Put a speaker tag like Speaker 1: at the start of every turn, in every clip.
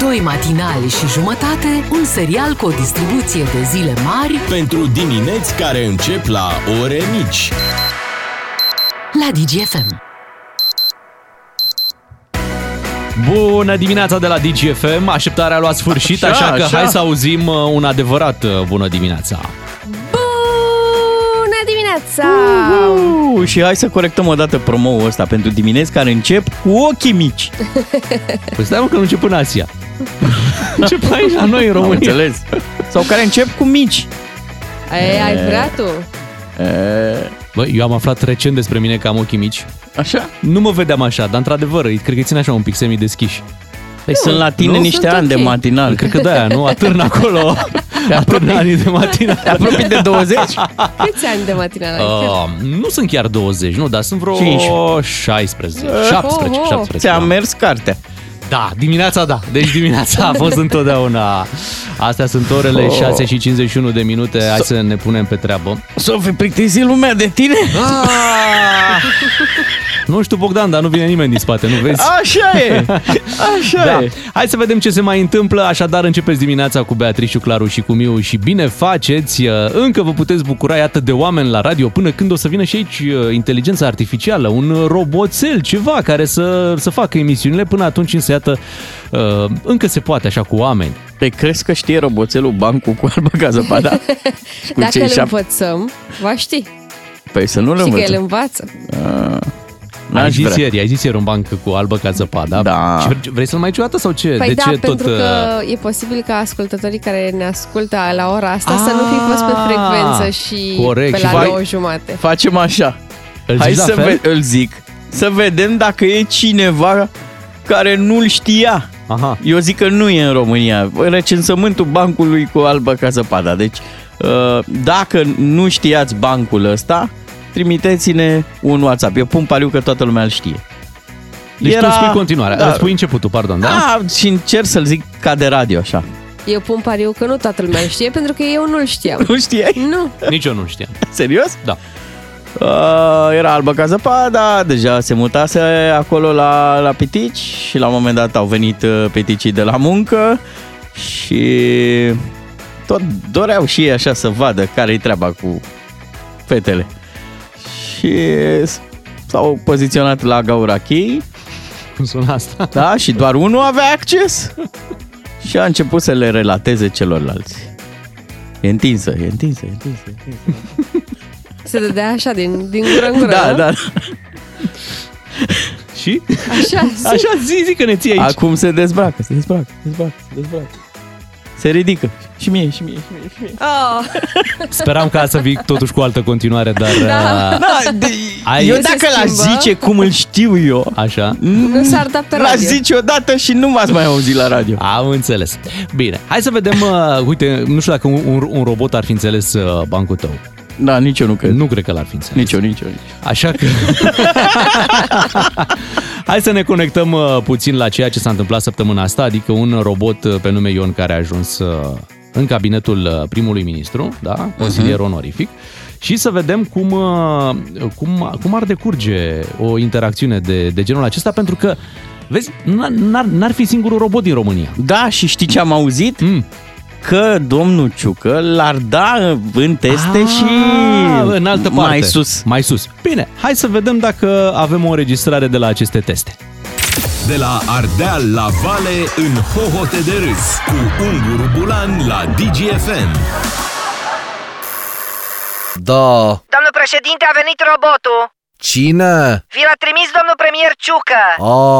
Speaker 1: Doi matinali și jumătate, un serial cu o distribuție de zile mari
Speaker 2: Pentru dimineți care încep la ore mici.
Speaker 1: la DGFM.
Speaker 3: Bună dimineața de la DGFM, așteptarea a luat sfârșit, așa,
Speaker 4: Așa,
Speaker 3: că
Speaker 4: așa.
Speaker 3: hai să auzim uh, un adevărat uh, bună dimineața.
Speaker 5: Bună dimineața!
Speaker 4: Uh, și hai să corectăm o dată promo-ul ăsta pentru dimineți care încep cu ochii mici.
Speaker 3: Păi stai mă că nu încep în Asia. Încep aici la noi în
Speaker 4: Am
Speaker 3: România.
Speaker 4: înțeles. Sau care încep cu mici.
Speaker 5: Ei, ai vrea tu?
Speaker 4: E,
Speaker 3: Bă, eu am aflat recent despre mine că am ochii mici.
Speaker 4: așa?
Speaker 3: Nu mă vedeam așa, dar într-adevăr, cred că țin așa un pic semideschiși.
Speaker 4: Păi sunt la tine
Speaker 3: nu,
Speaker 4: niște
Speaker 5: sunt
Speaker 4: ani
Speaker 5: ok.
Speaker 4: de matinal.
Speaker 3: Cred că de-aia, nu? Atârn acolo, atârn anii de matinal.
Speaker 4: Apropii de 20?
Speaker 5: Câți ani de matinal ai?
Speaker 3: Uh, nu sunt chiar 20, nu, dar sunt vreo
Speaker 4: 5.
Speaker 3: 16, 17,
Speaker 5: Oho.
Speaker 3: 17.
Speaker 4: Ți-a
Speaker 3: da.
Speaker 4: mers cartea.
Speaker 3: Da, dimineața da. Deci dimineața a fost întotdeauna. Astea sunt orele
Speaker 4: Oh.
Speaker 3: 6 și 51 de minute. Hai să ne punem pe treabă.
Speaker 4: S-o fi plictisit lumea de tine? Ah,
Speaker 3: Nu știu, Bogdan, dar nu vine nimeni din spate, nu vezi?
Speaker 4: Așa e! Așa
Speaker 3: Da.
Speaker 4: e!
Speaker 3: Hai să vedem ce se mai întâmplă. Așadar, începeți dimineața cu Beatrice, Claru și cu Miu și bine faceți. Uh, Încă vă puteți bucura, iată, de oameni la radio până când o să vină și aici uh, inteligența artificială, un roboțel, ceva care să, să facă emisiunile. Până atunci, însă, iată, uh, încă se poate așa cu oameni.
Speaker 4: Pe crezi că știe roboțelul bancul cu albă ca zăpada? cu
Speaker 5: Dacă
Speaker 4: cei
Speaker 5: îl
Speaker 4: șapte?
Speaker 5: învățăm, va ști.
Speaker 4: Păi să nu-l
Speaker 5: Știi că el
Speaker 4: învăț.
Speaker 5: învață.
Speaker 3: Ai
Speaker 4: N-aș
Speaker 3: zis
Speaker 4: vrea.
Speaker 3: ieri, Uh, ai zis ieri un banc cu albă ca zăpada.
Speaker 4: Da.
Speaker 3: Și vrei- vrei să-l mai ciudată sau ce?
Speaker 5: Păi
Speaker 3: de
Speaker 5: da,
Speaker 3: ce
Speaker 5: pentru
Speaker 3: tot... uh,
Speaker 5: că e posibil ca ascultătorii care ne ascultă la ora asta să nu
Speaker 3: Ah,
Speaker 5: fi fost pe frecvență și
Speaker 3: corect.
Speaker 5: pe
Speaker 3: Și
Speaker 5: la
Speaker 4: vai-
Speaker 5: 9 jumate.
Speaker 4: Facem așa.
Speaker 3: Îl
Speaker 4: Hai
Speaker 3: zici la
Speaker 4: să
Speaker 3: fel?
Speaker 4: ve- îl zic. Să vedem dacă e cineva care nu-l știa.
Speaker 3: Aha.
Speaker 4: Eu zic că nu e în România. Recensământul bancului cu albă ca zăpada. Deci, uh, dacă nu știați bancul ăsta, trimiteți-ne un WhatsApp. Eu pun pariu că toată lumea îl știe.
Speaker 3: Deci Era... tu spui continuarea,
Speaker 4: Da.
Speaker 3: da. spui începutul, pardon, da?
Speaker 4: da? și încerc să-l zic ca de radio, așa.
Speaker 5: Eu pun pariu că nu toată lumea îl știe, pentru că eu nu-l știam.
Speaker 4: Nu știai?
Speaker 5: Nu.
Speaker 3: Nici eu nu știam.
Speaker 4: Serios?
Speaker 3: Da.
Speaker 4: Uh, era albă ca zăpada, deja se mutase acolo la, la pitici și la un moment dat au venit uh, piticii de la muncă și tot doreau și ei așa să vadă care-i treaba cu fetele. Și s- s-au poziționat la gaura cheii,
Speaker 3: Cum sună asta?
Speaker 4: da, și doar unul avea acces și a început să le relateze celorlalți. E întinsă, e întinsă, e întinsă, e întinsă.
Speaker 5: Se dădea așa, din, din gură în gură.
Speaker 4: Da,
Speaker 5: nu?
Speaker 4: da,
Speaker 3: Și?
Speaker 5: Așa, zi.
Speaker 3: Așa zi, zi că ne ții aici. Ac-
Speaker 4: Acum se dezbracă, se dezbracă, se dezbracă, se dezbracă. Se ridică. Și mie, și mie, și mie, și mie.
Speaker 5: Oh,
Speaker 3: Speram ca să vii totuși cu altă continuare, dar...
Speaker 5: Da.
Speaker 3: uh,
Speaker 4: Da, de,
Speaker 3: Ai-
Speaker 4: eu
Speaker 5: Se
Speaker 4: dacă l-aș
Speaker 5: schimbă?
Speaker 4: zice cum îl știu eu,
Speaker 3: Așa?
Speaker 5: nu s-ar da pe
Speaker 4: l-aș
Speaker 5: radio.
Speaker 4: zice odată și nu m-ați mai auzit la radio.
Speaker 3: Am înțeles. Bine, hai să vedem, uh, uite, nu știu dacă un, un, un robot ar fi înțeles uh, bancul tău.
Speaker 4: Da, nici eu nu cred.
Speaker 3: Nu cred că l-ar fi înțeles.
Speaker 4: Nici eu, nici eu, nici eu.
Speaker 3: Așa că... Hai să ne conectăm uh, puțin la ceea ce s-a întâmplat săptămâna asta, adică un robot uh, pe nume Ion care a ajuns uh, în cabinetul uh, primului ministru, da,
Speaker 4: Mhm.
Speaker 3: consilier onorific, și să vedem cum, uh, cum, cum ar decurge o interacțiune de, de genul acesta, pentru că, vezi, n- n-ar, n-ar fi singurul robot din România.
Speaker 4: Da, și știi ce am auzit?
Speaker 3: Mm.
Speaker 4: Că domnul Ciucă l-ar da în teste
Speaker 3: Ah,
Speaker 4: și
Speaker 3: în altă parte.
Speaker 4: mai sus.
Speaker 3: Mai sus. Bine, hai să vedem dacă avem o înregistrare de la aceste teste.
Speaker 2: De la Ardeal la Vale în hohote de râs cu Unguru Bulan la DGFM.
Speaker 6: Da.
Speaker 7: Domnul președinte, a venit robotul.
Speaker 6: Cine?
Speaker 7: Vi l-a trimis domnul premier Ciucă.
Speaker 6: A,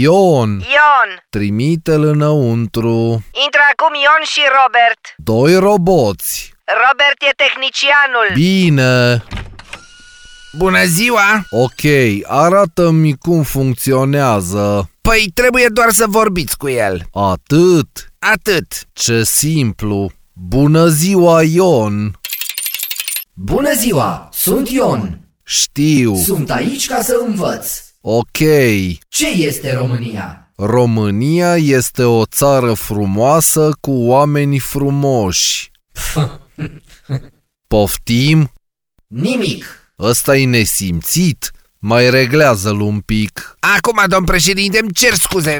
Speaker 6: Ion.
Speaker 7: Ion.
Speaker 6: Trimite-l înăuntru.
Speaker 7: Intră acum Ion și Robert.
Speaker 6: Doi roboți.
Speaker 7: Robert e tehnicianul.
Speaker 6: Bine. Bună ziua! Ok, arată-mi cum funcționează.
Speaker 8: Păi trebuie doar să vorbiți cu el.
Speaker 6: Atât.
Speaker 8: Atât.
Speaker 6: Ce simplu. Bună ziua, Ion.
Speaker 8: Bună ziua, sunt Ion.
Speaker 6: Știu.
Speaker 8: Sunt aici ca să învăț.
Speaker 6: Ok.
Speaker 8: Ce este România?
Speaker 6: România este o țară frumoasă cu oameni frumoși. Poftim?
Speaker 8: Nimic.
Speaker 6: Ăsta e nesimțit. Mai reglează-l un pic.
Speaker 8: Acum, domn președinte, îmi cer scuze.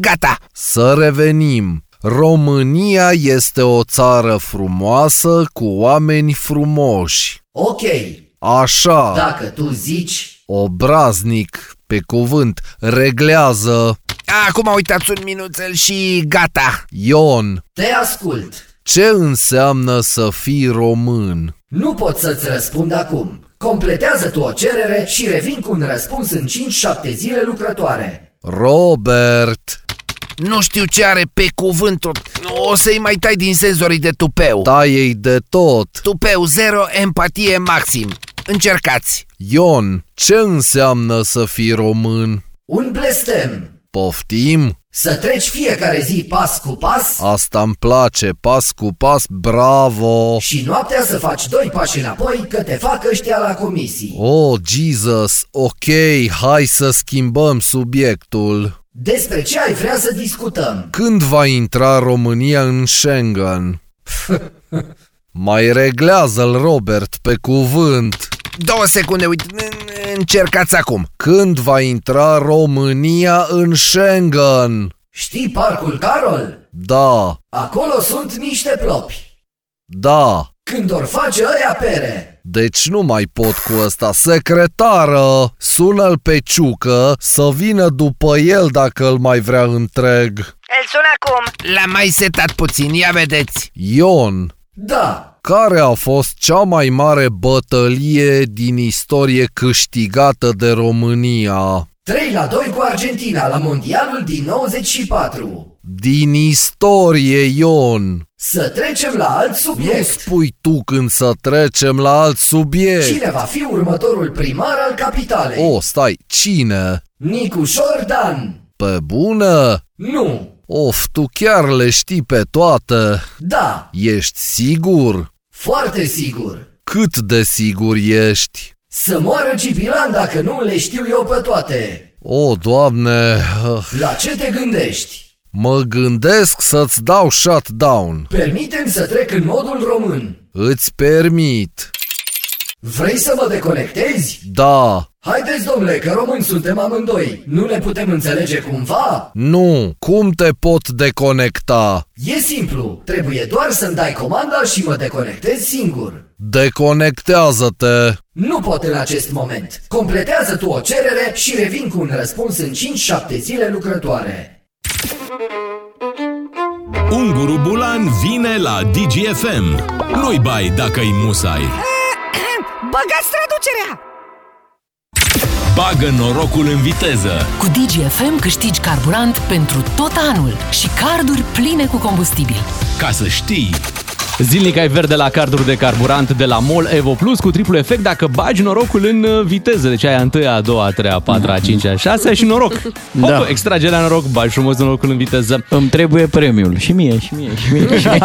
Speaker 6: gata! Să revenim! România este o țară frumoasă cu oameni frumoși.
Speaker 8: Ok,
Speaker 6: Așa,
Speaker 8: dacă tu zici,
Speaker 6: obraznic, pe cuvânt, reglează
Speaker 9: Acum uitați un minuțel și gata.
Speaker 6: Ion.
Speaker 8: te ascult.
Speaker 6: Ce înseamnă să fii român?
Speaker 8: Nu pot să-ți răspund acum. Completează tu o cerere și revin cu un răspuns în 5-7 zile lucrătoare.
Speaker 6: Robert,
Speaker 9: Nu știu ce are pe cuvântul. O să-i mai tai din senzorii de tupeu.
Speaker 6: taie de tot.
Speaker 9: Tupeu zero, empatie maxim. Încercați.
Speaker 6: Ion, ce înseamnă să fii român?
Speaker 8: Un blestem.
Speaker 6: Poftim?
Speaker 8: Să treci fiecare zi pas cu pas
Speaker 6: Asta îmi place, pas cu pas, bravo!
Speaker 8: și noaptea să faci doi pași înapoi că te fac ăștia la comisii.
Speaker 6: Oh, Jesus, ok, hai să schimbăm subiectul.
Speaker 8: Despre ce ai vrea să discutăm?
Speaker 6: Când va intra România în Schengen? Mai reglează-l, Robert, pe cuvânt.
Speaker 9: Două secunde, uite. În- Încercați acum.
Speaker 6: Când va intra România în Schengen?
Speaker 8: Știi parcul Carol?
Speaker 6: Da,
Speaker 8: Acolo sunt niște plopi.
Speaker 6: da,
Speaker 8: Când or face ăia pere.
Speaker 6: deci nu mai pot cu ăsta. Secretară, sună-l pe Ciucă să vină după el dacă îl mai vrea întreg.
Speaker 7: Îl sun acum.
Speaker 9: L-am mai setat puțin, ia vedeți.
Speaker 6: Ion,
Speaker 8: Da,
Speaker 6: care a fost cea mai mare bătălie din istorie câștigată de România?
Speaker 8: 3 la 2 cu Argentina la mondialul din 94.
Speaker 6: Din istorie, Ion!
Speaker 8: Să trecem la alt
Speaker 6: Nu
Speaker 8: subiect.
Speaker 6: spui tu când să trecem la alt subiect!
Speaker 8: Cine va fi următorul primar al capitalei?
Speaker 6: O, stai, cine?
Speaker 8: Nicu Șordan.
Speaker 6: Pe bună?
Speaker 8: Nu.
Speaker 6: Of, tu chiar le știi pe toate!
Speaker 8: Da,
Speaker 6: Ești sigur?
Speaker 8: foarte sigur.
Speaker 6: Cât de sigur ești?
Speaker 8: Să moară Cipilan dacă nu le știu eu pe toate.
Speaker 6: O, Doamne, ah,
Speaker 8: La ce te gândești?
Speaker 6: mă gândesc să-ți dau shutdown.
Speaker 8: Permitem să trec în modul român.
Speaker 6: Îți permit.
Speaker 8: Vrei să mă deconectezi?
Speaker 6: Da,
Speaker 8: Haideți, domnule, că români suntem amândoi. Nu ne putem înțelege cumva?
Speaker 6: Nu, cum te pot deconecta?
Speaker 8: E simplu. Trebuie doar să-mi dai comanda și mă deconectez singur.
Speaker 6: Deconectează-te!
Speaker 8: Nu pot în acest moment. Completează tu o cerere și revin cu un răspuns în 5-7 zile lucrătoare.
Speaker 2: Unguru Bulan vine la DGFM. Nu-i bai dacă-i musai.
Speaker 7: Băgați traducerea!
Speaker 2: Bagă norocul în viteză.
Speaker 1: Cu DGFM câștigi carburant pentru tot anul și carduri pline cu combustibil.
Speaker 2: Ca să știi,
Speaker 3: Zilnic ai verde la carduri de carburant de la MOL Evo Plus cu triplu efect dacă bagi norocul în uh, viteză. Deci ai a întâia, a doua, a treia, a patra, a cincea, a șasea și noroc. Hop,
Speaker 4: Da.
Speaker 3: extragerea noroc, bagi frumos norocul în viteză.
Speaker 4: Îmi trebuie premiul. Și mie, și mie, și mie. Și mie.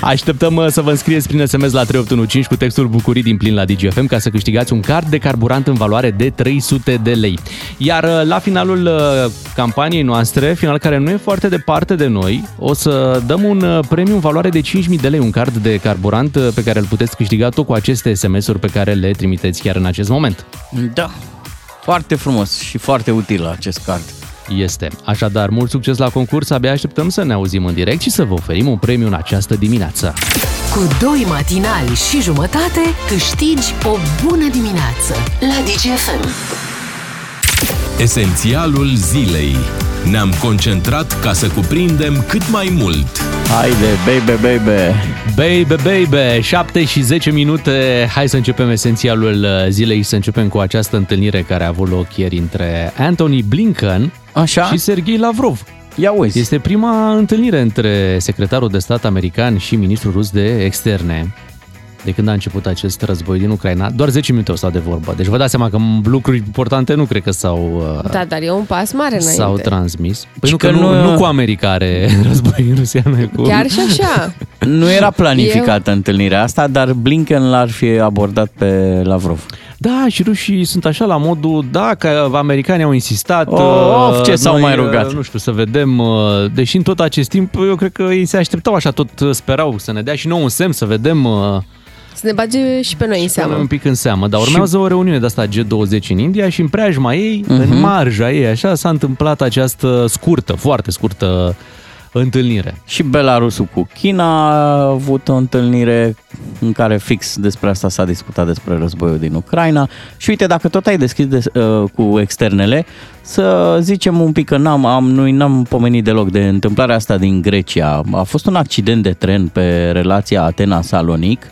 Speaker 3: Așteptăm uh, să vă înscrieți prin SMS la 3815 cu textul Bucurii din plin la DGFM ca să câștigați un card de carburant în valoare de 300 de lei. Iar uh, la finalul uh, campaniei noastre, final care nu e foarte departe de noi, o să dăm un uh, premiu în valoare de 5000 de lei, un card de carburant uh, pe care îl puteți câștiga tot cu aceste SMS-uri pe care le trimiteți chiar în acest moment.
Speaker 4: Da. Foarte frumos și foarte util acest card.
Speaker 3: Este. Așadar, mult succes la concurs, abia așteptăm să ne auzim în direct și să vă oferim un premiu în această dimineață.
Speaker 1: Cu doi matinali și jumătate câștigi o bună dimineață la DGFM.
Speaker 2: esențialul zilei. Ne-am concentrat ca să cuprindem cât mai mult.
Speaker 4: Haide, baby, baby.
Speaker 3: Baby, baby, 7 și 10 minute. Hai să începem esențialul uh, zilei și să începem cu această întâlnire care a avut loc ieri între Anthony Blinken
Speaker 4: Așa,
Speaker 3: și Sergei Lavrov.
Speaker 4: ia uite.
Speaker 3: Este prima întâlnire între secretarul de stat american și ministrul rus de externe de când a început acest război din Ucraina. Doar 10 minute au stat de vorbă. Deci vă dați seama că m- lucruri importante nu cred că s-au, uh,
Speaker 5: Da, dar e un pas mare înainte.
Speaker 3: s-au transmis. Păi
Speaker 4: Și
Speaker 3: nu că,
Speaker 4: că
Speaker 3: nu,
Speaker 4: nu-
Speaker 3: nu cu America are război în Rusia, nu e cu...
Speaker 5: Chiar și așa.
Speaker 4: Nu era planificată întâlnirea asta, dar Blinken l-ar fi abordat pe Lavrov.
Speaker 3: Da, și rușii sunt așa la modul, da, că americanii au insistat.
Speaker 4: Of,
Speaker 3: uh,
Speaker 4: Oh, ce s-au
Speaker 3: noi,
Speaker 4: mai
Speaker 3: uh,
Speaker 4: rugat.
Speaker 3: Nu știu, să vedem. uh, Deși în tot acest timp, eu cred că ei se așteptau așa, tot uh, sperau să ne dea și nou un semn, să vedem uh,
Speaker 5: Să ne bage și pe noi în
Speaker 3: Pune un
Speaker 5: seamă.
Speaker 3: pic în seamă, dar urmează o reuniune de asta G20 în India și în preajma ei,
Speaker 4: Mhm.
Speaker 3: în marja ei, așa, s-a întâmplat această scurtă, foarte scurtă întâlnire.
Speaker 4: Și Belarusul cu China a avut o întâlnire în care fix despre asta s-a discutat despre războiul din Ucraina. Și uite, dacă tot ai deschis de, uh, cu externele, să zicem un pic că n-am, am, noi n-am pomenit deloc de întâmplarea asta din Grecia. A fost un accident de tren pe relația Atena-Salonic.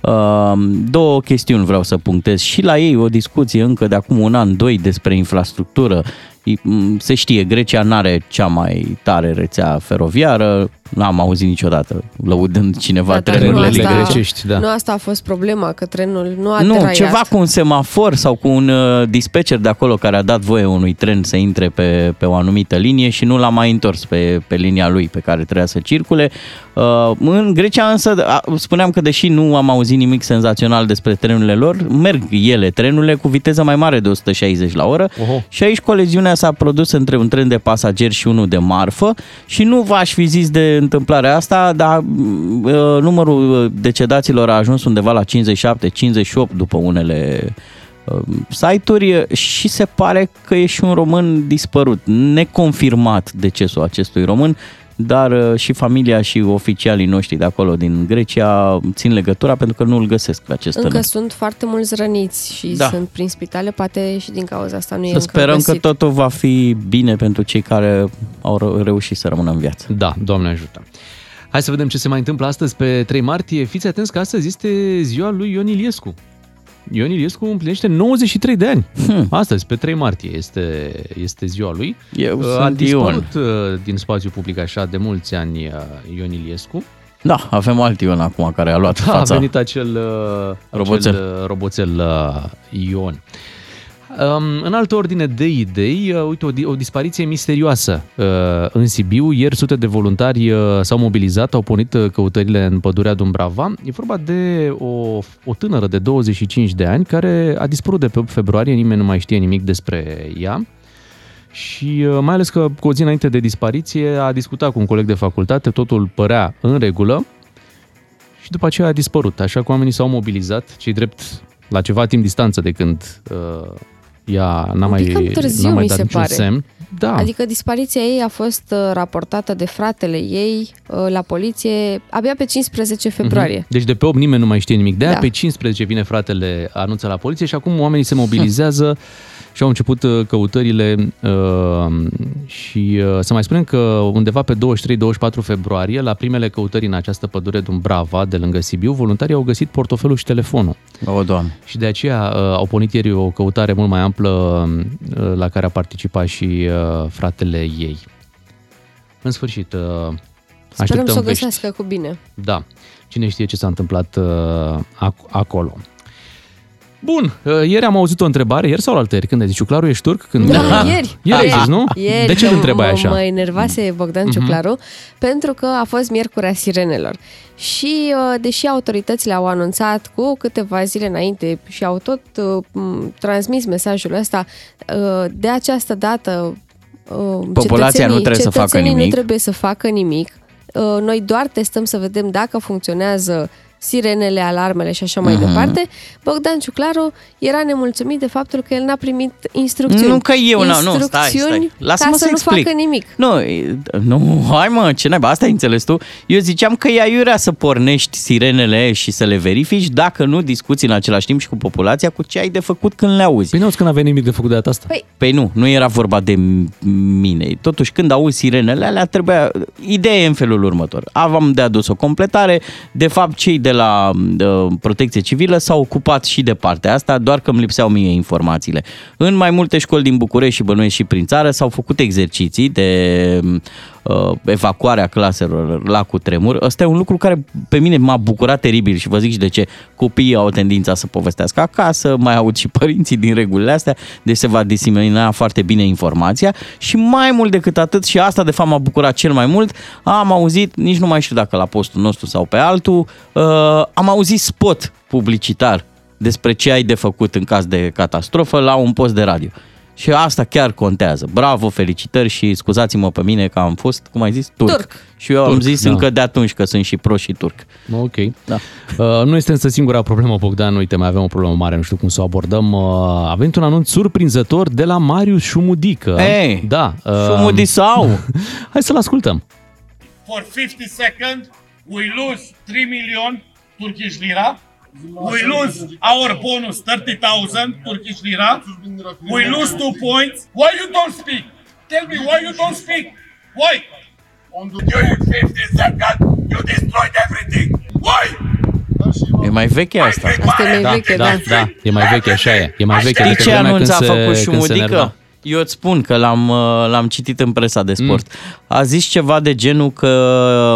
Speaker 4: Uh, două chestiuni vreau să punctez și la ei o discuție încă de acum un an, doi despre infrastructură. I- m, Se știe, Grecia nu are cea mai tare rețea feroviară, n-am auzit niciodată lăudând cineva
Speaker 5: Da, dar
Speaker 4: trenurile
Speaker 3: asta-
Speaker 4: din Grecia.
Speaker 3: grecești, da.
Speaker 5: Nu asta a fost problema, că trenul nu a
Speaker 4: nu,
Speaker 5: deraiat.
Speaker 4: ceva cu un semafor sau cu un uh, dispatcher de acolo care a dat voie unui tren să intre pe, pe o anumită linie și nu l-a mai întors pe, pe linia lui pe care trebuia să circule. Uh, în Grecia însă, a, spuneam că deși nu am auzit nimic senzațional despre trenurile lor, merg ele, trenurile, cu viteză mai mare de 160 la oră
Speaker 3: Oho.
Speaker 4: și aici coleziunea s-a produs între un tren de pasageri și unul de marfă și nu v-aș fi zis de întâmplarea asta, dar m, uh, numărul uh, decedaților a ajuns undeva la 57-58 după unele uh, site-uri uh, și se pare că e și un român dispărut, neconfirmat decesul acestui român, dar uh, și familia și oficialii noștri de acolo din Grecia țin legătura pentru că nu îl găsesc pe acest
Speaker 5: Încă
Speaker 4: tânăr.
Speaker 5: sunt foarte mulți răniți și
Speaker 4: Da.
Speaker 5: da. sunt prin spitale, poate și din cauza asta nu e
Speaker 4: Să
Speaker 5: încă
Speaker 4: sperăm
Speaker 5: găsit.
Speaker 4: că totul va fi bine pentru cei care au ră- reușit să rămână în viață.
Speaker 3: Da, Doamne ajută. Hai să vedem ce se mai întâmplă astăzi pe 3 martie. Fiți atenți că astăzi este ziua lui Ion Iliescu. Ion Iliescu împlinește 93 de ani.
Speaker 4: Hmm.
Speaker 3: Astăzi, pe 3 martie, este, este ziua lui.
Speaker 4: Eu
Speaker 3: Uh, a
Speaker 4: sunt Ion.
Speaker 3: dispărut uh, din spațiu public așa de mulți ani uh, Ion Iliescu.
Speaker 4: Da, avem alt Ion acum care a luat
Speaker 3: Da,
Speaker 4: Exact, fața.
Speaker 3: a venit acel uh,
Speaker 4: Roboțel.
Speaker 3: acel, uh, roboțel uh, Ion. Um, în altă ordine de idei, uh, uite, o, di- o dispariție misterioasă uh, în Sibiu. Ieri sute de voluntari uh, s-au mobilizat, au pornit uh, căutările în pădurea Dumbrava. E vorba de o, o tânără de 25 de ani care a dispărut de pe 8 februarie, nimeni nu mai știe nimic despre ea. Și uh, mai ales că cu o zi înainte de dispariție a discutat cu un coleg de facultate, totul părea în regulă și după aceea a dispărut. Așa că oamenii s-au mobilizat, cei drept la ceva timp distanță de când uh, ea n-a
Speaker 5: Un
Speaker 3: mai,
Speaker 5: pic cam Adică târziu,
Speaker 3: n-a mai
Speaker 5: mi
Speaker 3: dat
Speaker 5: se
Speaker 3: niciun
Speaker 5: pare.
Speaker 3: semn. Da, adică...
Speaker 5: Adică dispariția ei a fost uh, raportată de fratele ei uh, la poliție abia pe 15 februarie.
Speaker 3: deci de pe 8 nimeni nu mai știe nimic. De-aia da.
Speaker 5: Da.
Speaker 3: pe 15 vine fratele, anunță la poliție și acum oamenii se mobilizează și au început uh, căutările uh, și uh, să mai spunem că undeva pe 23-24 februarie, la primele căutări în această pădure Dumbrava, de lângă Sibiu, voluntarii au găsit portofelul și telefonul.
Speaker 4: O, doamne.
Speaker 3: Și de aceea uh, au pornit ieri o căutare mult mai amplă uh, la care a participat și uh, fratele ei. În sfârșit, uh,
Speaker 5: Sperăm
Speaker 3: așteptăm
Speaker 5: să o
Speaker 3: vești.
Speaker 5: găsească cu bine.
Speaker 3: Da, cine știe ce s-a întâmplat uh, ac- acolo. Bun, uh, ieri am auzit o întrebare, ieri sau altăieri, când ai zis, Ciuclaru, ești turc? Când,
Speaker 5: Da, ieri.
Speaker 3: Ieri ai zis, nu?
Speaker 5: Ieri,
Speaker 3: de ce îl
Speaker 5: că
Speaker 3: întrebai
Speaker 5: mă-
Speaker 3: așa? Mhm.
Speaker 5: Mă enervase Bogdan Ciuclaru pentru că a fost Miercurea Sirenelor. Și uh, deși autoritățile au anunțat cu câteva zile înainte și au tot uh, m, transmis mesajul ăsta, uh, de această dată uh,
Speaker 4: Populația
Speaker 5: cetățenii-
Speaker 4: nu trebuie să facă
Speaker 5: cetățenii
Speaker 4: nimic.
Speaker 5: nu trebuie să facă nimic. Uh, Noi doar testăm să vedem dacă funcționează sirenele, alarmele și așa
Speaker 4: Mhm.
Speaker 5: mai departe. Bogdan Ciuclaru era nemulțumit de faptul că el n-a primit instrucțiuni.
Speaker 4: Nu că eu n-am, nu, stai, stai.
Speaker 5: Instrucțiuni
Speaker 4: Lasă-mă
Speaker 5: ca
Speaker 4: să
Speaker 5: să nu
Speaker 4: explic.
Speaker 5: facă nimic.
Speaker 4: Nu, e- nu, hai mă, ce naiba, asta ai înțeles tu. Eu ziceam că e aiurea să pornești sirenele și să le verifici, dacă nu discuți în același timp și cu populația cu ce ai de făcut când le
Speaker 3: Bine,
Speaker 4: auzi.
Speaker 3: Păi auzi că n-avea nimic de făcut de data asta.
Speaker 5: Păi-
Speaker 4: Păi nu, nu era vorba de mine. Totuși, când auzi sirenele alea, trebuia... Ideea e în felul următor. Aveam de adus o completare. De fapt, cei de la uh, Protecție Civilă s-au ocupat și de partea asta, doar că îmi lipseau mie informațiile. În mai multe școli din București și bănuiesc și prin țară s-au făcut exerciții de uh, evacuarea claselor la cutremur. Ăsta e un lucru care pe mine m-a bucurat teribil și vă zic și de ce. Copiii au tendința să povestească acasă, mai aud și părinții din regulile astea, deci se va disemina foarte bine informația și mai mult decât atât, și asta de fapt m-a bucurat cel mai mult, am auzit, nici nu mai știu dacă la postul nostru sau pe altul, uh, am auzit spot publicitar despre ce ai de făcut în caz de catastrofă la un post de radio. Și asta chiar contează. Bravo, felicitări și scuzați-mă pe mine că am fost, cum ai zis, turc.
Speaker 5: Turc.
Speaker 4: Și eu am
Speaker 3: Turc,
Speaker 4: zis
Speaker 3: da.
Speaker 4: încă de atunci că sunt și pro și turc.
Speaker 3: Ok.
Speaker 4: Da.
Speaker 3: Uh, nu este însă singura problemă, Bogdan. Uite, mai avem o problemă mare, nu știu cum să o abordăm. Uh, avem un anunț surprinzător de la Marius Șumudică.
Speaker 4: Ei,
Speaker 3: da. uh,
Speaker 4: Șumudisau!
Speaker 3: Hai să-l ascultăm.
Speaker 10: for 50 seconds, we lose 3 million Turkish lira. We lose our bonus 30,000 Turkish lira. We lose two points. Why you don't speak? Tell me why you don't speak? Why? During 50 seconds, you destroyed everything. Why?
Speaker 4: E mai veche asta.
Speaker 5: Asta e mai
Speaker 3: Da,
Speaker 5: veche,
Speaker 3: da, da, E mai veche, așa e. E mai veche
Speaker 4: Știi
Speaker 3: decât
Speaker 4: ce
Speaker 3: vremea
Speaker 4: anunț a
Speaker 3: când se-
Speaker 4: făcut
Speaker 3: când se
Speaker 4: Șumudică?
Speaker 3: enerva. Mm.
Speaker 4: Eu îți spun că l-am, uh, l-am citit în presa de sport. A zis ceva de genul că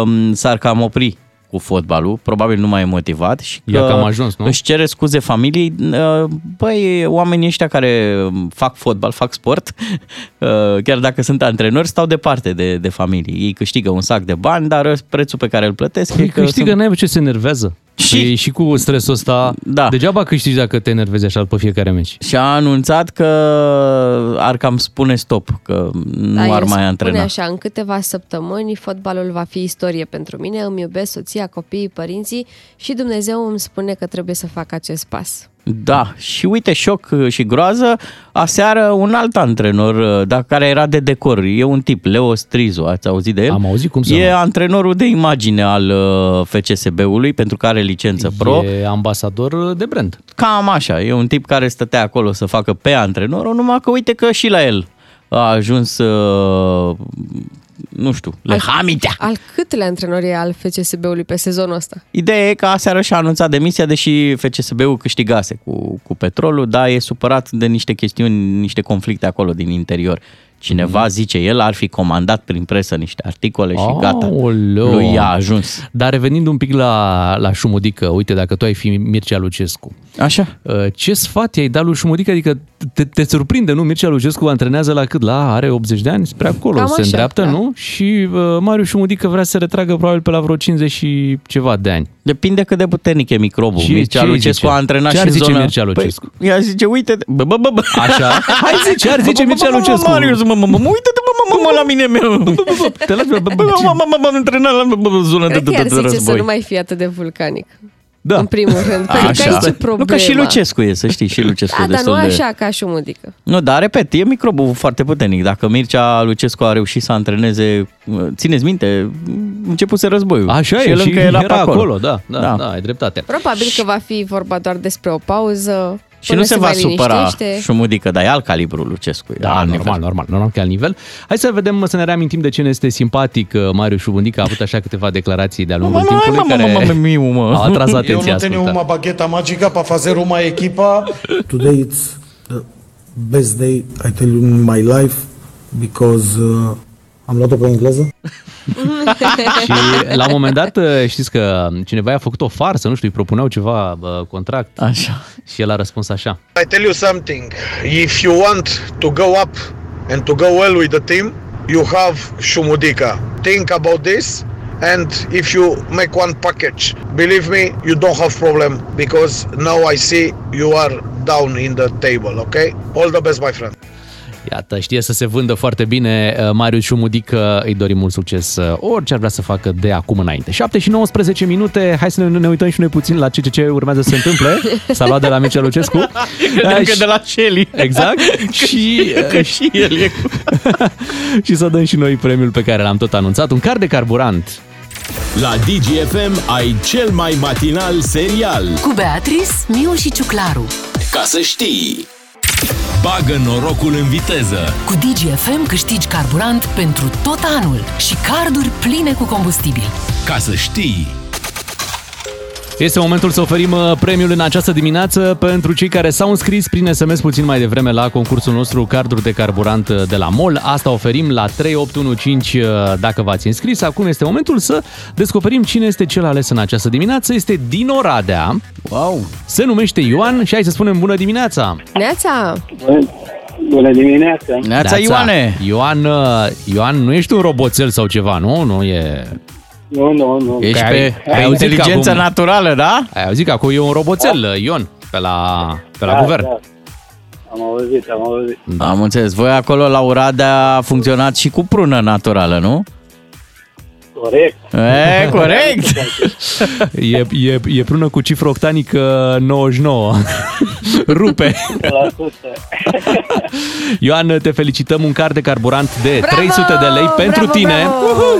Speaker 4: um, s-ar cam opri cu fotbalul, probabil nu mai e motivat și
Speaker 3: Ia
Speaker 4: că
Speaker 3: că am ajuns, nu?
Speaker 4: își cere scuze familiei. Uh, Băi, oamenii ăștia care um, fac fotbal, fac sport, uh, chiar dacă sunt antrenori, stau departe de, de familie. Ei câștigă un sac de bani, dar uh, prețul pe care îl plătesc
Speaker 3: Păi
Speaker 4: e că
Speaker 3: câștigă,
Speaker 4: sunt...
Speaker 3: n-ai ce se enervează.
Speaker 4: Și-
Speaker 3: Păi și cu stresul ăsta,
Speaker 4: Da.
Speaker 3: degeaba câștigi dacă te enervezi așa pe fiecare meci.
Speaker 4: Și a anunțat că ar cam spune stop, că nu
Speaker 5: Da,
Speaker 4: ar
Speaker 5: el
Speaker 4: mai
Speaker 5: spune
Speaker 4: antrena.
Speaker 5: așa, în câteva săptămâni fotbalul va fi istorie pentru mine, îmi iubesc soția, copiii, părinții și Dumnezeu îmi spune că trebuie să fac acest pas.
Speaker 4: Da, și uite, șoc și groază, aseară un alt antrenor, dar care era de decor, e un tip, Leo Strizu, ați auzit de el?
Speaker 3: Am auzit, cum să
Speaker 4: E
Speaker 3: nu?
Speaker 4: antrenorul de imagine al uh, FCSB-ului, pentru care are licență pro.
Speaker 3: E ambasador de brand.
Speaker 4: Cam așa, e un tip care stătea acolo să facă pe antrenorul, numai că uite că și la el a ajuns, uh, nu știu, lehamitea.
Speaker 5: Al câtelea antrenor e al FCSB-ului pe sezonul ăsta?
Speaker 4: Ideea e că aseară și-a anunțat demisia, deși FCSB-ul câștigase cu, cu petrolul, dar e supărat de niște chestiuni, niște conflicte acolo din interior. Cineva,
Speaker 3: Mhm.
Speaker 4: mm. zice el, ar fi comandat prin presă niște articole și gata,
Speaker 3: Aoleo.
Speaker 4: lui i-a ajuns.
Speaker 3: Dar revenind un pic la, la Șumudică, uite, dacă tu ai fi Mircea Lucescu,
Speaker 4: Așa.
Speaker 3: uh, ce sfat i-ai dat lui Șumudică? Adică te, te surprinde, nu? Mircea Lucescu antrenează la cât? La are 80 de ani? Spre acolo
Speaker 5: Cam
Speaker 3: se
Speaker 5: așa,
Speaker 3: îndreaptă,
Speaker 5: da.
Speaker 3: nu? Și uh, Marius Șumudică vrea să se retragă probabil pe la vreo 50 și ceva de ani.
Speaker 4: Depinde cât de puternic e microbul.
Speaker 3: Ce-
Speaker 4: Mircea
Speaker 3: ce îi
Speaker 4: Lucescu
Speaker 3: zice?
Speaker 4: a antrenat
Speaker 3: Ce
Speaker 4: și
Speaker 3: ar
Speaker 4: în
Speaker 3: zice
Speaker 4: zona...
Speaker 3: Mircea Lucescu?
Speaker 4: Păi, ea zice, uite... Bă, bă, bă, bă.
Speaker 3: Așa? Hai zice, ar zice
Speaker 4: Bă, bă,
Speaker 3: Mircea
Speaker 4: bă, bă,
Speaker 3: Lucescu.
Speaker 4: Marius, mă, mă, mă, mă, uite-te, mă, mă, mă, mă, la mine, mă. Bă,
Speaker 3: Bă, bă, Te lași, bă, bă, bă,
Speaker 4: bă, mă, mă, mă, m-am antrenat la bă, bă, zona de
Speaker 5: Cred că
Speaker 4: de-
Speaker 5: ar
Speaker 4: de- de
Speaker 5: zice să
Speaker 4: război.
Speaker 5: nu mai fie atât de vulcanic.
Speaker 3: Da.
Speaker 5: În primul rând, pentru că aici e problema.
Speaker 4: Nu că și Lucescu e, să știi, și Lucescu
Speaker 5: Da,
Speaker 4: e
Speaker 5: dar
Speaker 4: destul
Speaker 5: nu
Speaker 4: de...
Speaker 5: așa ca și mudică.
Speaker 4: Nu, dar repet, e microbul foarte puternic. Dacă Mircea Lucescu a reușit să antreneze, țineți minte, începuse războiul.
Speaker 3: Așa
Speaker 4: și
Speaker 3: e,
Speaker 4: el
Speaker 3: și
Speaker 4: încă era, pe
Speaker 3: acolo. da, da, da,
Speaker 4: Da.
Speaker 3: da, ai dreptate.
Speaker 5: Probabil că va fi vorba doar despre o pauză.
Speaker 4: Și
Speaker 5: până
Speaker 4: nu se, va
Speaker 5: mai
Speaker 4: supăra
Speaker 5: liniștește.
Speaker 4: Șumudică, dar e alt calibru Lucescu. e
Speaker 3: Da,
Speaker 4: alt
Speaker 3: normal,
Speaker 4: nivel.
Speaker 3: normal, normal, normal că e alt nivel. Hai să vedem, să ne reamintim de cine este simpatic uh, Marius Șubundic. A avut așa câteva declarații de-a lungul
Speaker 4: Mamă,
Speaker 3: timpului
Speaker 4: mamă, mamă, mamă,
Speaker 3: care
Speaker 4: miu, mă.
Speaker 3: au atras atenția. ascultă.
Speaker 10: bagheta magică para fazer uma echipa.
Speaker 11: Today it's the best day I tell you in my life because uh, am luat-o pe engleză.
Speaker 3: Și la un moment dat, uh, știți că cineva i-a făcut o farsă, nu știu, îi propuneau ceva uh, contract
Speaker 4: Așa.
Speaker 3: și el a răspuns așa.
Speaker 10: I tell you something. If you want to go up and to go well with the team, you have Shumudika. Think about this. And if you make one package, believe me, you don't have problem because now I see you are down in the table, okay? All the best, my friend.
Speaker 3: Iată, știe să se vândă foarte bine uh, Marius Șumudică, îi dorim mult succes uh, orice ar vrea să facă de acum înainte. 7 și 19 minute, hai să ne, ne uităm și noi puțin la ce, ce, ce urmează să se întâmple. S-a luat de la Mircea Lucescu.
Speaker 4: Credeam
Speaker 3: Da,
Speaker 4: că
Speaker 3: și-
Speaker 4: de la Shelly.
Speaker 3: Exact. și,
Speaker 4: Că și el e cu...
Speaker 3: și să dăm și noi premiul pe care l-am tot anunțat, un car de carburant.
Speaker 2: La DGFM ai cel mai matinal serial.
Speaker 1: Cu Beatrice, Miu și Ciuclaru.
Speaker 2: Ca să știi! Bagă norocul în viteză!
Speaker 1: Cu DGFM câștigi carburant pentru tot anul și carduri pline cu combustibil.
Speaker 2: Ca să știi!
Speaker 3: Este momentul să oferim uh, premiul în această dimineață pentru cei care s-au înscris prin SMS puțin mai devreme la concursul nostru Carduri de Carburant uh, de la MOL. Asta oferim la 3815 uh, dacă v-ați înscris. Acum este momentul să descoperim cine este cel ales în această dimineață. Este din Oradea,
Speaker 4: Wow.
Speaker 3: se numește Ioan și hai să spunem bună dimineața!
Speaker 5: Neața,
Speaker 10: Bună dimineața!
Speaker 4: Neața Ioane.
Speaker 3: Ioan, uh, Ioan, nu ești un roboțel sau ceva, nu? Nu e...
Speaker 10: Nu, nu, nu.
Speaker 4: Ești
Speaker 3: Că ai-
Speaker 4: pe,
Speaker 3: ai
Speaker 4: ai
Speaker 3: auzit că
Speaker 4: inteligență
Speaker 3: acum-
Speaker 4: naturală, da?
Speaker 12: Da,
Speaker 3: Ai auzit că acum e un roboțel, Ion, pe la, pe la guvern.
Speaker 10: Da.
Speaker 12: Am auzit, am auzit.
Speaker 4: Da. Am înțeles. Voi acolo la Oradea a funcționat și cu prună naturală, nu?
Speaker 12: Corect.
Speaker 4: E, corect!
Speaker 3: E, e, e prună cu cifră octanică 99. Rupe!
Speaker 12: 100%.
Speaker 3: Ioan, te felicităm un card de carburant de 300 de lei pentru
Speaker 12: Bravo,
Speaker 3: tine.
Speaker 12: bravo!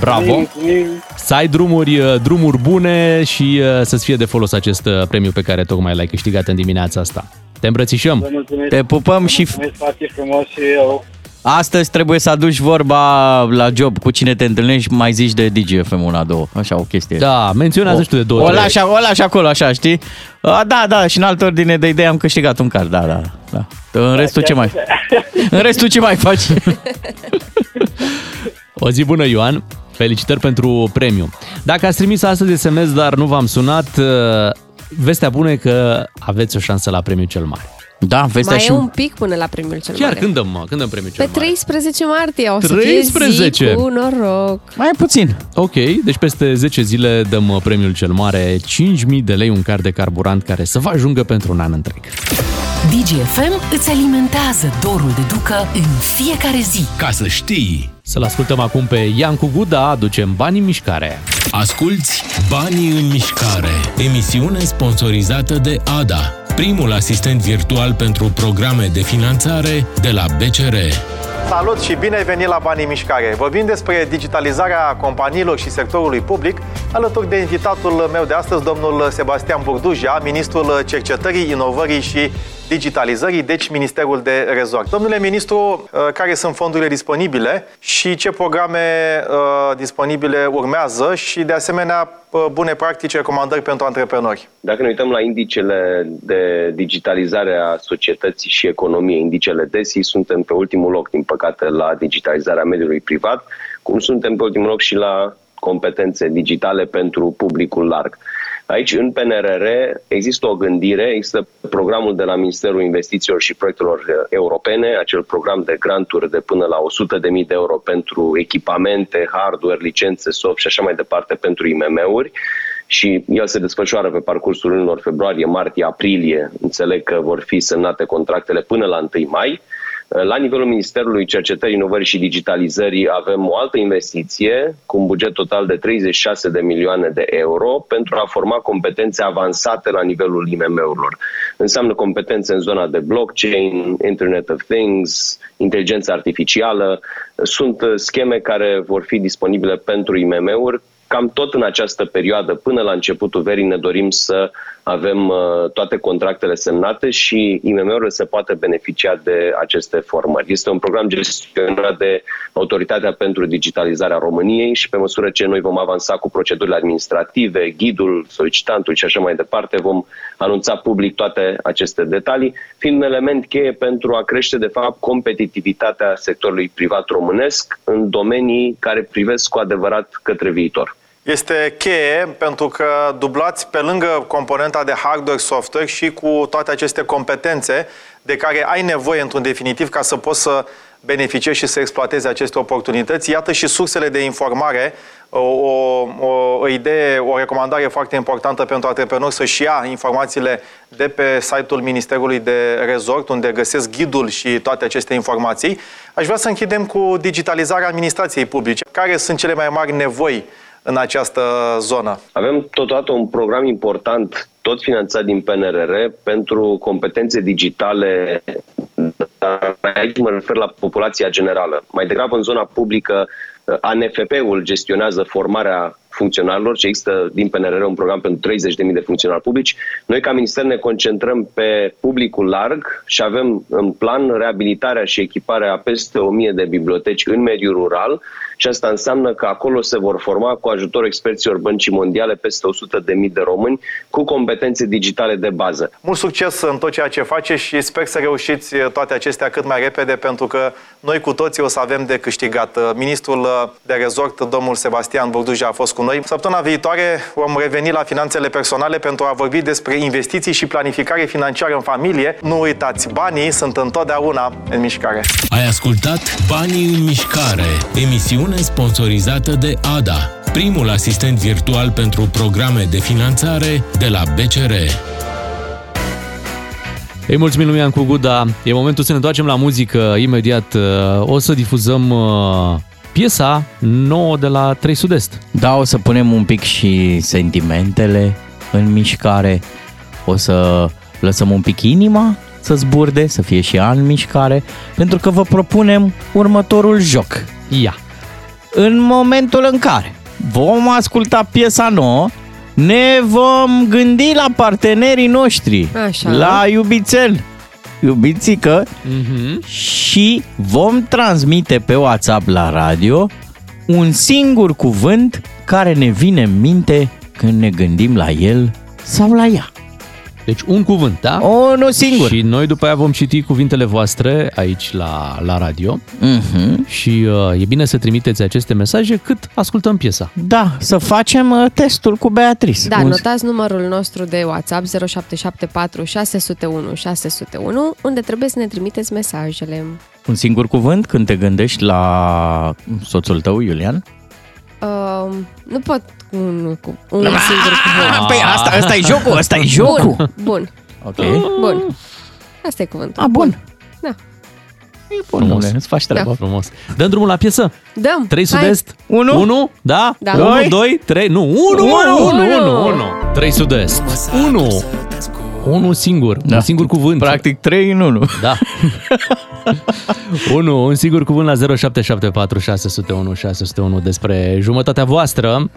Speaker 3: Bravo!
Speaker 12: Mulțumim.
Speaker 3: Să ai drumuri, uh, drumuri bune și uh, să-ți fie de folos acest uh, premiu pe care tocmai l-ai câștigat în dimineața asta. Te
Speaker 12: Vă
Speaker 3: îmbrățișăm!
Speaker 12: mulțumesc.
Speaker 4: Te pupăm și-
Speaker 12: Vă Mulțumesc, faceți frumos și eu.
Speaker 4: Astăzi trebuie să aduci vorba la job cu cine te întâlnești, mai zici de DGFM una, două. Așa, o chestie.
Speaker 3: Da, menționează
Speaker 4: O-
Speaker 3: și tu de două,
Speaker 4: O
Speaker 3: trei.
Speaker 4: lași, o lași acolo, așa, știi? A, da, da, și în altă ordine de idei am câștigat un card, da, da. da. În rest tu ce mai... În rest tu ce mai faci?
Speaker 3: O zi bună, Ioan! Felicitări pentru premiu! Dacă ați trimis astăzi SMS, dar nu v-am sunat, uh, vestea bună e că aveți o șansă la premiul cel mare.
Speaker 4: Da,
Speaker 5: Mai e Păi un pic până la premiul cel
Speaker 3: Chiar
Speaker 5: mare.
Speaker 3: când dăm, uh, când dăm premiul cel
Speaker 5: Pe
Speaker 3: mare?
Speaker 5: 13 martie o să
Speaker 3: 13.
Speaker 5: fie zi cu noroc.
Speaker 4: Mai puțin.
Speaker 3: Ok, deci peste 10 zile dăm uh, premiul cel mare, 5.000 de lei un car de carburant care să vă ajungă pentru un an întreg.
Speaker 1: DGFM îți alimentează dorul de ducă în fiecare zi.
Speaker 3: Ca să știi! Să-l ascultăm acum pe Iancu Guda, aducem banii în mișcare.
Speaker 2: Asculți Banii în mișcare, emisiune sponsorizată de ADA, primul asistent virtual pentru programe de finanțare de la BCR.
Speaker 13: Salut și bine ai venit la Banii Mișcare! Vorbim despre digitalizarea companiilor și sectorului public, alături de invitatul meu de astăzi, domnul Sebastian Burduja, ministrul cercetării, inovării și digitalizării, deci Ministerul de Resort. Domnule ministru, uh, care sunt fondurile disponibile și ce programe uh, disponibile urmează și, de asemenea, uh, bune practici, recomandări pentru antreprenori?
Speaker 14: Dacă ne uităm la indicele de digitalizare a societății și economiei, indicele DESI, suntem pe ultimul loc, din păcate, la digitalizarea mediului privat, cum suntem pe ultimul loc și la competențe digitale pentru publicul larg. Aici, în PNRR, există o gândire, există programul de la Ministerul Investițiilor și Proiectelor eh, Europene, acel program de granturi de până la 100.000 de euro pentru echipamente, hardware, licențe, soft și așa mai departe pentru IMM-uri și el se desfășoară pe parcursul lunilor februarie, martie, aprilie. Înțeleg că vor fi semnate contractele până la 1 mai. La nivelul Ministerului Cercetării, Inovării și Digitalizării avem o altă investiție cu un buget total de 36 de milioane de euro pentru a forma competențe avansate la nivelul IMM-urilor. Înseamnă competențe în zona de blockchain, Internet of Things, inteligență artificială. Sunt uh, scheme care vor fi disponibile pentru IMM-uri cam tot în această perioadă, până la începutul verii, ne dorim să avem uh, toate contractele semnate și IMM-urile să poată beneficia de aceste formări. Este un program gestionat de Autoritatea pentru Digitalizarea României și pe măsură ce noi vom avansa cu procedurile administrative, ghidul, solicitantul și așa mai departe, vom anunța public toate aceste detalii, fiind un element cheie pentru a crește, de fapt, competitivitatea sectorului privat românesc în domenii care privesc cu adevărat către viitor.
Speaker 13: Este cheie pentru că dublați pe lângă componenta de hardware-software și cu toate aceste competențe de care ai nevoie într-un definitiv ca să poți să beneficiezi și să exploatezi aceste oportunități. Iată și sursele de informare, o, o, o idee, o recomandare foarte importantă pentru antreprenori să-și ia informațiile de pe site-ul Ministerului de Resort, unde găsesc ghidul și toate aceste informații. Aș vrea să închidem cu digitalizarea administrației publice. Care sunt cele mai mari nevoi în această zonă.
Speaker 14: Avem totodată un program important, tot finanțat din PNRR, pentru competențe digitale, dar aici mă refer la populația generală. Mai degrabă în zona publică, eh, ANFP-ul gestionează formarea funcționarilor și există din PNRR un program pentru 30.000 de funcționari publici. Noi ca minister ne concentrăm pe publicul larg și avem în plan reabilitarea și echiparea a peste 1.000 de biblioteci în mediul rural și asta înseamnă că acolo se vor forma cu ajutorul experților băncii mondiale peste 100.000 de români cu competențe digitale de bază.
Speaker 13: Mult succes în tot ceea ce faceți și sper să reușiți eh, toate acestea cât mai repede, pentru că noi cu toții o să avem de câștigat. Eh, Ministrul de resort, domnul Sebastian Burduja, a fost cu noi. Săptămâna viitoare vom reveni la finanțele personale pentru a vorbi despre investiții și planificare financiară în familie. Nu uitați, banii sunt întotdeauna în mișcare.
Speaker 2: Ai ascultat Banii în mișcare, emisiune sponsorizată de ADA, primul asistent virtual pentru programe de finanțare de la BCR.
Speaker 3: Ei, mulțumim lui Ian cu Guda. E momentul să ne întoarcem la muzică. Imediat uh, o să difuzăm uh, piesa nouă de la 3 Sud-Est.
Speaker 4: Da, o să punem un pic și sentimentele în mișcare. O să lăsăm un pic inima să zburde, să fie și ea în mișcare, pentru că vă propunem următorul joc.
Speaker 3: Ia!
Speaker 4: În momentul în care vom asculta piesa nouă, ne vom gândi la partenerii noștri,
Speaker 5: Așa.
Speaker 4: la iubițel, iubițică,
Speaker 3: Mhm.
Speaker 4: mm-hmm. și vom transmite pe WhatsApp la radio un singur cuvânt care ne vine în minte când ne gândim la el sau la ea.
Speaker 3: Deci un cuvânt, da?
Speaker 4: O, nu singur.
Speaker 3: Și noi după aia vom citi cuvintele voastre aici la, la radio.
Speaker 4: Mm-hmm.
Speaker 3: Și uh, e bine să trimiteți aceste mesaje cât ascultăm piesa.
Speaker 4: Da, să facem uh, testul cu Beatrice.
Speaker 5: Da, notați numărul nostru de WhatsApp 0774 601 601, unde trebuie să ne trimiteți mesajele.
Speaker 4: Un singur cuvânt când te gândești la soțul tău, Iulian?
Speaker 5: Uh, nu pot un, cu, un singur cuvânt.
Speaker 4: păi asta- asta e jocul, asta Ah! e jocul.
Speaker 5: Bun, bun,
Speaker 4: Ok.
Speaker 5: bun. Asta e cuvântul.
Speaker 4: A, bun.
Speaker 5: Da.
Speaker 4: Bun, bune, îți faci treaba.
Speaker 3: Da. Frumos. Dăm drumul la piesă?
Speaker 5: Dăm.
Speaker 3: 3
Speaker 5: Hai.
Speaker 3: sud-est? 1? 1? Da?
Speaker 5: Da.
Speaker 3: 1,
Speaker 5: Doi.
Speaker 3: 2, 3, nu, 1, 1, 1, 1, 1. 3 sud-est. 1. Unul singur, da. un singur cuvânt.
Speaker 4: Practic 3 în 1.
Speaker 3: Da. 1, un singur cuvânt la 0774 601 601 despre jumătatea voastră.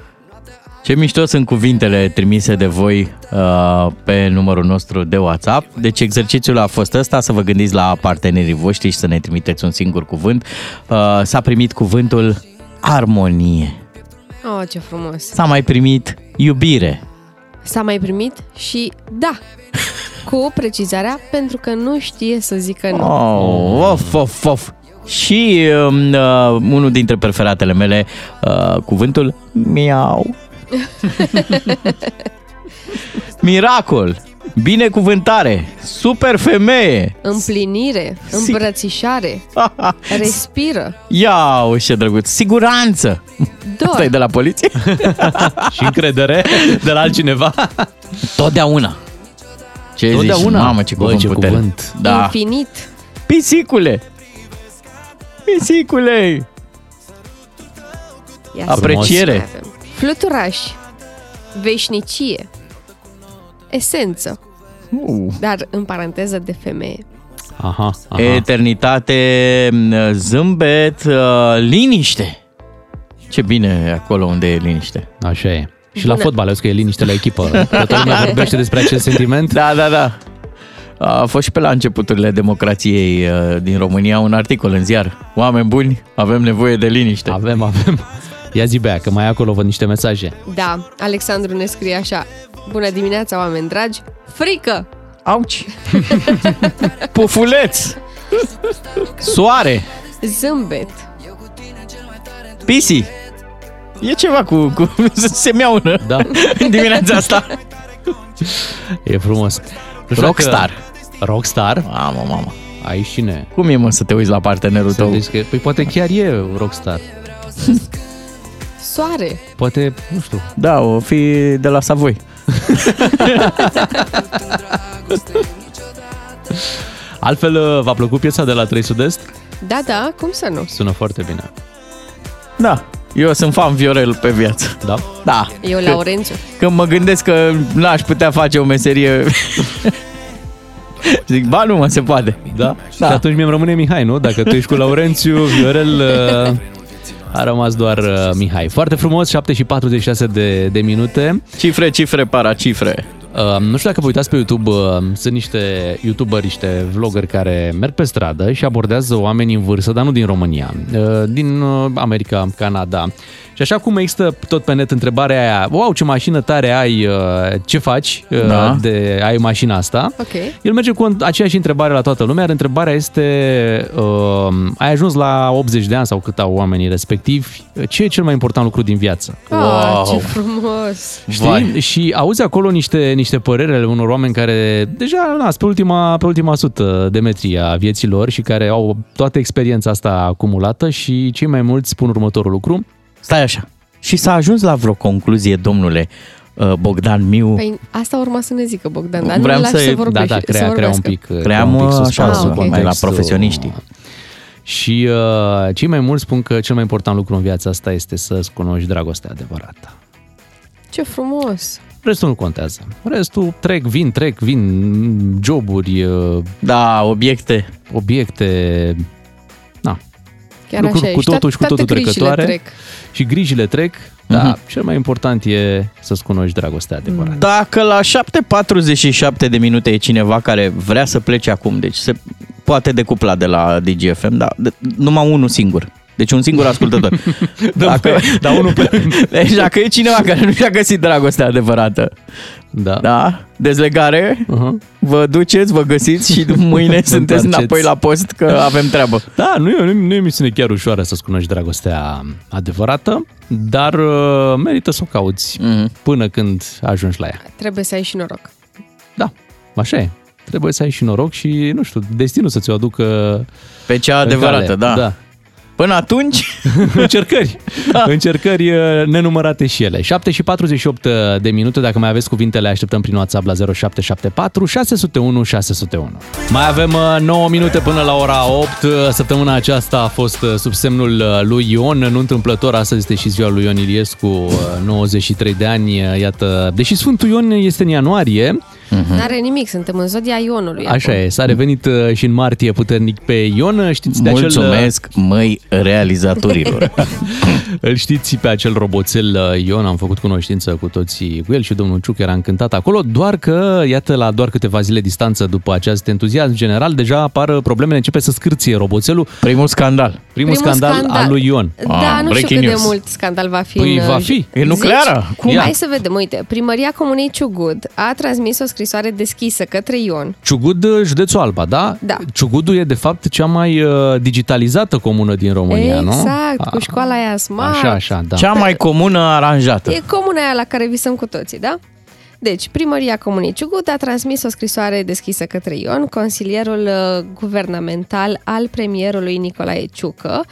Speaker 4: Ce mișto sunt cuvintele trimise de voi uh, pe numărul nostru de WhatsApp. Deci exercițiul a fost ăsta, să vă gândiți la partenerii voștri și să ne trimiteți un singur cuvânt. Uh, s-a primit cuvântul armonie.
Speaker 5: Oh, ce frumos.
Speaker 4: S-a mai primit iubire.
Speaker 5: S-a mai primit și da, cu precizarea, pentru că nu știe să zică nu.
Speaker 4: Oh, of, of, of. Și um, uh, unul dintre preferatele mele, uh, cuvântul miau. Miracol, binecuvântare, super femeie.
Speaker 5: Împlinire, îmbrățișare, respiră,
Speaker 4: Iau, ce drăguț! Siguranță!
Speaker 5: Dor.
Speaker 4: Asta e de la poliție?
Speaker 3: și încredere de la altcineva.
Speaker 4: Totdeauna. Ce zici?
Speaker 3: Totdeauna.
Speaker 4: Mamă, ce
Speaker 3: Bă,
Speaker 4: cuvânt
Speaker 3: ce
Speaker 4: putere.
Speaker 3: cuvânt.
Speaker 4: Da.
Speaker 5: infinit.
Speaker 4: Pisicule! Pisicule!
Speaker 5: Ia să
Speaker 4: Apreciere.
Speaker 5: mai avem. Fluturaș, veșnicie, esență,
Speaker 4: Uh.
Speaker 5: dar în paranteză de femeie.
Speaker 3: Aha, aha.
Speaker 4: Eternitate, zâmbet, uh, liniște. Ce bine e acolo unde e liniște.
Speaker 3: Așa e. Și
Speaker 4: Bună.
Speaker 3: la fotbal, auzi că e liniște la echipă. Toată lumea vorbește despre acest sentiment.
Speaker 4: Da, da, da. A fost și pe la începuturile democrației uh, din România un articol în ziar. Oameni buni, avem nevoie de liniște.
Speaker 3: Avem, avem. Ia zi, Bea, că mai acolo văd niște mesaje.
Speaker 5: Da, Alexandru ne scrie așa. Bună dimineața, oameni dragi! Frică!
Speaker 4: Auci! Pufuleț! Soare!
Speaker 5: Zâmbet!
Speaker 4: Pisi! E ceva cu, cu se miaună
Speaker 3: da.
Speaker 4: dimineața asta.
Speaker 3: E frumos. Nu știu
Speaker 4: Rockstar.
Speaker 3: Că... Rockstar?
Speaker 4: Mamă, mamă.
Speaker 3: Aici și ne.
Speaker 4: Cum e, mă, să te uiți la partenerul
Speaker 3: Să
Speaker 4: tău?
Speaker 3: zici că, păi poate chiar e rockstar.
Speaker 5: Soare!
Speaker 3: Poate, nu știu.
Speaker 4: Da, o fi de la Savoi.
Speaker 3: Altfel, uh, v-a plăcut piesa de la 3 Sud-Est?
Speaker 5: Da, da, cum să nu?
Speaker 3: Sună foarte bine.
Speaker 4: Da, eu sunt fan Viorel pe viață.
Speaker 3: Da?
Speaker 4: Da.
Speaker 5: Eu,
Speaker 4: Că-
Speaker 5: Laurențiu.
Speaker 4: Când mă gândesc că n-aș putea face o meserie... Zic, ba nu mă, se poate.
Speaker 3: Da? da. Și atunci mi-mi rămâne Mihai, nu? Dacă tu ești cu Laurențiu, Viorel... uh, A rămas doar uh, Mihai. Foarte frumos, 7 și 46 de, de minute.
Speaker 4: Cifre, cifre, para cifre.
Speaker 3: Uh, nu știu dacă vă uitați pe YouTube, uh, sunt niște youtuberi, niște vloggeri care merg pe stradă și abordează oameni în vârstă, dar nu din România, uh, din uh, America, Canada. Și așa cum există tot pe net întrebarea aia, wow, ce mașină tare ai, uh, ce faci uh,
Speaker 4: Da.
Speaker 3: de ai mașina asta?
Speaker 5: Ok.
Speaker 3: El merge cu aceeași întrebare la toată lumea, iar întrebarea este, uh, ai ajuns la 80 de ani sau cât au oamenii respectivi, ce e cel mai important lucru din viață?
Speaker 5: Ah, ce frumos!
Speaker 3: Știi? Vai. Și auzi acolo niște, niște păreri ale unor oameni care deja na, sunt pe ultima, pe ultima sută de metri a vieții lor și care au toată experiența asta acumulată și cei mai mulți spun următorul lucru.
Speaker 4: Stai așa. Și s-a ajuns la vreo concluzie, domnule, uh, Bogdan Miu.
Speaker 5: Păi asta urma să ne zică Bogdan, dar
Speaker 4: Vreau
Speaker 5: nu l-aș
Speaker 4: să-
Speaker 5: să vorbești.
Speaker 3: da, da,
Speaker 5: să
Speaker 3: crea, crea un
Speaker 5: vorbească.
Speaker 3: pic, uh,
Speaker 4: Cream,
Speaker 3: un pic
Speaker 4: uh,
Speaker 3: suspansul,
Speaker 4: așa, mai la
Speaker 3: contextul.
Speaker 4: profesioniștii.
Speaker 3: Și uh, cei mai mulți spun că cel mai important lucru în viața asta este să-ți cunoști dragostea adevărată.
Speaker 5: Ce frumos!
Speaker 3: Restul nu contează. Restul trec, vin, trec, vin, joburi. Da, obiecte. Obiecte. Na.
Speaker 5: Chiar
Speaker 3: Lucruri
Speaker 5: așa e.
Speaker 3: cu
Speaker 5: Și to-
Speaker 3: totul și cu
Speaker 5: toate
Speaker 3: totul
Speaker 5: grijile
Speaker 3: trecătoare.
Speaker 5: trec.
Speaker 3: Și grijile trec. Da, cel mai important e să-ți cunoști dragostea adevărată.
Speaker 4: Dacă la 7.47 de minute e cineva care vrea să plece acum, deci se poate decupla de la DGFM, dar de, numai unul singur. Deci un singur ascultător. dacă, da, unul deci dacă e cineva care nu și-a găsit dragostea adevărată,
Speaker 3: da.
Speaker 4: da? dezlegare, uh-huh. vă duceți, vă găsiți și mâine sunteți înapoi la post că avem treabă.
Speaker 3: Da, nu e, nu, e- nu e misiune chiar ușoară să-ți cunoști dragostea adevărată, dar uh, merită să o cauți
Speaker 4: Mhm.
Speaker 3: până când ajungi la ea.
Speaker 5: Trebuie să ai și noroc.
Speaker 3: Așa e. Trebuie să ai și noroc și, nu știu, destinul să ți-o aducă
Speaker 4: pe cea adevărată, da. Până atunci...
Speaker 3: Încercări. Da. Încercări uh, nenumărate și ele. 7 și 48 de minute, dacă mai aveți cuvintele, așteptăm prin WhatsApp la 0774 601 601. Mai avem 9 minute până la ora 8. Săptămâna aceasta a fost uh, sub semnul uh, lui Ion. Nu întâmplător, astăzi este și ziua lui Ion Iliescu, uh, 93 de ani. uh, Iată, deși Sfântul Ion este în ianuarie,
Speaker 5: N-are nimic, suntem în zodia Ionului.
Speaker 3: Mhm. Așa e, s-a revenit uh, și în martie puternic pe Ion, știți de
Speaker 4: Mulțumesc,
Speaker 3: acel... uh, măi, realizatorilor! Îl știți pe acel roboțel uh, Ion, am făcut cunoștință cu toții cu el și domnul Ciuc era încântat acolo, doar că, iată, la doar câteva zile distanță după acest entuziasm general, deja apar uh, problemele, începe să scârție roboțelul.
Speaker 4: Primul scandal. Ah, Primul,
Speaker 3: Primul scandal, scandal al lui Ion. Ah,
Speaker 5: Da, nu știu cât de mult scandal va fi.
Speaker 3: Păi
Speaker 5: în,
Speaker 3: va fi.
Speaker 5: Zici?
Speaker 3: E nucleară? Cum? Ia.
Speaker 5: Hai să vedem, uite, Primăria Comunei Ciugud a transmis o scrisoare deschisă către Ion.
Speaker 3: Ciugud, județul Alba, da?
Speaker 5: Da.
Speaker 3: Ciugudul e, de fapt, cea mai uh, digitalizată comună din România, nu? Ah.
Speaker 5: exact, cu școala aia smart.
Speaker 3: Așa, așa, da.
Speaker 4: Cea mai comună aranjată.
Speaker 5: E comuna aia la care visăm cu toții, da? Deci, primăria Comunei Ciugud a transmis o scrisoare deschisă către Ion, consilierul uh, guvernamental al premierului Nicolae Ciucă,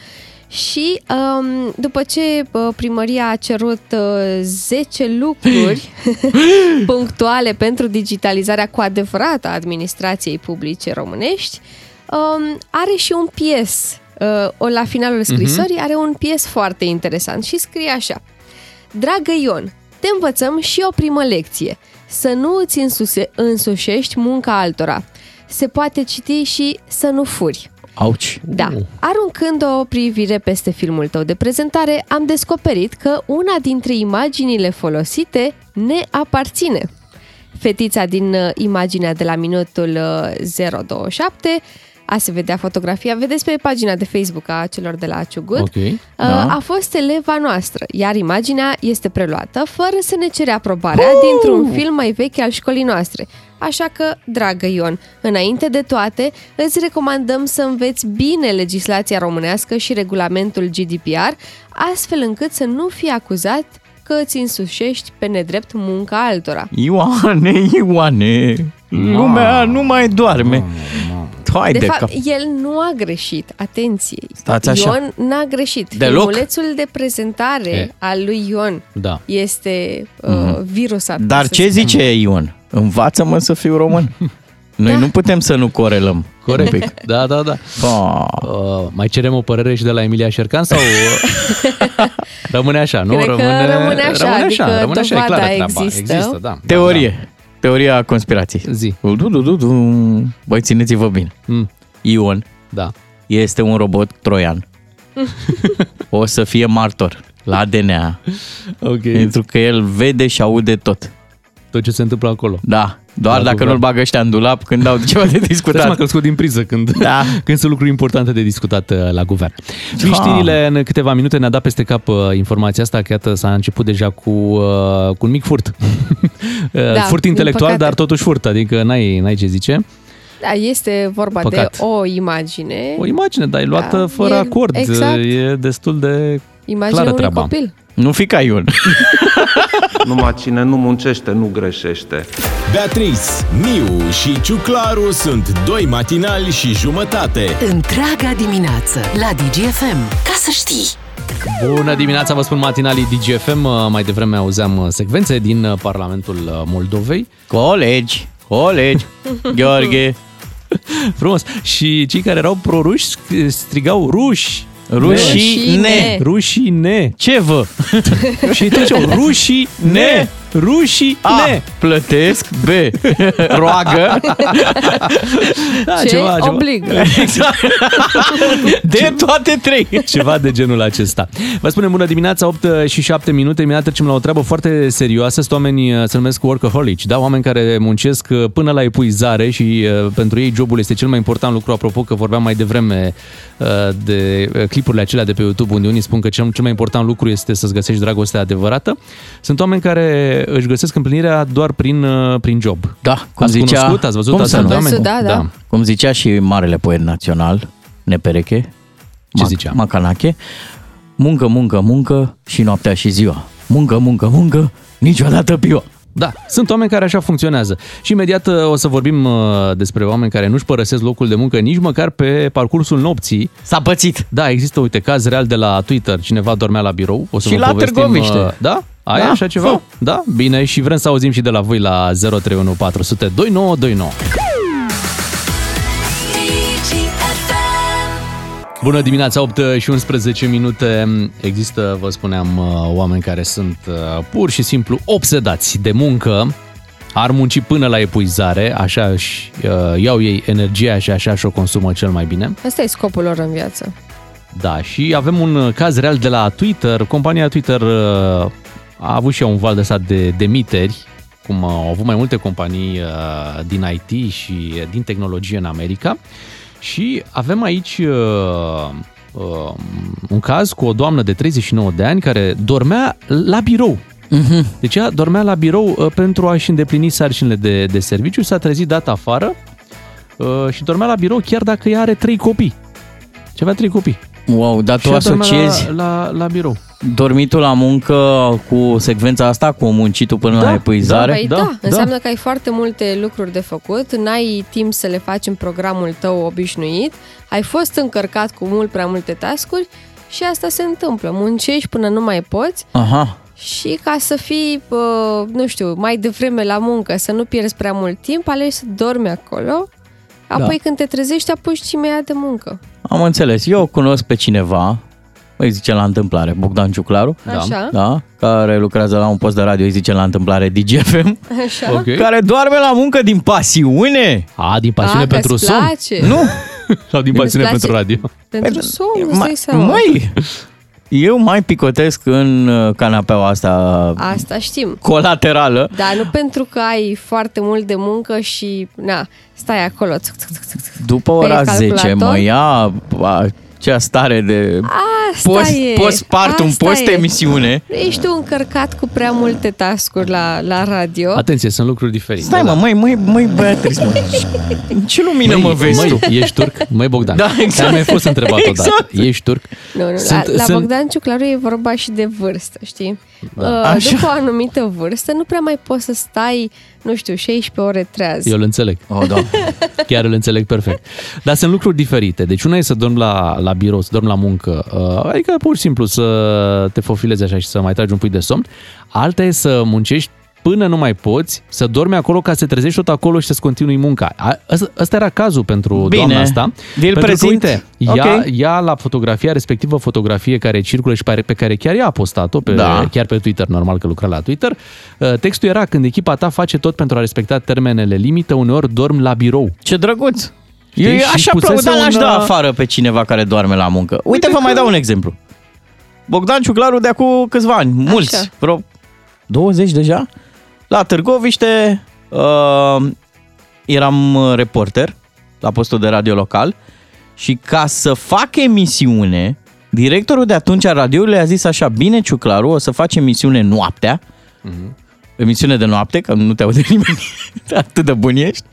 Speaker 5: și um, după ce uh, primăria a cerut uh, 10 lucruri punctuale pentru digitalizarea cu adevărat a administrației publice românești, um, are și un pies. Uh, o- la finalul scrisorii are un pies foarte interesant și scrie așa. Dragă Ion, te învățăm și o primă lecție. Să nu îți însuse- însușești munca altora. Se poate citi și să nu furi.
Speaker 4: Auci.
Speaker 5: Da. Aruncând o privire peste filmul tău de prezentare, am descoperit că una dintre imaginile folosite ne aparține. Fetița din uh, imaginea de la minutul uh, 027, a se vedea fotografia, vedeți pe pagina de Facebook a celor de la Ciugut,
Speaker 3: Ok.
Speaker 5: uh,
Speaker 3: Da.
Speaker 5: a fost eleva noastră, iar imaginea este preluată fără să ne cere aprobarea dintr-un film mai vechi al școlii noastre. Așa că, dragă Ion, înainte de toate, îți recomandăm să înveți bine legislația românească și regulamentul GDPR, astfel încât să nu fii acuzat că îți însușești pe nedrept munca altora.
Speaker 4: Ioane, Ioane, lumea nu mai doarme. Hai de,
Speaker 5: de fapt,
Speaker 4: cap.
Speaker 5: el nu a greșit, atenție.
Speaker 4: Stați așa.
Speaker 5: Ion n-a greșit.
Speaker 4: Deloc?
Speaker 5: Filmulețul de prezentare
Speaker 4: E.
Speaker 5: al lui Ion
Speaker 3: Da.
Speaker 5: este uh,
Speaker 4: Mhm.
Speaker 5: virusat.
Speaker 4: Dar
Speaker 5: să
Speaker 4: ce
Speaker 5: spunem.
Speaker 4: zice Ion? Învață-mă să fiu român. Noi
Speaker 5: Da.
Speaker 4: nu putem să nu corelăm.
Speaker 3: Corect.
Speaker 4: Un pic.
Speaker 3: Da, da, da. Uh, mai cerem o părere și de la Emilia Șercan sau uh, rămâne așa, nu?
Speaker 5: Cred că rămâne așa,
Speaker 3: rămâne
Speaker 5: adică
Speaker 3: așa, rămâne așa, e
Speaker 5: dovada
Speaker 3: clară treaba.
Speaker 5: există.
Speaker 3: Există, da.
Speaker 4: Teorie. Teoria conspirației.
Speaker 3: Zi.
Speaker 4: Băi, țineți-vă bine.
Speaker 3: Mm.
Speaker 4: Ion
Speaker 3: da.
Speaker 4: este un robot troian. o să fie martor la DNA.
Speaker 3: Okay.
Speaker 4: Pentru că el vede și aude tot.
Speaker 3: Tot ce se întâmplă acolo.
Speaker 4: Da. Doar
Speaker 3: Da,
Speaker 4: dacă
Speaker 3: guvern.
Speaker 4: nu-l bagă ăștia în dulap când au ceva de
Speaker 3: Dai seama
Speaker 4: discutat.
Speaker 3: că îl scot din priză când,
Speaker 4: da.
Speaker 3: când sunt lucruri importante de discutat uh, la guvern. Prin
Speaker 4: Ha.
Speaker 3: știrile în câteva minute ne-a dat peste cap uh, informația asta, că iată s-a început deja cu, uh, cu un mic furt. Uh,
Speaker 5: Da,
Speaker 3: furt
Speaker 5: din
Speaker 3: intelectual,
Speaker 5: păcate.
Speaker 3: dar totuși furt, adică n-ai, n-ai ce zice.
Speaker 5: Da, este vorba
Speaker 3: Păcat.
Speaker 5: de o imagine.
Speaker 3: O imagine, dar e luată
Speaker 5: Da,
Speaker 3: fără
Speaker 5: e-
Speaker 3: acord.
Speaker 5: exact.
Speaker 3: E destul de
Speaker 5: Imagine
Speaker 3: clară
Speaker 5: unui
Speaker 3: treaba.
Speaker 5: copil.
Speaker 4: Nu fi ca Ion.
Speaker 15: Numai cine nu muncește, nu greșește.
Speaker 2: Beatrice, Miu și Ciuclaru sunt doi matinali și jumătate.
Speaker 1: Întreaga dimineață la DGFM. Ca să știi!
Speaker 3: Bună dimineața, vă spun matinalii DGFM. Uh, Mai devreme auzeam uh, secvențe din Parlamentul uh, Moldovei. Colegi, colegi,
Speaker 4: Gheorghe.
Speaker 3: Frumos. Și cei care erau proruși sc- strigau ruși.
Speaker 4: Rușine.
Speaker 3: Rușine.
Speaker 4: Ce vă?
Speaker 3: Și ei treceau rușine. Rușine.
Speaker 4: A, plătesc, B, roagă.
Speaker 3: Da,
Speaker 5: Ce obligă.
Speaker 3: Exact. De toate trei. Exact. Ceva de genul acesta. Vă spunem bună dimineața, 8 și 7 minute. Imediat trecem la o treabă foarte serioasă. Sunt oameni, uh, se numesc workaholic, da? Oameni care muncesc uh, până la epuizare și uh, pentru ei jobul este cel mai important lucru. Apropo că vorbeam mai devreme uh, de uh, clipurile acelea de pe YouTube unde unii spun că cel, cel mai important lucru este să-ți găsești dragostea adevărată. Sunt oameni care își găsesc împlinirea doar prin, uh, prin job.
Speaker 4: Da, cum
Speaker 3: ați
Speaker 4: zicea,
Speaker 3: cunoscut, ați văzut
Speaker 4: cum
Speaker 3: astfel de
Speaker 5: Păi
Speaker 3: oameni?
Speaker 4: Da,
Speaker 5: da,
Speaker 3: Da.
Speaker 4: Cum zicea și marele poet național, Nepereche, Ce
Speaker 3: zicea?
Speaker 4: Macanache, muncă, muncă, muncă și noaptea și ziua. Muncă, muncă, muncă, niciodată piua.
Speaker 3: Da, sunt oameni care așa funcționează. Și imediat uh, o să vorbim uh, despre oameni care nu-și părăsesc locul de muncă nici măcar pe parcursul nopții.
Speaker 4: S-a pățit.
Speaker 3: Da, există, uite, caz real de la Twitter. Cineva dormea la birou. O să
Speaker 4: Și
Speaker 3: vă
Speaker 4: la
Speaker 3: povestim,
Speaker 4: Târgoviște.
Speaker 3: uh, Da? Ai
Speaker 4: Da,
Speaker 3: așa ceva?
Speaker 4: fă.
Speaker 3: Da? Bine, și vrem să auzim și de la voi la 031 400 2929. Bună dimineața, 8 și 11 minute. Există, vă spuneam, uh, oameni care sunt uh, pur și simplu obsedați de muncă, ar munci până la epuizare, așa își uh, iau ei energia și așa și o consumă cel mai bine.
Speaker 5: Asta e scopul lor în viață.
Speaker 3: Da, și avem un uh, caz real de la Twitter. Compania Twitter uh, a avut și ea un val de stat de demiteri, cum uh, au avut mai multe companii uh, din IT și uh, din tehnologie în America. Și avem aici uh, uh, un caz cu o doamnă de 39 de ani care dormea la birou. Deci ea dormea la birou uh, pentru a-și îndeplini sarcinile de, de serviciu, s-a trezit dat afară uh, și dormea la birou chiar dacă ea are trei copii. Și avea trei copii.
Speaker 4: Wow, dar tu
Speaker 3: Și atunci
Speaker 4: asociezi
Speaker 3: la, la, la birou.
Speaker 4: Oh. dormitul la muncă cu secvența asta, cu muncitul până la epuizare?
Speaker 5: Păi da, da, înseamnă că ai foarte multe lucruri de făcut, n-ai timp să le faci în programul tău obișnuit, ai fost încărcat cu mult prea multe tascuri și asta se întâmplă. Muncești până nu mai poți
Speaker 4: Da. Aha.
Speaker 5: și ca să fii, bă, nu știu, mai devreme la muncă, să nu pierzi prea mult timp, alegi să dormi acolo, apoi
Speaker 4: Da.
Speaker 5: când te trezești, apuci și mea de muncă.
Speaker 4: Am înțeles. Eu cunosc pe cineva, îi zice la întâmplare, Bogdan Ciuclaru,
Speaker 5: Așa.
Speaker 4: da, care lucrează la un post de radio, îi zice la întâmplare DGFM,
Speaker 5: Așa?
Speaker 4: care doarme la muncă din pasiune.
Speaker 3: A, din
Speaker 5: pasiune A, că-ți pentru somn? place.
Speaker 4: Nu.
Speaker 3: Sau din
Speaker 5: Îți pasiune place? pentru
Speaker 3: radio.
Speaker 4: Păi,
Speaker 5: Pentru somn,
Speaker 4: Ma-
Speaker 5: îți dai seama.
Speaker 4: Măi, eu mai picotesc în uh, canapeaua asta
Speaker 5: Asta știm.
Speaker 4: colaterală.
Speaker 5: Dar nu pentru că ai foarte mult de muncă și, na, stai acolo. Țuc, țuc, țuc.
Speaker 4: După
Speaker 5: Pe
Speaker 4: ora
Speaker 5: Păi, calculator?
Speaker 4: 10 mă ia acea stare de
Speaker 5: Asta
Speaker 4: post,
Speaker 5: e.
Speaker 4: postpartum,
Speaker 5: Asta
Speaker 4: post
Speaker 5: e.
Speaker 4: emisiune.
Speaker 5: Ești tu încărcat cu prea multe tascuri la, la radio.
Speaker 3: Atenție, sunt lucruri diferite.
Speaker 4: Stai mă, măi, măi, măi, Beatrice, mă. În ce lumină mă vezi
Speaker 3: măi,
Speaker 4: tu?
Speaker 3: Ești turc? Măi, Bogdan,
Speaker 4: Da,
Speaker 3: ai
Speaker 4: exact.
Speaker 3: mai fost întrebat
Speaker 4: Exact.
Speaker 3: odată. Ești turc?
Speaker 5: Nu, nu,
Speaker 3: Sunt-
Speaker 5: la, la
Speaker 3: sunt-
Speaker 5: Bogdan Ciuclaru e vorba și de vârstă, știi?
Speaker 3: Da.
Speaker 5: Da.
Speaker 3: Așa.
Speaker 5: După o anumită vârstă nu prea mai poți să stai, nu știu, 16 ore treaz.
Speaker 3: Eu îl înțeleg.
Speaker 4: Oh, da.
Speaker 3: Chiar îl înțeleg perfect. Dar sunt lucruri diferite. Deci una e să dormi la, la birou, să dormi la muncă, uh, adică pur și simplu să te fofilezi așa și să mai tragi un pui de somn. Alta e să muncești până nu mai poți, să dormi acolo ca să te trezești tot acolo și să-ți continui munca. A- Asta, asta era cazul pentru
Speaker 4: Bine.
Speaker 3: doamna asta.
Speaker 4: Vi-l
Speaker 3: pentru
Speaker 4: prezint.
Speaker 3: Că, uite, ea,
Speaker 4: Ok.
Speaker 3: ea la fotografia respectivă, fotografie care circulă și pe pe care chiar ea a postat-o, pe,
Speaker 4: Da.
Speaker 3: chiar pe Twitter, normal că lucra la Twitter, uh, textul era când echipa ta face tot pentru a respecta termenele limită, uneori dorm la birou.
Speaker 4: Ce drăguț!
Speaker 3: Știi?
Speaker 4: Eu
Speaker 3: Și
Speaker 4: așa
Speaker 3: pusese
Speaker 4: aplauda,
Speaker 3: un,
Speaker 4: l-aș da
Speaker 3: uh,
Speaker 4: afară pe cineva care doarme la muncă. Uite, vă mai dau un exemplu. Bogdan Ciuclaru de acum câțiva ani, mulți,
Speaker 5: Așa.
Speaker 4: vreo 20 deja, la Târgoviște, uh, eram uh, reporter la postul de radio local și ca să fac emisiune, directorul de atunci a radioului a zis așa, bine Ciuclaru, o să faci emisiune noaptea, emisiune de noapte, că nu te aude nimeni, atât de bun ești.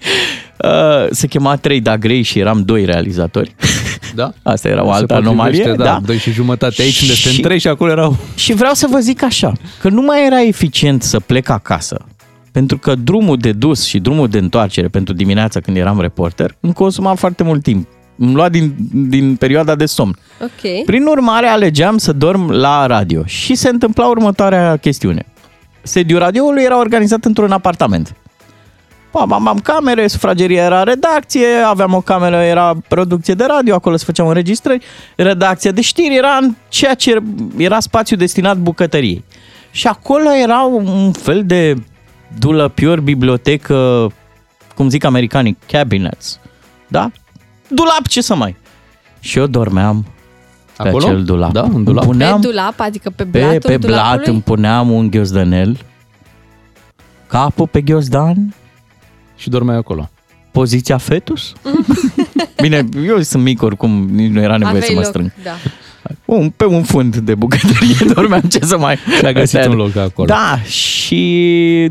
Speaker 4: Uh, se chema 3 da grei și eram doi realizatori.
Speaker 3: Da.
Speaker 4: Asta era
Speaker 3: Se
Speaker 4: o altă
Speaker 3: potrivește,
Speaker 4: anomalie.
Speaker 3: da, doi și jumătate aici unde suntem trei și acolo erau...
Speaker 4: Și vreau să vă zic așa, că nu mai era eficient să plec acasă, pentru că drumul de dus și drumul de întoarcere pentru dimineața când eram reporter îmi consuma foarte mult timp Îmi lua din, din perioada de somn.
Speaker 5: Ok.
Speaker 4: Prin urmare, alegeam să dorm la radio. Și se întâmpla următoarea chestiune. Sediul radioului era organizat într-un apartament. Am, am, am camere, sufrageria era redacție, aveam o cameră, era producție de radio, acolo se făceau înregistrări, redacția de știri era în ceea ce era spațiu destinat bucătăriei. Și acolo era un fel de dulă pior bibliotecă, cum zic americanii, cabinets. Da? Dulap, ce să mai? Și eu dormeam pe
Speaker 3: Acolo?
Speaker 4: acel dulap. Da, un
Speaker 5: Pe
Speaker 4: Îmi puneam
Speaker 5: dulap, adică pe
Speaker 4: pe,
Speaker 5: blatul
Speaker 4: pe blat,
Speaker 5: dulapului?
Speaker 4: îmi puneam un ghiozdanel, capul pe ghiozdan.
Speaker 3: Și dormeai acolo.
Speaker 4: Poziția fetus? Bine, eu sunt mic oricum, nici nu era nevoie
Speaker 5: Aveai
Speaker 4: să mă
Speaker 5: loc,
Speaker 4: strâng.
Speaker 5: Da.
Speaker 4: Un, pe un fund de bucătărie dormeam, ce să mai...
Speaker 3: Și ai găsit
Speaker 4: Asta
Speaker 3: un
Speaker 4: era.
Speaker 3: loc acolo.
Speaker 4: Da, și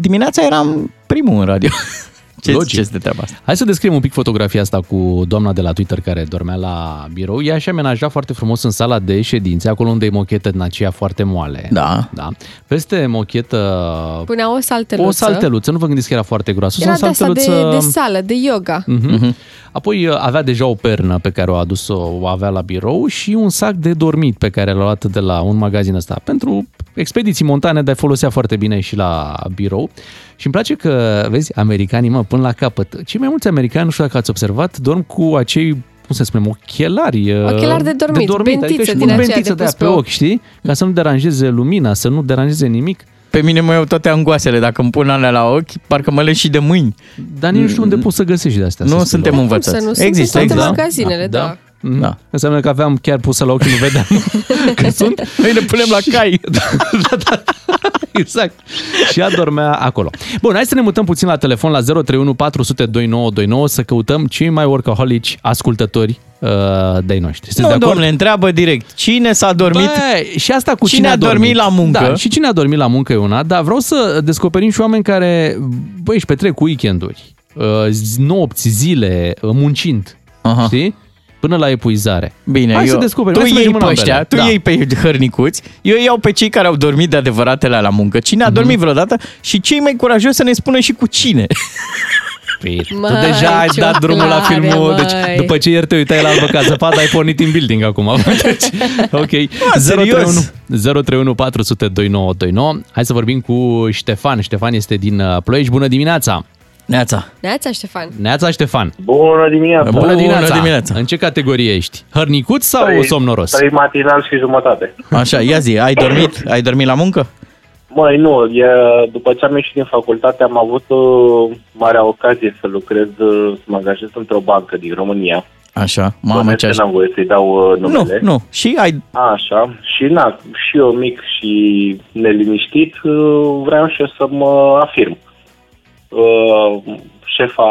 Speaker 4: dimineața eram primul în radio. Ce, ce este treaba asta?
Speaker 3: Hai să descriem un pic fotografia asta cu doamna de la Twitter care dormea la birou. Ea și-a amenajat foarte frumos în sala de ședințe, acolo unde e mochetă din aceea foarte moale.
Speaker 4: Da.
Speaker 3: da. Peste mochetă
Speaker 5: Punea o salteluță.
Speaker 3: o salteluță, nu vă gândiți că era foarte groasă.
Speaker 5: Era de
Speaker 3: o
Speaker 5: asta
Speaker 3: salteluță...
Speaker 5: de, de sală, de yoga.
Speaker 3: Mhm. Apoi uh, avea deja o pernă pe care o adus-o, o avea la birou și un sac de dormit pe care l-a luat de la un magazin ăsta pentru expediții montane, dar folosea foarte bine și la birou. Și îmi place că, vezi, americanii, mă, până la capăt, cei mai mulți americani, nu știu dacă ați observat, dorm cu acei, cum să spunem, ochelari. uh,
Speaker 5: Ochelari de dormit,
Speaker 3: de dormit
Speaker 5: bentiță
Speaker 3: adică și
Speaker 5: din
Speaker 3: un
Speaker 5: aceea
Speaker 3: bentiță
Speaker 5: de
Speaker 3: de aia
Speaker 5: pus
Speaker 3: pe
Speaker 5: pe
Speaker 3: ochi,
Speaker 5: ochi.
Speaker 3: știi? Ca să nu deranjeze lumina, Da, să nu deranjeze nimic.
Speaker 4: Pe mine mă iau toate angoasele, dacă îmi pun alea la ochi, parcă mă leș și de mâini. Mm.
Speaker 3: Dar nici nu știu unde poți să găsești de astea.
Speaker 4: Nu
Speaker 3: să spun
Speaker 4: suntem
Speaker 3: la-
Speaker 4: învățați.
Speaker 5: Să nu sunt
Speaker 4: Există,
Speaker 5: în toate
Speaker 4: există.
Speaker 5: magazinele, da. da.
Speaker 3: Mhm. Înseamnă că aveam chiar pusă la ochi, nu vedeam că sunt. Noi ne punem la cai. da, da, da. Exact. Și ea dormea acolo. Bun, hai să ne mutăm puțin la telefon la 031 400 2929 să căutăm cei mai workaholici ascultători uh, de-ai noștri. Sunteți de
Speaker 4: Nu,
Speaker 3: acord?
Speaker 4: domnule, întreabă direct. Cine s-a dormit?
Speaker 3: Bă, și asta cu cine,
Speaker 4: a dormit, la muncă?
Speaker 3: Da, și cine a dormit la muncă e una, dar vreau să descoperim și oameni care, băi, își petrec weekenduri, uh, zi- nopți, zile, uh, muncind, Aha. știi? Până la epuizare.
Speaker 4: Bine,
Speaker 3: Hai
Speaker 4: eu,
Speaker 3: să descoperim.
Speaker 4: tu
Speaker 3: Hai să
Speaker 4: iei
Speaker 3: mergem
Speaker 4: pe
Speaker 3: în
Speaker 4: ăștia,
Speaker 3: ambele. Da.
Speaker 4: tu iei pe hărnicuți, eu iau pe cei care au dormit de adevăratele la muncă. Cine
Speaker 3: Mhm.
Speaker 4: a dormit vreodată și cei mai curajoși să ne spună și cu cine.
Speaker 3: Păi, Tu deja ai dat drumul la filmul, deci după ce ieri te uitai la albă ca zăpadă, ai pornit în building acum. Deci, ok.
Speaker 4: Mă, serios?
Speaker 3: 031 400 2929. Hai să vorbim cu Ștefan. Ștefan este din uh, Ploiești. Bună dimineața!
Speaker 4: Neața!
Speaker 5: Neața, Ștefan.
Speaker 3: Neața Ștefan.
Speaker 12: Bună dimineața!
Speaker 3: Bună dimineața.
Speaker 4: Bună dimineața.
Speaker 3: În ce categorie ești? Hărnicuț sau
Speaker 12: Trei-
Speaker 3: somnoros?
Speaker 12: Trei matinal și jumătate.
Speaker 4: Așa, ia zi, ai dormit? Ai dormit la muncă?
Speaker 12: Măi, nu, e, după ce am ieșit din facultate am avut o mare ocazie să lucrez, uh, să mă angajez într-o bancă din România.
Speaker 4: Așa, mamă
Speaker 12: Bănuiesc
Speaker 4: ce
Speaker 12: că
Speaker 4: aș...
Speaker 12: N-am voie să-i dau uh,
Speaker 4: Nu,
Speaker 12: numele.
Speaker 4: nu. Și ai...
Speaker 12: Așa, și na, și eu mic și neliniștit, uh, vreau și eu să mă afirm. Uh, Șefa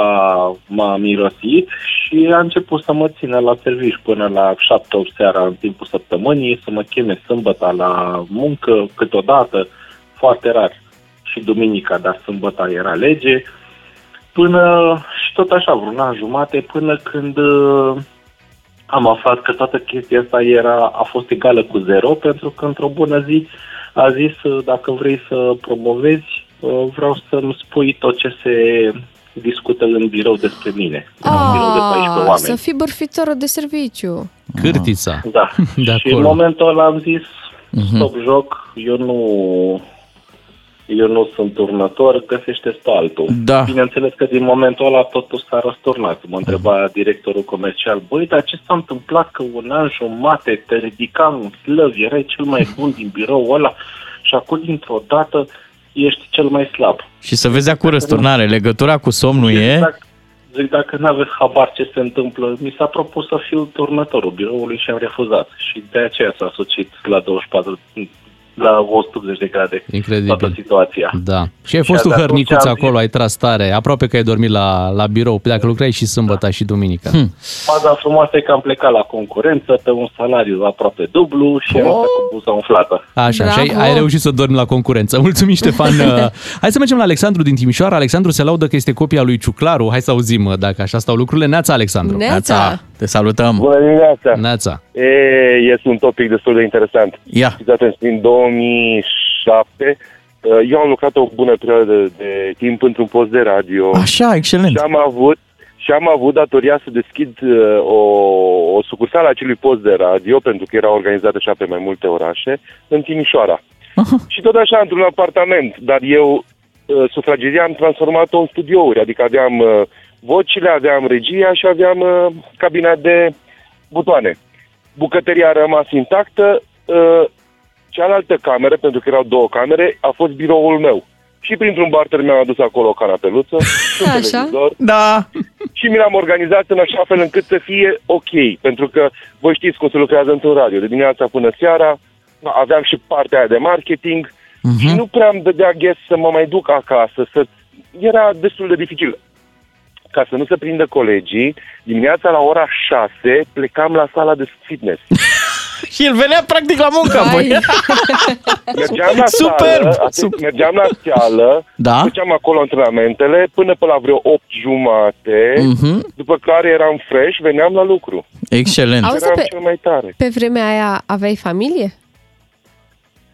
Speaker 12: m-a mirosit și a început să mă țină la serviciu până la 7-8 seara în timpul săptămânii, să mă cheme sâmbăta la muncă câteodată, foarte rar și duminica, dar sâmbăta era lege, până și tot așa, vreun an jumate, până când uh, am aflat că toată chestia asta era, a fost egală cu zero, pentru că într-o bună zi a zis, uh, dacă vrei să promovezi, uh, vreau să-mi spui tot ce se discută în birou despre mine. în birou de 14
Speaker 5: Ah,
Speaker 12: oameni.
Speaker 5: să fii bârfitorul de serviciu.
Speaker 4: Păi,
Speaker 3: Cârtița.
Speaker 12: Da.
Speaker 3: De
Speaker 12: Și în
Speaker 3: acolo.
Speaker 12: momentul ăla am zis, stop joc, eu nu, eu nu sunt turnător, găsește pe altul.
Speaker 4: Da.
Speaker 12: Bineînțeles că din momentul ăla totul s-a răsturnat. Mă întreba directorul comercial, băi, dar ce s-a întâmplat că un an jumate te ridicam în slăv, erai cel mai bun din biroul ăla și acum dintr-o dată ești cel mai slab.
Speaker 4: Și să vezi acum răsturnare, legătura cu somnul
Speaker 3: Exact.
Speaker 4: e...
Speaker 12: Zic, dacă nu aveți habar ce se întâmplă, mi s-a propus să fiu turnătorul biroului și am refuzat. Și de aceea s-a sucit la 24, la 180 de grade
Speaker 3: Incredibil.
Speaker 12: toată situația.
Speaker 3: Da. Și ai fost
Speaker 12: Și
Speaker 3: tu
Speaker 12: de atunci
Speaker 3: hărnicuț
Speaker 12: am
Speaker 3: acolo, ai tras tare, aproape că ai dormit la, la birou, pe dacă lucrai și sâmbătă și duminica.
Speaker 4: Hmm.
Speaker 12: Faza frumoasă e că am plecat la concurență pe un salariu aproape dublu și am stat cu buza umflată.
Speaker 3: Așa, și ai, ai reușit să dormi la concurență. Mulțumim, Ștefan. Uh, Hai să mergem la Alexandru din Timișoara. Alexandru se laudă că este copia lui Ciuclaru. Hai să auzim uh, dacă așa stau lucrurile. Neața, Alexandru.
Speaker 16: Neața. Neața.
Speaker 4: Te salutăm.
Speaker 16: Bună dimineața!
Speaker 3: Neața.
Speaker 16: E, este un topic destul de interesant.
Speaker 4: Ia.
Speaker 16: Fiți atenți, prin 2007 uh, eu am lucrat o bună perioadă de timp într-un post de radio.
Speaker 4: Așa, excelent.
Speaker 16: Și am avut și am avut datoria să deschid uh, o, o sucursală a acelui post de radio, pentru că era organizată așa pe mai multe orașe, în Timișoara. Și tot așa, într-un apartament, dar eu uh, sufrageria am transformat-o în studiouri, adică aveam uh, vocile, aveam regia și aveam uh, cabina de butoane. Bucătăria a rămas intactă, uh, cealaltă cameră, pentru că erau două camere, a fost biroul meu. Și printr-un barter mi-am adus acolo o canapeluță, un
Speaker 5: Așa.
Speaker 16: televizor, da. și mi l-am organizat în așa fel încât să fie ok. Pentru că voi știți cum se lucrează într-un radio, de dimineața până seara, aveam și partea aia de marketing uh-huh. și nu prea îmi dădea ghes să mă mai duc acasă. Să... Era destul de dificil. Ca să nu se prindă colegii, dimineața la ora 6 plecam la sala de fitness.
Speaker 4: Și el venea practic la muncă apoi.
Speaker 16: Mergeam la
Speaker 4: Superb!
Speaker 16: sală, atent, mergeam la seală,
Speaker 4: Da.
Speaker 16: făceam acolo antrenamentele până pe la vreo 8 jumate,
Speaker 4: Mhm.
Speaker 16: după care eram fresh, veneam la lucru.
Speaker 4: Excelent.
Speaker 5: Auzi,
Speaker 16: Eram
Speaker 5: pe-
Speaker 16: cel mai tare.
Speaker 5: Pe vremea aia aveai familie?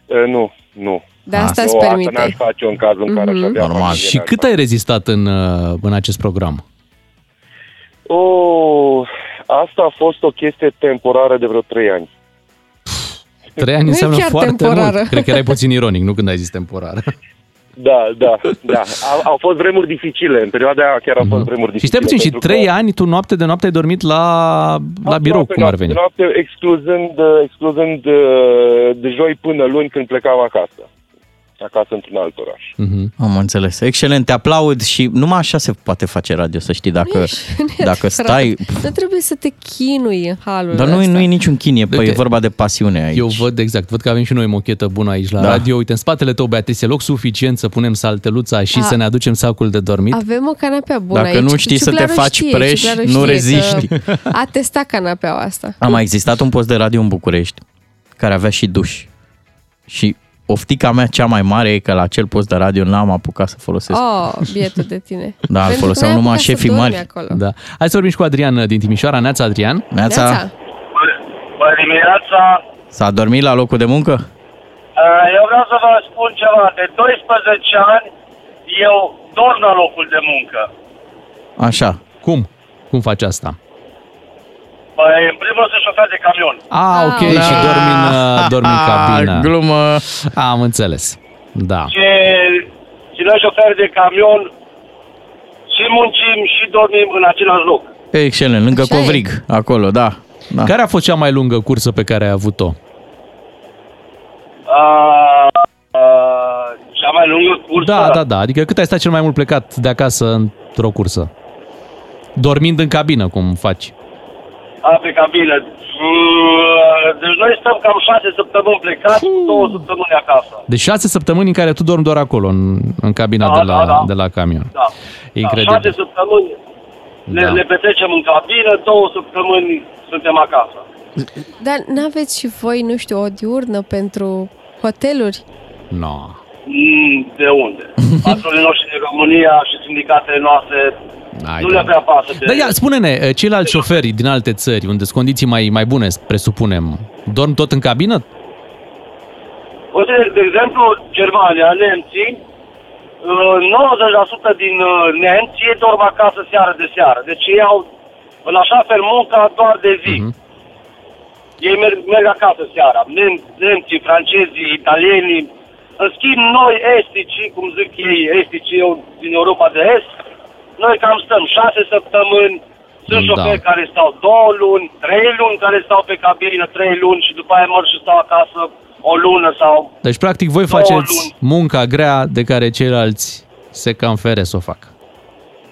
Speaker 16: E, nu, nu.
Speaker 5: De asta îți Mhm.
Speaker 16: nu,
Speaker 5: permiteai.
Speaker 16: Asta n-aș face în cazul în care aș avea
Speaker 3: Normal.
Speaker 16: familie,
Speaker 3: Și
Speaker 16: n-aș
Speaker 3: cât ai rezistat în, uh, în acest program?
Speaker 16: Oh, asta a fost o chestie temporară de vreo trei ani.
Speaker 3: Trei ani
Speaker 16: Nu e
Speaker 3: înseamnă
Speaker 16: chiar
Speaker 3: foarte
Speaker 16: temporară.
Speaker 3: mult. Cred că erai puțin ironic, nu când ai zis temporară.
Speaker 16: Da, da, da. Au, au fost vremuri dificile. În perioada aia chiar au fost vremuri
Speaker 3: Mhm. Și
Speaker 16: dificile.
Speaker 3: stai puțin, și
Speaker 16: pentru că-
Speaker 3: trei ani, tu noapte de noapte ai dormit la, la birou,
Speaker 16: Noapte,
Speaker 3: cum ar veni.
Speaker 16: Noapte, noapte, excluzând, uh, excluzând uh, de joi până luni când plecam acasă. Acasă într-un alt oraș.
Speaker 3: Mhm.
Speaker 4: Am înțeles. Excelent, te aplaud și numai așa se poate face radio, să știi, dacă, dacă stai...
Speaker 5: Nu trebuie să te chinui în halul
Speaker 4: Dar nu, e-
Speaker 5: ăsta.
Speaker 4: nu e niciun chinie, păi
Speaker 3: Uite,
Speaker 4: e vorba de pasiune aici.
Speaker 3: Eu văd exact, văd că avem și noi o mochetă bună aici la
Speaker 4: Da.
Speaker 3: radio. Uite, în spatele tău, Beatrice, e loc suficient să punem salteluța și
Speaker 5: A-
Speaker 3: să ne aducem sacul de dormit.
Speaker 5: Avem o canapea bună
Speaker 3: Dacă
Speaker 5: aici.
Speaker 3: nu știi să te
Speaker 5: Ciuclarul
Speaker 3: faci
Speaker 5: știe,
Speaker 3: preș,
Speaker 5: Ciuclarul
Speaker 4: nu
Speaker 5: știe că
Speaker 4: reziști.
Speaker 5: A testat canapeaua asta.
Speaker 4: A mai existat un post de radio în București care avea și duș. Și oftica mea cea mai mare e că la acel post de radio n-am apucat să folosesc.
Speaker 5: Oh, bietul de tine.
Speaker 4: Da, îl
Speaker 5: Pentru că
Speaker 4: foloseau
Speaker 5: n-ai
Speaker 4: numai
Speaker 5: apucat să
Speaker 4: șefii
Speaker 5: dormi
Speaker 4: mari.
Speaker 5: Acolo.
Speaker 3: Da. Hai să vorbim și cu Adrian uh, din Timișoara. Neața, Adrian.
Speaker 4: Neața,
Speaker 17: Bună dimineața!
Speaker 4: s-a dormit la locul de muncă?
Speaker 17: Uh, Eu vreau să vă spun ceva. De 12 ani eu dorm la locul de muncă.
Speaker 4: Așa.
Speaker 3: Cum? Cum faci asta?
Speaker 17: Păi, în primul rând sunt șofer de camion.
Speaker 3: Ah, ok,
Speaker 17: Da.
Speaker 3: și dormi în, uh, dormi în cabină.
Speaker 4: Glumă.
Speaker 3: Am înțeles. Da.
Speaker 17: Și, și noi șoferi de camion și muncim și dormim în același loc.
Speaker 4: Excelent, lângă Covrig, acolo, da. da.
Speaker 3: Care a fost cea mai lungă cursă pe care ai avut-o?
Speaker 17: Uh, uh, cea mai lungă cursă.
Speaker 3: Da, da, da. Adică cât ai stat cel mai mult plecat de acasă într-o cursă? Dormind în cabină, cum faci?
Speaker 17: A, pe cabină. Uh, Deci noi stăm cam 6 săptămâni plecați, 2 săptămâni acasă.
Speaker 3: De șase săptămâni în care tu dormi doar acolo, în, în cabina
Speaker 17: Da,
Speaker 3: de, la,
Speaker 17: da, da.
Speaker 3: de la camion.
Speaker 17: Da. Da,
Speaker 3: Incredibil.
Speaker 17: șase săptămâni le,
Speaker 3: Da.
Speaker 17: le petrecem în cabină, două săptămâni suntem acasă.
Speaker 5: Dar n-aveți și voi, nu știu, o diurnă pentru hoteluri?
Speaker 3: No.
Speaker 17: Mm, De unde? Patronii noștri din România și sindicatele noastre
Speaker 3: Hai
Speaker 17: nu
Speaker 3: de-
Speaker 17: le prea pasă de...
Speaker 3: Dar ia, spune-ne, eh, ceilalți șoferi din alte țări, unde sunt condiții mai, mai bune, presupunem, dorm tot în cabină?
Speaker 17: Uite, Păi, de exemplu, Germania, nemții, uh, 90% din uh, nemți ei dorm acasă seară de seară. Deci ei au în așa fel munca doar de zi. Ei merg, merg acasă seara. Nem- Nemții, francezii, italienii. În schimb, noi esticii, cum zic ei, esticii eu, din Europa de Est, noi cam stăm șase săptămâni, sunt
Speaker 18: Da.
Speaker 17: șoferi care stau două luni, trei luni care stau pe cabină, trei luni și după aia merg și stau acasă o lună sau
Speaker 3: Deci, practic, voi faceți munca grea de care ceilalți se cam fere să o facă.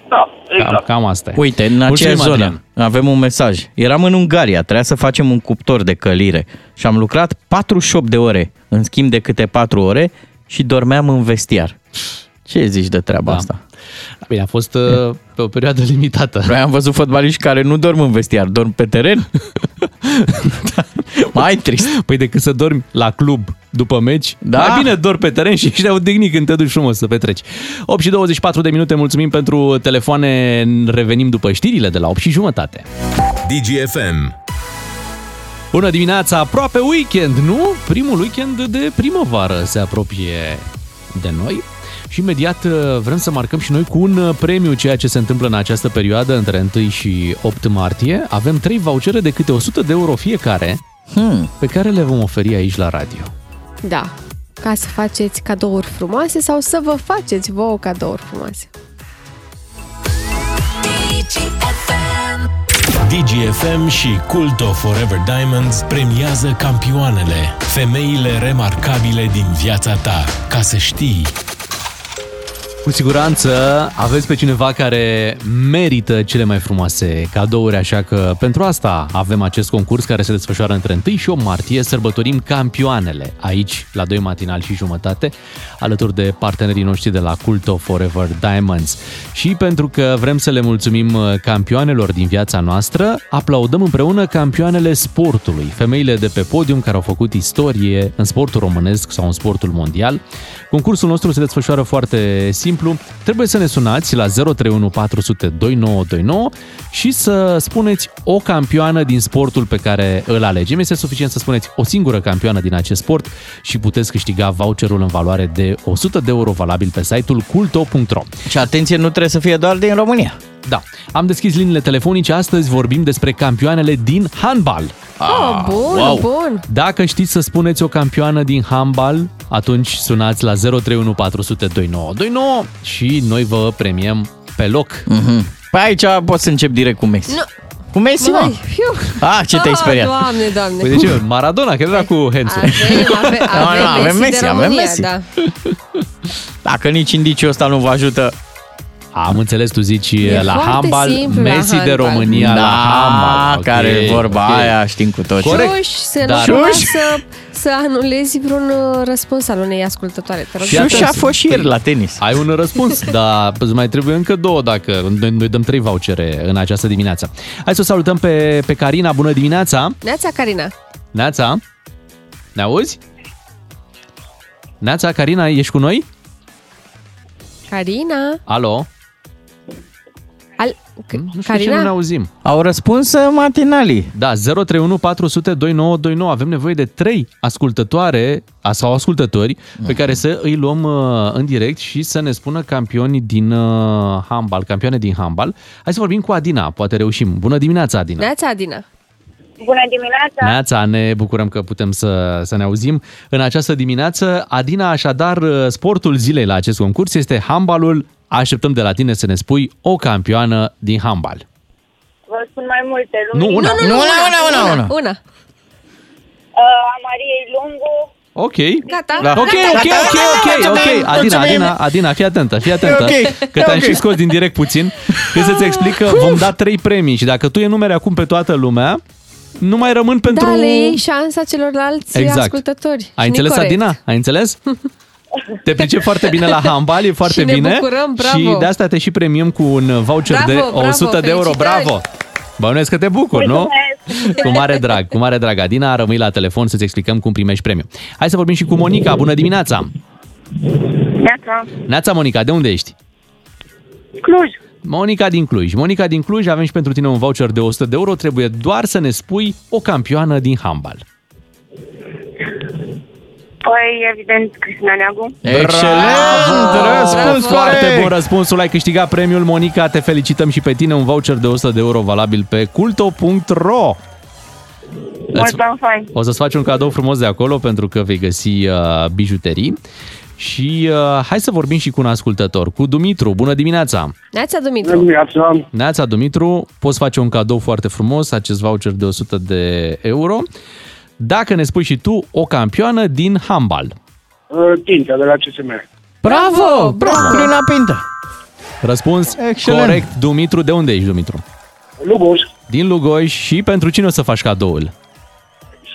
Speaker 17: Da,
Speaker 3: Cam, cam asta e.
Speaker 4: Uite, în
Speaker 3: Mulțumim,
Speaker 4: aceeași zonă
Speaker 3: Adrian.
Speaker 4: avem un mesaj. Eram în Ungaria, trebuia să facem un cuptor de călire și am lucrat 48 de ore, în schimb de câte 4 ore și dormeam în vestiar. Ce zici de treaba da. asta?
Speaker 3: Bine, a fost uh, pe o perioadă limitată.
Speaker 4: Noi am văzut fotbaliști care nu dorm în vestiar, dorm pe teren. Mai trist.
Speaker 3: Păi decât să dormi la club după meci, da? mai bine dormi pe teren și ești audignit când te duci frumos să petreci. 8 și 24 de minute, mulțumim pentru telefoane, revenim după știrile de la 8 și jumătate.
Speaker 2: DGFM.
Speaker 3: Bună dimineața, aproape weekend, nu? Primul weekend de primăvară se apropie de noi Și imediat uh, vrem să marcăm și noi cu un uh, premiu ceea ce se întâmplă în această perioadă între 1 și 8 martie. Avem 3 vouchere de câte 100 de euro fiecare hmm. pe care le vom oferi aici la radio.
Speaker 5: Da, ca să faceți cadouri frumoase sau să vă faceți vouă cadouri frumoase.
Speaker 2: DGFM și Cult of Forever Diamonds premiază campioanele, femeile remarcabile din viața ta, ca să știi.
Speaker 3: Cu siguranță aveți pe cineva care merită cele mai frumoase cadouri, așa că pentru asta avem acest concurs care se desfășoară între 1 și 8 martie. Sărbătorim campioanele aici, la 2 matinal și jumătate, alături de partenerii noștri de la Culto Forever Diamonds. Și pentru că vrem să le mulțumim campioanelor din viața noastră, aplaudăm împreună campioanele sportului, femeile de pe podium care au făcut istorie în sportul românesc sau în sportul mondial. Concursul nostru se desfășoară foarte simplu. Trebuie să ne sunați la 031 400 2929 și să spuneți o campioană din sportul pe care îl alegem. Este suficient să spuneți o singură campioană din acest sport și puteți câștiga voucherul în valoare de 100 de euro valabil pe site-ul culto.ro.
Speaker 4: Și atenție, nu trebuie să fie doar din România.
Speaker 3: Da. Am deschis liniile telefonice. Astăzi vorbim despre campioanele din handbal.
Speaker 4: Ah,
Speaker 5: Oh, bun, wow. bun.
Speaker 3: Dacă știți să spuneți o campioană din handbal, atunci sunați la 031 400 2929 și noi vă premiem pe loc.
Speaker 4: Mm-hmm. Păi aici poți să încep direct cu Messi.
Speaker 5: Nu.
Speaker 4: Cu Messi, mă?
Speaker 5: Vai, fiu.
Speaker 4: Ah, ce te-ai
Speaker 5: Ah,
Speaker 4: speriat.
Speaker 5: Doamne, doamne.
Speaker 3: Păi de ce? Maradona, că era cu Hanson.
Speaker 5: Avem,
Speaker 4: Nu, nu,
Speaker 5: avem,
Speaker 4: avem
Speaker 5: Messi,
Speaker 4: Messi,
Speaker 5: de
Speaker 4: avem
Speaker 5: România,
Speaker 4: Messi.
Speaker 5: Da.
Speaker 4: Dacă nici indiciul ăsta nu vă ajută...
Speaker 3: Am înțeles, tu zici
Speaker 4: e
Speaker 3: la
Speaker 5: foarte handbal, simplu la
Speaker 3: Messi de handbal. România
Speaker 4: da,
Speaker 3: la handbal, ok,
Speaker 4: care e vorba
Speaker 3: ok.
Speaker 4: aia, știm cu toți.
Speaker 3: Corect.
Speaker 5: Ciuși, să
Speaker 4: Dar-
Speaker 5: nu cumva
Speaker 4: Ciuși.
Speaker 5: să, să anulezi vreun uh, răspuns al unei ascultătoare. Te rog.
Speaker 4: la tenis.
Speaker 3: Ai un răspuns, dar îți mai trebuie încă două dacă noi, noi dăm trei vouchere în această dimineață. Hai să o salutăm pe, pe Carina, bună dimineața!
Speaker 5: Neața, Carina.
Speaker 3: Neața! Ne auzi? Neața, Carina, ești cu noi?
Speaker 5: Carina.
Speaker 3: Alo?
Speaker 5: Al...
Speaker 3: Mm? Nu știu ce nu ne
Speaker 5: Carina?
Speaker 3: auzim.
Speaker 4: Au răspuns uh, matinalii.
Speaker 3: Da, 031 400 2929. Avem nevoie de trei ascultătoare a- sau ascultători pe care să îi luăm uh, în direct și să ne spună campioni din uh, handbal, campioane din handbal. Hai să vorbim cu Adina, poate reușim. Bună dimineața, Adina!
Speaker 5: Neața, Adina.
Speaker 18: Bună dimineața!
Speaker 3: Neața, ne bucurăm că putem să, să ne auzim în această dimineață. Adina, așadar, uh, sportul zilei la acest concurs este handbalul. Așteptăm de la tine să ne spui o campioană din handbal.
Speaker 18: Vă spun mai multe
Speaker 3: Nu,
Speaker 18: lumini.
Speaker 3: una. Nu, nu, una, una, una, una.
Speaker 5: Una.
Speaker 18: Uh, a Mariei Lungu.
Speaker 3: Ok.
Speaker 18: Gata.
Speaker 3: Da. Ok, ok, ok, ok,
Speaker 5: Da.
Speaker 3: ok. Adina, Adina, Adina, fii atentă, fii atentă.
Speaker 18: E
Speaker 3: Okay.
Speaker 18: ok,
Speaker 3: Că
Speaker 18: e
Speaker 3: te-am
Speaker 18: ok.
Speaker 3: și scos din direct puțin. Că să-ți explic că vom da trei premii și dacă tu enumeri acum pe toată lumea, nu mai rămân pentru...
Speaker 5: Da, le iei șansa celorlalți
Speaker 3: Exact.
Speaker 5: ascultători. Și
Speaker 3: Ai
Speaker 5: nu-i
Speaker 3: înțeles,
Speaker 5: corect.
Speaker 3: Adina? Ai înțeles? Te pricep foarte bine la handbal, e foarte
Speaker 5: Și ne
Speaker 3: bine.
Speaker 5: bucurăm, bravo.
Speaker 3: Și de asta te și premiem cu un voucher
Speaker 5: Bravo,
Speaker 3: de
Speaker 5: bravo,
Speaker 3: 100 de euro.
Speaker 5: felicitări.
Speaker 3: Bravo! Bănuiesc că te bucur, nu? Cu mare drag, cu mare drag, Adina, rămâi la telefon să-ți explicăm cum primești premiu. Hai să vorbim și cu Monica. Bună dimineața!
Speaker 18: Neața.
Speaker 3: Neața, Monica, de unde ești?
Speaker 18: Cluj.
Speaker 3: Monica din Cluj. Monica din Cluj, avem și pentru tine un voucher de 100 de euro. Trebuie doar să ne spui o campioană din handbal.
Speaker 18: Păi, evident, Cristina Neagu.
Speaker 3: Bravo!
Speaker 18: răspuns
Speaker 3: Foarte
Speaker 18: corect!
Speaker 3: bun răspunsul, ai câștigat premiul Monica, te felicităm și pe tine, un voucher de 100 de euro valabil pe culto.ro Îți-
Speaker 18: Mulțumim, fain.
Speaker 3: O să-ți faci un cadou frumos de acolo pentru că vei găsi uh, bijuterii și uh, hai să vorbim și cu un ascultător, cu Dumitru, bună dimineața!
Speaker 5: Neața, Dumitru.
Speaker 3: dimineața! Neața, Dumitru, poți face un cadou foarte frumos, acest voucher de 100 de euro, dacă ne spui și tu o campioană din handbal.
Speaker 19: Uh, Tintea de la CSM.
Speaker 4: Bravo! Bravo! Crâna pintă!
Speaker 3: Răspuns
Speaker 4: Excelent.
Speaker 3: corect, Dumitru. De unde ești, Dumitru?
Speaker 19: Lugos,
Speaker 3: Din Lugoj și pentru cine o să faci cadoul?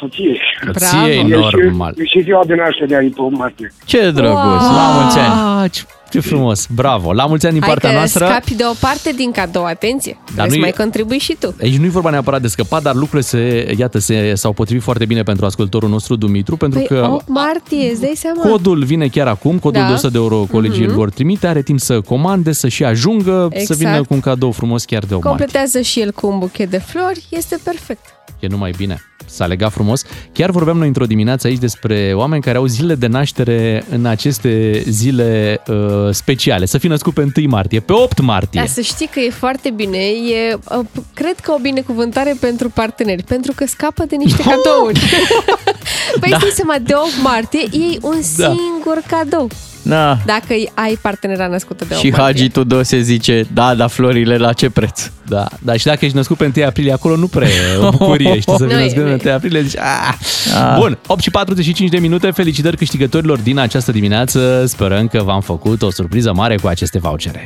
Speaker 19: soție.
Speaker 3: Bravo. E normal.
Speaker 19: E și ziua de naștere de aici, martie.
Speaker 3: Ce
Speaker 5: drăguț, Wow. la mulți ani.
Speaker 3: Ah, ce, ce frumos, bravo, la mulți ani din
Speaker 5: Hai
Speaker 3: partea
Speaker 5: că
Speaker 3: noastră.
Speaker 5: scapi de o parte din cadou, atenție. Trebuie să
Speaker 3: nu e-
Speaker 5: mai contribui și tu.
Speaker 3: Aici nu e vorba neapărat de scăpat, dar lucrurile se, iată, se, s-au potrivit foarte bine pentru ascultorul nostru, Dumitru, pentru
Speaker 5: Păi
Speaker 3: că
Speaker 5: 8 martie, îți dai seama?
Speaker 3: codul vine chiar acum, codul
Speaker 5: Da.
Speaker 3: de 100 de euro colegii
Speaker 5: Mhm.
Speaker 3: îl vor trimite, are timp să comande, să și ajungă, să
Speaker 5: Exact.
Speaker 3: vină cu un cadou frumos chiar de o mare.
Speaker 5: Completează și el cu un buchet de flori, este perfect.
Speaker 3: E numai bine. S-a legat frumos. Chiar vorbeam noi într-o dimineață aici despre oameni care au zile de naștere în aceste zile uh, speciale. Să fi născut pe 1 martie, pe 8 martie.
Speaker 5: Dar să știi că e foarte bine, e, uh, p- cred că o binecuvântare pentru parteneri, pentru că scapă de
Speaker 3: Oh!
Speaker 5: niște cadouri.
Speaker 4: Da.
Speaker 5: păi da. stai seama, de 8 martie iei un
Speaker 4: Da.
Speaker 5: singur cadou.
Speaker 4: Na.
Speaker 5: Dacă îi ai partenera născută de 8
Speaker 4: Și
Speaker 5: martie.
Speaker 4: Hagi Tudor se zice, da, dar florile la ce preț?
Speaker 3: Da, dar și dacă ești născut pe 1 aprilie, acolo nu prea e o bucurie, știi, să fii
Speaker 4: Nu e,
Speaker 3: născut
Speaker 4: nu
Speaker 3: pe
Speaker 4: e.
Speaker 3: 1 aprilie, zici, "Ah." Bun, 8 și 45 de minute, felicitări câștigătorilor din această dimineață, sperăm că v-am făcut o surpriză mare cu aceste vouchere.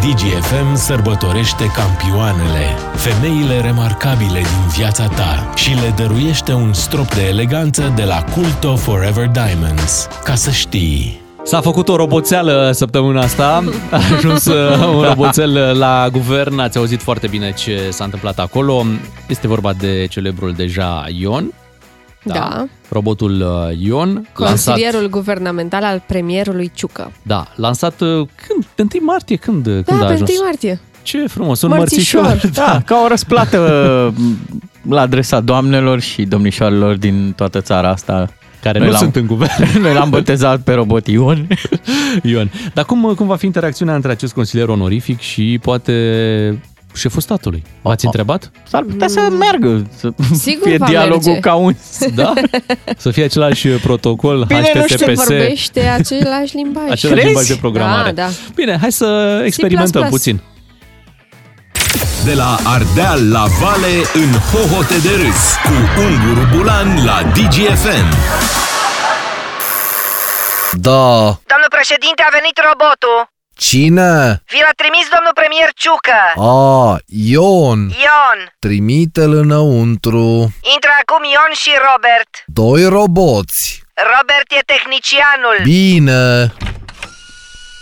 Speaker 2: DGFM sărbătorește campioanele, femeile remarcabile din viața ta și le dăruiește un strop de eleganță de la Culto Forever Diamonds. Ca să știi...
Speaker 3: S-a făcut o roboțeală săptămâna asta, a ajuns uh, un roboțel la guvern, ați auzit foarte bine ce s-a întâmplat acolo, este vorba de celebrul deja Ion,
Speaker 5: Da. da.
Speaker 3: robotul uh, Ion, lansat
Speaker 5: Consilierul guvernamental al premierului Ciucă.
Speaker 3: Da, lansat uh, când? Pe 1 martie? Când, da, când
Speaker 5: da,
Speaker 3: a
Speaker 5: pe 1
Speaker 3: ajuns?
Speaker 5: martie.
Speaker 3: Ce frumos, un
Speaker 5: Mărțișor.
Speaker 3: mărțișor.
Speaker 4: Da, ca o răsplată uh, la adresa doamnelor și domnișoarelor din toată țara asta. Care
Speaker 3: nu sunt în guvern.
Speaker 4: Noi l-am botezat pe robot Ion.
Speaker 3: Ion. Dar cum, cum va fi interacțiunea între acest consilier onorific și poate șeful statului? V-ați întrebat?
Speaker 4: S-ar putea să meargă. Să
Speaker 5: Mm. Sigur fie va dialogul merge. ca
Speaker 4: un...
Speaker 3: Da? Să fie același uh, protocol HTTPS.
Speaker 5: vorbește același limbaj.
Speaker 3: Același Crezi? limbaj de programare.
Speaker 5: Da, da.
Speaker 3: Bine, hai să experimentăm
Speaker 5: plus.
Speaker 3: puțin.
Speaker 2: De la Ardeal la Vale în hohote de râs cu Unguru Bulan la DGFM.
Speaker 6: Da.
Speaker 7: Domnul președinte, a venit robotul.
Speaker 6: Cine?
Speaker 7: Vi l-a trimis domnul premier Ciucă.
Speaker 6: A, Ion.
Speaker 7: Ion.
Speaker 6: Trimite-l înăuntru.
Speaker 7: Intră acum Ion și Robert.
Speaker 6: Doi roboți.
Speaker 7: Robert e tehnicianul.
Speaker 6: Bine.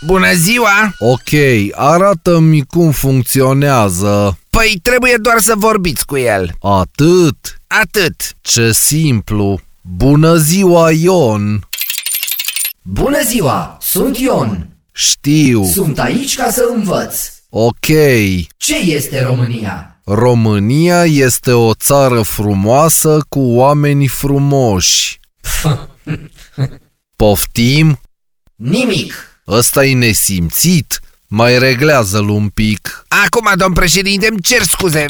Speaker 9: Bună ziua!
Speaker 6: Ok, arată-mi cum funcționează.
Speaker 9: Păi trebuie doar să vorbiți cu el.
Speaker 6: Atât.
Speaker 9: Atât.
Speaker 6: Ce simplu. Bună ziua, Ion.
Speaker 8: Bună ziua, sunt Ion.
Speaker 6: Știu.
Speaker 8: Sunt aici ca să învăț.
Speaker 6: Ok.
Speaker 8: Ce este România?
Speaker 6: România este o țară frumoasă cu oameni frumoși. Poftim?
Speaker 8: Nimic.
Speaker 6: Ăsta e nesimțit. Mai reglează-l un pic.
Speaker 9: Acum, domn președinte, îmi cer scuze.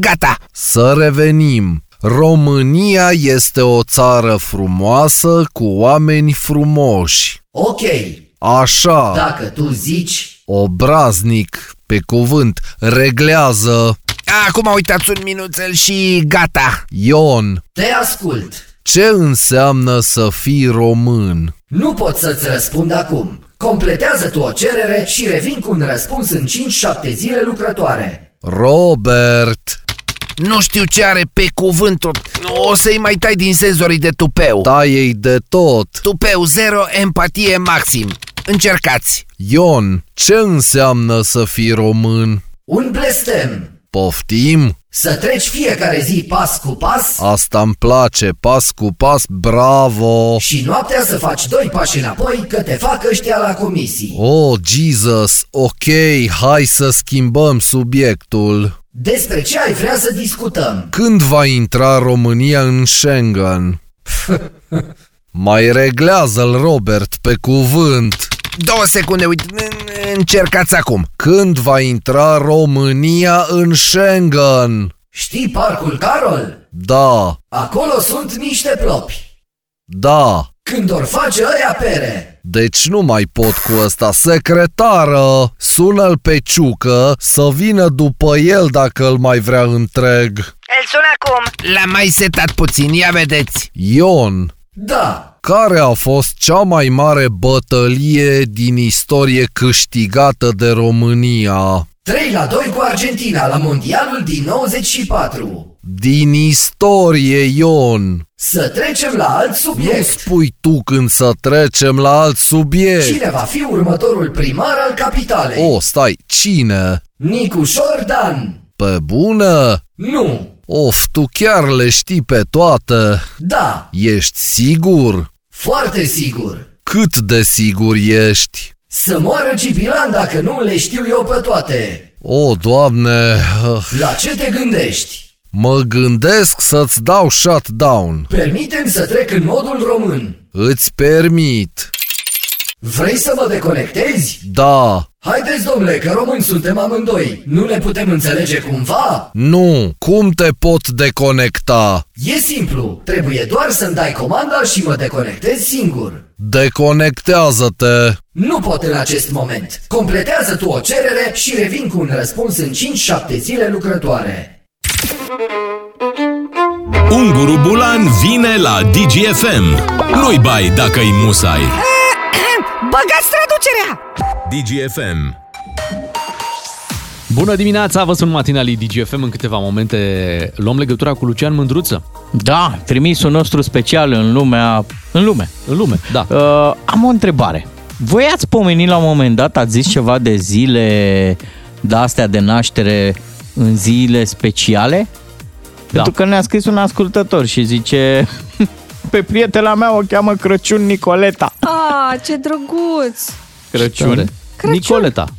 Speaker 9: Gata.
Speaker 6: Să revenim. România este o țară frumoasă cu oameni frumoși.
Speaker 8: Ok,
Speaker 6: Așa.
Speaker 8: dacă tu zici,
Speaker 6: Obraznic, pe cuvânt, reglează.
Speaker 9: Acum uitați un minuțel și gata.
Speaker 6: Ion,
Speaker 8: te ascult.
Speaker 6: ce înseamnă să fii român?
Speaker 8: Nu pot să-ți răspund acum. Completează tu o cerere și revin cu un răspuns în 5-7 zile lucrătoare.
Speaker 6: Robert,
Speaker 9: Nu știu ce are pe cuvântul. O să-i mai tai din senzorii de tupeu.
Speaker 6: taie de tot.
Speaker 9: Tupeu zero, empatie maxim. Încercați.
Speaker 6: Ion, ce înseamnă să fii român?
Speaker 8: Un blestem.
Speaker 6: Poftim?
Speaker 8: Să treci fiecare zi pas cu pas
Speaker 6: Asta îmi place, pas cu pas, bravo!
Speaker 8: și noaptea să faci doi pași înapoi că te fac ăștia la comisii.
Speaker 6: Oh, Jesus, ok, hai să schimbăm subiectul.
Speaker 8: Despre ce ai vrea să discutăm?
Speaker 6: Când va intra România în Schengen? Mai reglează-l, Robert, pe cuvânt.
Speaker 9: Două secunde, uite. Încercați acum.
Speaker 6: Când va intra România în Schengen?
Speaker 8: Știi parcul Carol?
Speaker 6: Da,
Speaker 8: Acolo sunt niște plopi.
Speaker 6: da,
Speaker 8: Când or face ăia pere,
Speaker 6: deci nu mai pot cu ăsta. Secretară, sună-l pe ciucă să vină după el dacă îl mai vrea întreg.
Speaker 9: El sună acum. L-am mai setat puțin, ia vedeți.
Speaker 6: Ion,
Speaker 8: da,
Speaker 6: care a fost cea mai mare bătălie din istorie câștigată de România?
Speaker 8: 3 la 2 cu Argentina la mondialul din 94.
Speaker 6: Din istorie, Ion!
Speaker 8: Să trecem la alt
Speaker 6: Nu
Speaker 8: subiect.
Speaker 6: spui tu când să trecem la alt subiect!
Speaker 8: Cine va fi următorul primar al capitalei?
Speaker 6: O, stai, cine?
Speaker 8: Nicu Șordan.
Speaker 6: Pe bună?
Speaker 8: Nu,
Speaker 6: Of, tu chiar le știi pe toate!
Speaker 8: da,
Speaker 6: Ești sigur?
Speaker 8: foarte sigur.
Speaker 6: Cât de sigur ești?
Speaker 8: Să moară Cipilan dacă nu le știu eu pe toate.
Speaker 6: O, doamne, ah,
Speaker 8: Da. La ce te gândești?
Speaker 6: Mă gândesc să-ți dau shutdown.
Speaker 8: Permitem să trec în modul român.
Speaker 6: Îți permit.
Speaker 8: Vrei să mă deconectezi?
Speaker 6: Da.
Speaker 8: Haideți, domnule, că români suntem amândoi. Nu ne putem înțelege cumva?
Speaker 6: Nu. Cum te pot deconecta?
Speaker 8: E simplu. Trebuie doar să-mi dai comanda și mă deconectez singur.
Speaker 6: Deconectează-te.
Speaker 8: Nu pot în acest moment. Completează tu o cerere și revin cu un răspuns în 5-7 zile lucrătoare.
Speaker 2: Unguru Bulan vine la DGFM. Nu-i bai dacă-i musai.
Speaker 7: Băgați traducerea!
Speaker 2: DGFM.
Speaker 3: Bună dimineața, vă sunt matinalii DGFM. În câteva momente luăm legătura cu Lucian Mândruță.
Speaker 4: Da, trimisul nostru special în lumea... În lume.
Speaker 3: În lume, da.
Speaker 4: Uh, am o întrebare. Voi ați pomenit la un moment dat, ați zis ceva de zile de astea de naștere în zile speciale? Da. Pentru că ne-a scris un ascultător și zice... Pe prietena mea o cheamă Crăciun Nicoleta.
Speaker 5: Ah, ce drăguț!
Speaker 3: Crăciun.
Speaker 5: Crăciun.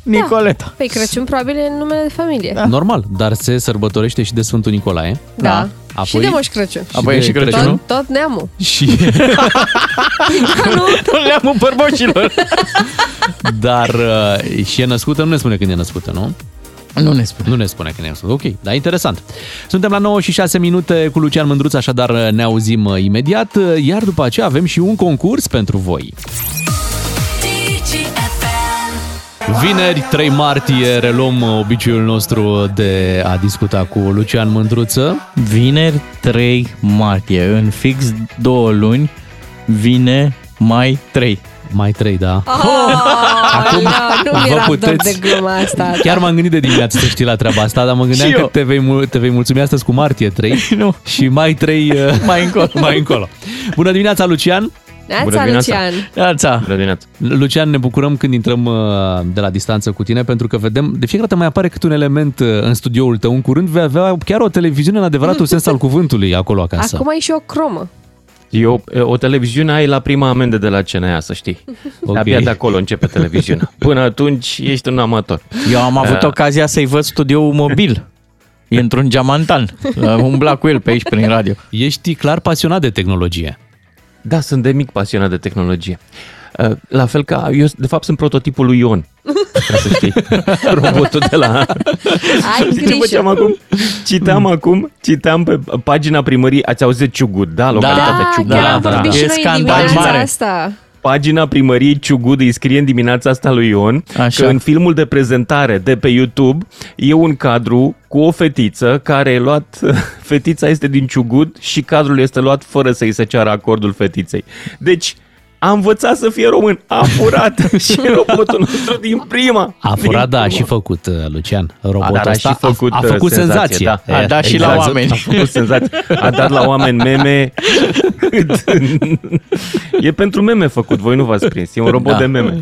Speaker 3: Nicoleta.
Speaker 5: Da. Păi Crăciun probabil e numele de familie. Da.
Speaker 3: Normal, dar se sărbătorește și de Sfântul Nicolae.
Speaker 5: Da. Apoi... Și de Moș Crăciun.
Speaker 3: Apoi e și Crăciunul?
Speaker 5: Tot, tot neamul.
Speaker 3: Și...
Speaker 4: Leamul bărboșilor.
Speaker 3: Dar uh, și e născută, nu ne spune când e născută, nu?
Speaker 4: Nu ne spune.
Speaker 3: Nu ne spune când e născută. Ok, dar interesant. Suntem la 9 și 6 minute cu Lucian Mândruț, așadar uh, ne auzim uh, imediat, uh, iar după aceea avem și un concurs pentru voi. Vineri, 3 martie, reluăm uh, obiceiul nostru de a discuta cu Lucian Mândruță.
Speaker 4: Vineri 3 martie, în fix două luni, vine mai 3.
Speaker 3: Mai 3, da.
Speaker 4: Oh,
Speaker 5: Acum, nu mi
Speaker 3: vă
Speaker 5: era
Speaker 3: puteți-
Speaker 5: dor de gluma asta.
Speaker 3: Chiar m-am gândit de dimineață să știi la treaba asta, dar mă gândeam
Speaker 4: da. Și
Speaker 3: că
Speaker 4: eu.
Speaker 3: te vei, mul- te vei mulțumi astăzi cu martie 3
Speaker 4: nu.
Speaker 3: și mai 3 uh,
Speaker 4: Mai încolo.
Speaker 3: mai încolo. Bună dimineața, Lucian!
Speaker 5: Neața, Bună dimineața. Lucian.
Speaker 4: Neața!
Speaker 3: Bună dimineața! Lucian, ne bucurăm când intrăm uh, de la distanță cu tine, pentru că vedem, de fiecare dată mai apare cât un element uh, în studioul tău. În curând vei avea chiar o televiziune în adevăratul sens al cuvântului acolo acasă.
Speaker 5: Acum ai și o cromă.
Speaker 20: Eu, o televiziune ai la prima amendă de la CNA, să știi.
Speaker 3: Ok.
Speaker 20: Okay. Abia de acolo începe televiziunea. Până atunci ești un amator.
Speaker 4: Eu am avut
Speaker 20: Uh,
Speaker 4: ocazia să-i văd studioul mobil. E într-un geamantan. Am umblat cu el pe aici prin radio.
Speaker 3: Ești clar pasionat de tehnologie.
Speaker 20: Da, sunt de mic pasionat de tehnologie. Uh, La fel ca eu, de fapt, sunt prototipul lui Ion, ca să știi, robotul de la...
Speaker 5: Ai
Speaker 20: Știi
Speaker 5: grijă.
Speaker 20: Ce făceam acum?
Speaker 3: Mm.
Speaker 20: Citeam acum, citeam pe pagina primării, ați auzit Ciugud, da? Localitatea
Speaker 5: da,
Speaker 20: Ciugud.
Speaker 5: chiar am vorbit și noi dimineața asta.
Speaker 20: pagina primăriei Ciugud îi scrie în dimineața asta lui Ion Așa. că în filmul de prezentare de pe YouTube e un cadru cu o fetiță care e luat, fetița este din Ciugud și cadrul este luat fără să îi se ceară acordul fetiței. Deci a învățat să fie român, a furat și robotul nostru din prima.
Speaker 3: A furat, da, a și făcut, uh, Lucian, robotul
Speaker 20: dar a
Speaker 3: ăsta.
Speaker 20: și făcut,
Speaker 3: a, a făcut
Speaker 20: uh, senzație,
Speaker 3: senzație.
Speaker 20: da. A
Speaker 3: E, exact.
Speaker 20: dat și la oameni. A făcut senzație. A dat la oameni meme. E pentru meme făcut, voi nu v-ați prins, e un robot da.
Speaker 3: Da.
Speaker 20: de meme.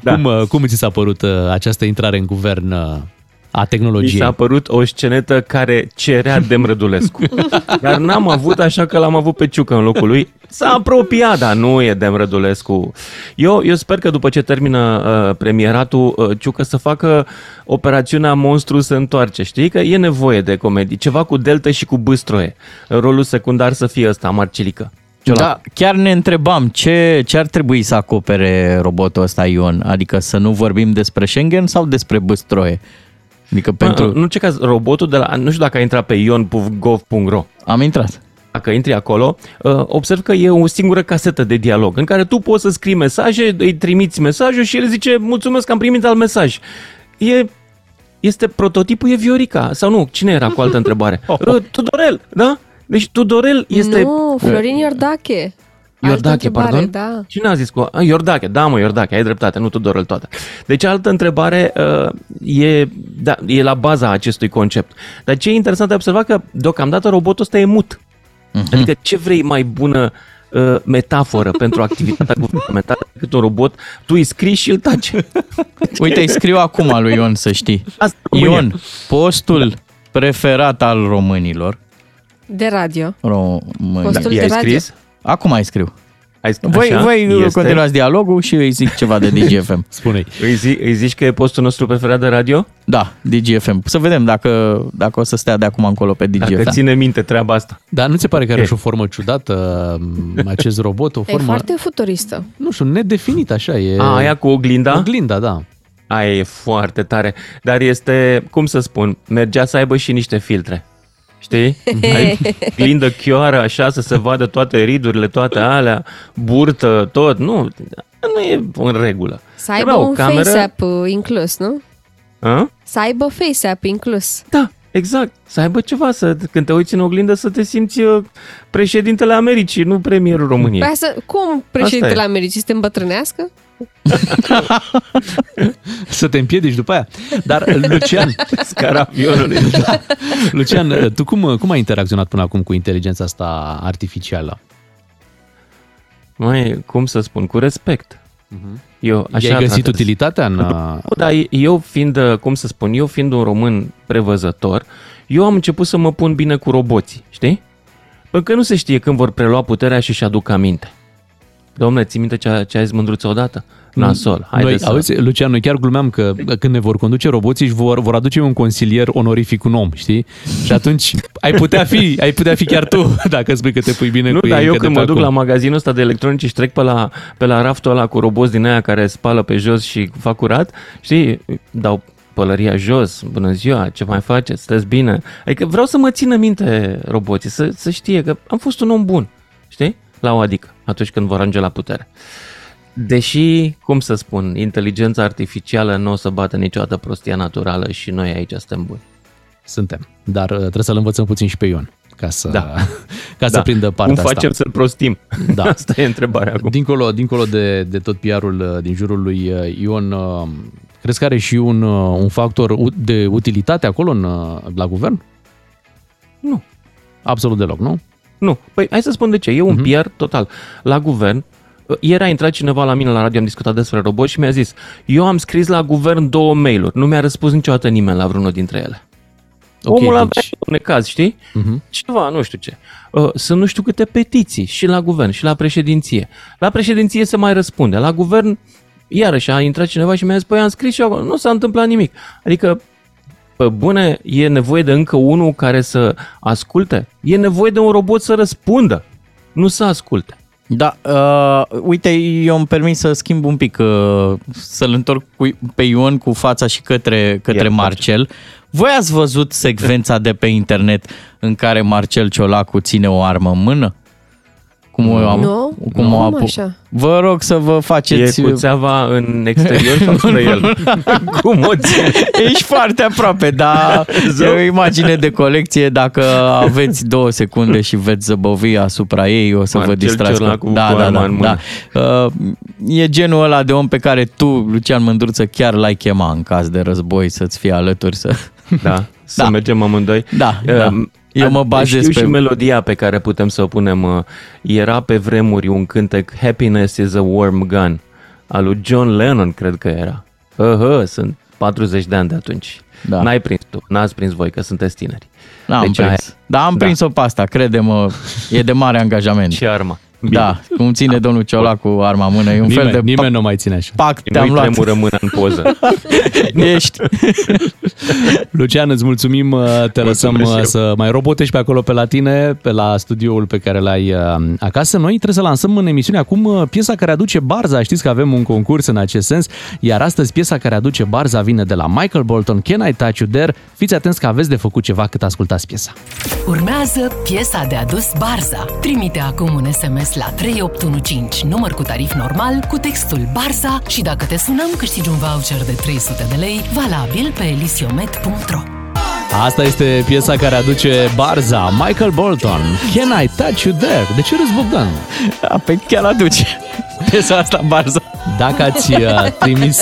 Speaker 3: Da. Cum, uh, cum ți s-a părut uh, această intrare în guvern uh, a
Speaker 20: Mi
Speaker 3: tehnologiei?
Speaker 20: s-a părut o scenetă care cerea Demrădulescu. Dar n-am avut, așa că l-am avut pe Ciucă în locul lui. S-a apropiat, dar nu e Demrădulescu. Eu, eu sper că după ce termină uh, premieratul, uh, Ciucă să facă operațiunea Monstru se întoarce. Știi că e nevoie de comedii. Ceva cu Delta și cu Băstroie. Rolul secundar să fie ăsta, Marcelică.
Speaker 4: Da, chiar ne întrebam ce, ce ar trebui să acopere robotul ăsta Ion, adică să nu vorbim despre Schengen sau despre Băstroie. Adică pentru...
Speaker 20: În orice caz, robotul de la... Nu știu dacă ai intrat pe ion.gov.ro.
Speaker 4: Am intrat.
Speaker 20: Dacă intri acolo, uh, observ că e o singură casetă de dialog în care tu poți să scrii mesaje, îi trimiți mesajul și el zice mulțumesc că am primit al mesaj. E, este prototipul, e Viorica. Sau nu, cine era cu altă întrebare?
Speaker 4: Oh.
Speaker 20: Uh, Tudorel, da? Deci Tudorel este...
Speaker 5: Nu, Florin Iordache. Altă
Speaker 20: Iordache,
Speaker 5: întrebare,
Speaker 20: pardon?
Speaker 5: Da.
Speaker 20: Cine a zis cu... A, Iordache, da mă, Iordache, ai dreptate, nu Tudorel toată. Deci altă întrebare uh, e, da, e la baza acestui concept. Dar ce e interesant de observat că deocamdată robotul ăsta e mut.
Speaker 4: Mhm.
Speaker 20: Uh-huh. Adică ce vrei mai bună uh, metaforă pentru activitatea guvernamentală decât un robot, tu îi scrii și îl taci.
Speaker 4: Uite, îi scriu acum lui Ion să știi.
Speaker 20: Asta, România.
Speaker 4: Ion, postul preferat al românilor.
Speaker 5: De radio.
Speaker 4: Români.
Speaker 5: Postul Da, de i-ai radio. scris?
Speaker 4: Acum ai scriu.
Speaker 20: Hai, st-
Speaker 4: Voi,
Speaker 20: așa
Speaker 4: voi
Speaker 20: este.
Speaker 4: continuați dialogul și eu îi zic ceva de DGFM.
Speaker 3: Spune-i.
Speaker 20: Îi, zi, îi zici că e postul nostru preferat de radio?
Speaker 4: Da, DGFM. Să vedem dacă, dacă o să stea de acum încolo pe DGFM.
Speaker 20: Dacă ține minte treaba asta.
Speaker 3: Dar nu ți se pare că are
Speaker 20: E.
Speaker 3: și o formă ciudată m, Mm, acest robot? O
Speaker 5: E
Speaker 3: formă,
Speaker 5: foarte futuristă.
Speaker 3: nu știu, nedefinit așa e.
Speaker 20: A, aia cu oglinda?
Speaker 3: Oglinda, da.
Speaker 20: Aia e foarte tare. Dar este, cum să spun, mergea să aibă și niște filtre. Știi? Ai glindă chioară așa să se vadă toate ridurile, toate alea, burtă, tot. Nu, nu e în regulă.
Speaker 5: Să aibă
Speaker 20: Avea
Speaker 5: un face-app uh, inclus, nu?
Speaker 20: A?
Speaker 5: Să aibă face-app inclus.
Speaker 20: Da. Exact, să aibă ceva, să, când te uiți în oglindă să te simți uh, președintele Americii, nu premierul României.
Speaker 5: Păi să, cum președintele
Speaker 20: e.
Speaker 5: Americii să te îmbătrânească?
Speaker 3: Să te împiedici după aia. Dar, Lucian...
Speaker 20: Scarabionului.
Speaker 3: Da. Lucian, uh, tu cum, cum ai interacționat până acum cu inteligența asta artificială?
Speaker 20: Mai, cum să spun, cu respect. Eu așa
Speaker 3: Mhm. I-ai găsit
Speaker 20: tratez.
Speaker 3: utilitatea în... uh,
Speaker 20: Nu, dar eu fiind, uh, cum să spun, eu fiind un român prevăzător, eu am început să mă pun bine cu roboții, știi? Pentru că nu se știe când vor prelua puterea și își aduc aminte. Domnule, ții minte ce, a- ce ai zis mândruță odată? Nasol, haide
Speaker 3: Mm. noi,
Speaker 20: să...
Speaker 3: auzi, Lucian, noi chiar glumeam că când ne vor conduce roboții își vor, vor aduce un consilier onorific, un om, știi? Și atunci ai putea fi, ai putea fi chiar tu, dacă spui că te pui bine
Speaker 20: nu,
Speaker 3: cu
Speaker 20: dar
Speaker 3: ei
Speaker 20: eu
Speaker 3: încă de
Speaker 20: când
Speaker 3: pe
Speaker 20: mă duc
Speaker 3: acum.
Speaker 20: la magazinul ăsta de electronici și trec pe la, pe la raftul ăla cu roboți din aia care spală pe jos și fac curat, știi, dau pălăria jos, bună ziua, ce mai faceți, sunteți bine. Adică vreau să mă țină minte roboții, să, să știe că am fost un om bun, știi, la o adică, atunci când vor ajunge la putere. Deși, cum să spun, inteligența artificială nu o să bată niciodată prostia naturală și noi aici suntem buni.
Speaker 3: Suntem. Dar uh, trebuie să-l învățăm puțin și pe Ion ca să,
Speaker 20: Da.
Speaker 3: ca să
Speaker 20: Da.
Speaker 3: prindă
Speaker 20: Cum
Speaker 3: partea asta.
Speaker 20: facem să-l prostim?
Speaker 3: Da.
Speaker 20: Asta e întrebarea acum.
Speaker 3: Dincolo, dincolo de, de tot PR-ul uh, din jurul lui uh, Ion, uh, crezi că are și un, uh, un factor u- de utilitate acolo în, uh, la guvern?
Speaker 20: Nu.
Speaker 3: Absolut deloc, nu? Mhm.
Speaker 20: Nu. Păi hai să spun de ce. E un PR total. La guvern, ieri a intrat cineva la mine la radio, am discutat despre robot și mi-a zis eu am scris la guvern două mail-uri, nu mi-a răspuns niciodată nimeni la vreunul dintre ele.
Speaker 3: Ok,
Speaker 20: Okay, Omul avea
Speaker 3: deci-
Speaker 20: un necaz, știi?
Speaker 3: Mhm.
Speaker 20: Ceva, nu știu ce. Uh, Sunt nu știu câte petiții și la guvern și la președinție. La președinție se mai răspunde. La guvern, iarăși, a intrat cineva și mi-a zis, păi am scris și eu acolo. Nu s-a întâmplat nimic. Adică pe bune, e nevoie de încă unul care să asculte. E nevoie de un robot să răspundă, nu să asculte.
Speaker 4: Da, uh, uite, eu îmi permit să schimb un pic, uh, să-l întorc cu, pe Ion cu fața și către, către Marcel. Voi ați văzut secvența de pe internet în care Marcel Ciolacu ține o armă în mână? Cum o, am,
Speaker 5: Nu,
Speaker 4: cum
Speaker 5: nu,
Speaker 4: o
Speaker 5: cum
Speaker 4: apu-
Speaker 5: așa?
Speaker 4: Vă rog să vă faceți...
Speaker 20: E cu țeava în exterior sau stă el? Cum o ține?
Speaker 4: Ești foarte aproape, dar e o imagine de colecție. Dacă aveți două secunde și veți zăbovi asupra ei, o să
Speaker 20: Marcel
Speaker 4: vă distrați. cu-
Speaker 20: Ciolacu
Speaker 4: da,
Speaker 20: cu
Speaker 4: da,
Speaker 20: arma
Speaker 4: da,
Speaker 20: în
Speaker 4: da.
Speaker 20: mână.
Speaker 4: Uh, e genul ăla de om pe care tu, Lucian Mândruță, chiar l-ai chema în caz de război să-ți fie alături să...
Speaker 20: Da, să mergem amândoi. Uh,
Speaker 4: Da, da. Eu mă bazez
Speaker 20: știu
Speaker 4: pe...
Speaker 20: și melodia pe care putem să o punem. uh, Era pe vremuri un cântec Happiness is a Warm Gun al lui John Lennon, cred că era. Aha, sunt 40 de ani de atunci.
Speaker 4: Da.
Speaker 20: N-ai prins tu, n-ați prins voi, că sunteți tineri.
Speaker 4: Da,
Speaker 20: Deci
Speaker 4: am prins. Da, am prins-o pe asta, crede-mă, e de mare angajament.
Speaker 20: Și arma. Bine.
Speaker 4: Da, cum ține domnul Ciolacu arma în mână, e un
Speaker 20: Nimeni-
Speaker 4: fel de...
Speaker 20: nimeni
Speaker 3: nu mai ține așa.
Speaker 4: Pact, te-am
Speaker 20: Nu-i
Speaker 4: luat.
Speaker 20: tremură mâna în poză.
Speaker 4: Ești.
Speaker 3: Lucian, îți mulțumim, uh, te lăsăm uh, să mai robotești pe acolo pe la tine, pe la studioul pe care l-ai uh, acasă. Noi trebuie să lansăm în emisiune acum uh, piesa care aduce Barza. Știți că avem un concurs în acest sens, iar astăzi piesa care aduce Barza vine de la Michael Bolton, Can I Touch You There? Fiți atenți că aveți de făcut ceva cât ascultați piesa.
Speaker 1: Urmează piesa de adus Barza. Trimite acum un SMS la 3815, număr cu tarif normal, cu textul Barza și dacă te sunăm, câștigi un voucher de 300 de lei, valabil pe elisiomet.ro.
Speaker 3: Asta este piesa care aduce Barza, Michael Bolton, Can I Touch You There? De ce râzi, Bogdan?
Speaker 4: Da, pe chiar aduce piesa asta Barza.
Speaker 3: Dacă ați uh, trimis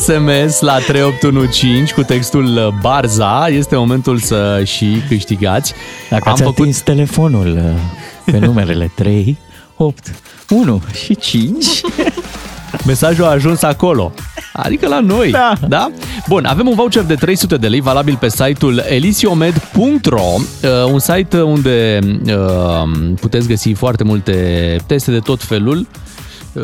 Speaker 3: SMS la 3815 cu textul uh, Barza, este momentul să și câștigați.
Speaker 4: Dacă ați atins telefonul uh, pe numerele 3, 8, 1 și 5...
Speaker 3: Mesajul a ajuns acolo. Adică la noi. Da. da? Bun, avem un voucher de 300 de lei valabil pe site-ul elisiomed.ro, uh, un site unde uh, puteți găsi foarte multe teste de tot felul Um,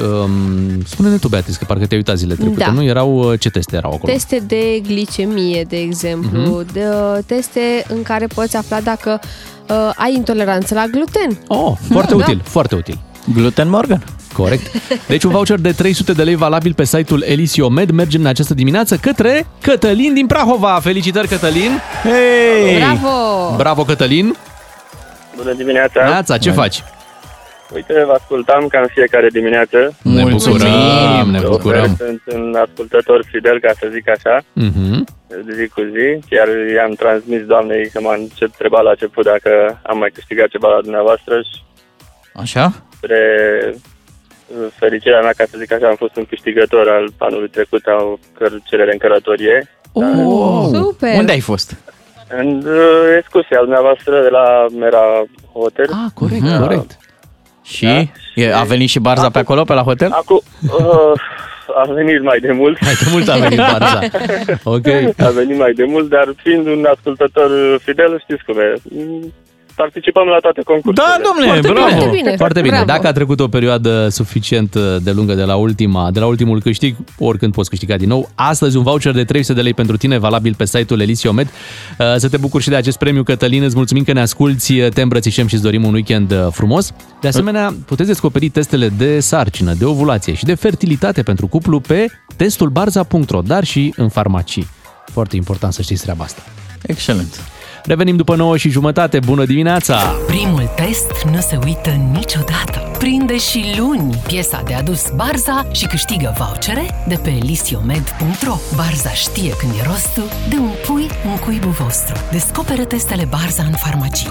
Speaker 3: spune-ne tu, Beatriz, că parcă te-ai uitat zile trecute,
Speaker 5: Da.
Speaker 3: nu? Erau, uh, ce teste erau acolo? Mhm.
Speaker 5: Teste de glicemie, de exemplu, de, uh, teste în care poți afla dacă uh, ai intoleranță la gluten.
Speaker 3: Oh, Foarte
Speaker 5: da.
Speaker 3: util, foarte util. Gluten Morgan. Corect. Deci un voucher de 300 de lei valabil pe site-ul Elisiomed. Mergem în această dimineață către Cătălin din Prahova. Felicitări, Cătălin! Hei!
Speaker 5: Bravo!
Speaker 3: Bravo, Cătălin!
Speaker 21: Bună dimineața!
Speaker 3: Neața, ce faci?
Speaker 21: Uite, vă ascultam ca în fiecare dimineață.
Speaker 3: Ne bucurăm, ne bucurăm.
Speaker 21: Sunt un ascultător fidel, ca să zic așa,
Speaker 3: Mhm.
Speaker 21: de zi cu zi. Chiar i-am transmis doamnei că m-a întrebat la început dacă am mai câștigat ceva la dumneavoastră și
Speaker 4: Așa?
Speaker 21: spre fericirea mea, ca să zic așa, am fost un câștigător al anului trecut al căr- cerere în cărătorie.
Speaker 4: Oh,
Speaker 5: Super!
Speaker 4: Unde ai fost?
Speaker 21: În uh, excursia dumneavoastră de la Mera Hotel. Ah, corect,
Speaker 4: Mhm. corect. Și? E, a venit și Barza pe acolo, pe la hotel?
Speaker 21: Acum, uh, a venit mai de mult. Mai
Speaker 3: de mult
Speaker 4: a venit Barza.
Speaker 3: Ok.
Speaker 4: Da.
Speaker 21: A venit mai de mult, dar fiind un ascultător fidel, știți cum e. Mm, Participăm la toate concursurile.
Speaker 3: Da, domnule,
Speaker 21: Foarte
Speaker 3: Foarte bine. Foarte bine. Dacă a trecut o perioadă suficient uh, de lungă de la ultima, de la ultimul câștig, oricând poți câștiga din nou. Astăzi un voucher de 300 de lei pentru tine, valabil pe site-ul Elisiomed. Uh, Să te bucuri și de acest premiu, Cătălin. Îți mulțumim că ne asculti, uh, te îmbrățișăm și îți dorim un weekend uh, frumos. De asemenea, puteți descoperi testele de sarcină, de ovulație și de fertilitate pentru cuplu pe testul barza.ro, dar și în farmacii. Foarte important să știți treaba asta.
Speaker 4: Excelent.
Speaker 3: Revenim după 9 și jumătate. Bună dimineața!
Speaker 1: Primul test nu se uită niciodată. Prinde și luni piesa de adus Barza și câștigă vouchere de pe elisiomed.ro. Barza știe când e rostul de un pui în cuibul vostru. Descoperă testele Barza în farmacii.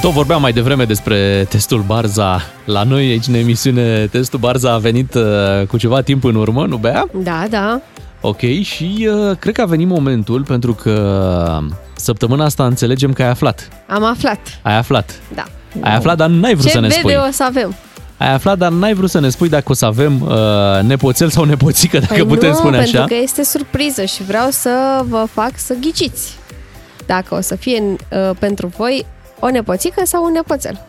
Speaker 3: Tot vorbeam mai devreme despre testul Barza la noi aici în emisiune. Testul Barza a venit uh, cu ceva timp în urmă, nu Bea?
Speaker 5: Da, da.
Speaker 3: Ok, și uh, cred că a venit momentul pentru că săptămâna asta înțelegem că ai aflat.
Speaker 5: Am aflat.
Speaker 3: Ai aflat.
Speaker 5: Da.
Speaker 3: Ai aflat, dar n-ai vrut
Speaker 5: Ce
Speaker 3: să ne spui.
Speaker 5: vede o să avem?
Speaker 3: Ai aflat, dar n-ai vrut să ne spui dacă o să avem uh, nepoțel sau nepoțică, dacă putem
Speaker 5: Păi nu,
Speaker 3: spune
Speaker 5: pentru
Speaker 3: așa.
Speaker 5: că este surpriză și vreau să vă fac să ghiciți dacă o să fie uh, pentru voi o nepoțică sau un nepoțel.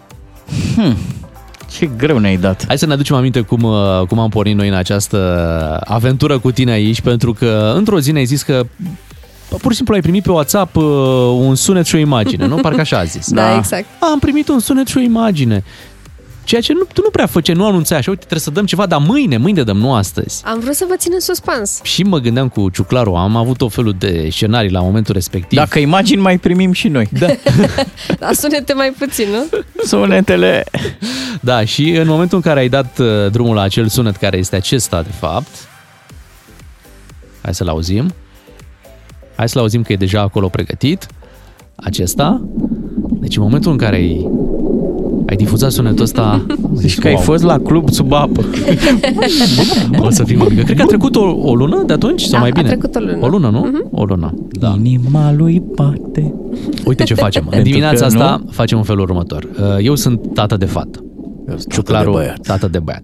Speaker 4: Ce greu ne-ai dat.
Speaker 3: Hai să ne aducem aminte cum, uh, cum am pornit noi în această aventură cu tine aici, pentru că într-o zi ne-ai zis că pur și simplu ai primit pe WhatsApp uh, un sunet și o imagine, nu? Parcă așa a zis.
Speaker 5: Da, exact.
Speaker 3: Am primit un sunet și o imagine. Ceea ce nu, tu nu prea făceai, nu anunțai așa, uite, trebuie să dăm ceva, dar mâine, mâine dăm, nu astăzi.
Speaker 5: Am vrut să vă țin în suspans.
Speaker 3: Și mă gândeam cu Ciuclaru, am avut tot felul de scenarii la momentul respectiv. Dacă imagini, mai primim și noi. Da.
Speaker 5: Dar sunete mai puțin, nu?
Speaker 3: Sunetele. Da, și în momentul în care ai dat uh, drumul la acel sunet care este acesta, de fapt, hai să-l auzim. Hai să-l auzim că e deja acolo pregătit. Acesta. Deci în momentul în care ai, ai difuzat sunetul ăsta... Zici
Speaker 4: că ai fost
Speaker 3: la club sub apă. o să fii mă mică. Cred că a trecut o, o lună de atunci, sau
Speaker 5: Da,
Speaker 3: mai
Speaker 5: a
Speaker 3: bine?
Speaker 5: trecut o lună. Mhm.
Speaker 3: O lună, nu? O lună, da. Inima lui bate. Uite ce facem. În
Speaker 4: Pentru
Speaker 3: dimineața
Speaker 4: că nu-
Speaker 3: asta facem în felul următor. Uh, Eu sunt tată de fată. Ciuclaru, tată
Speaker 4: de
Speaker 3: de,
Speaker 4: băiat.
Speaker 3: tată de băiat.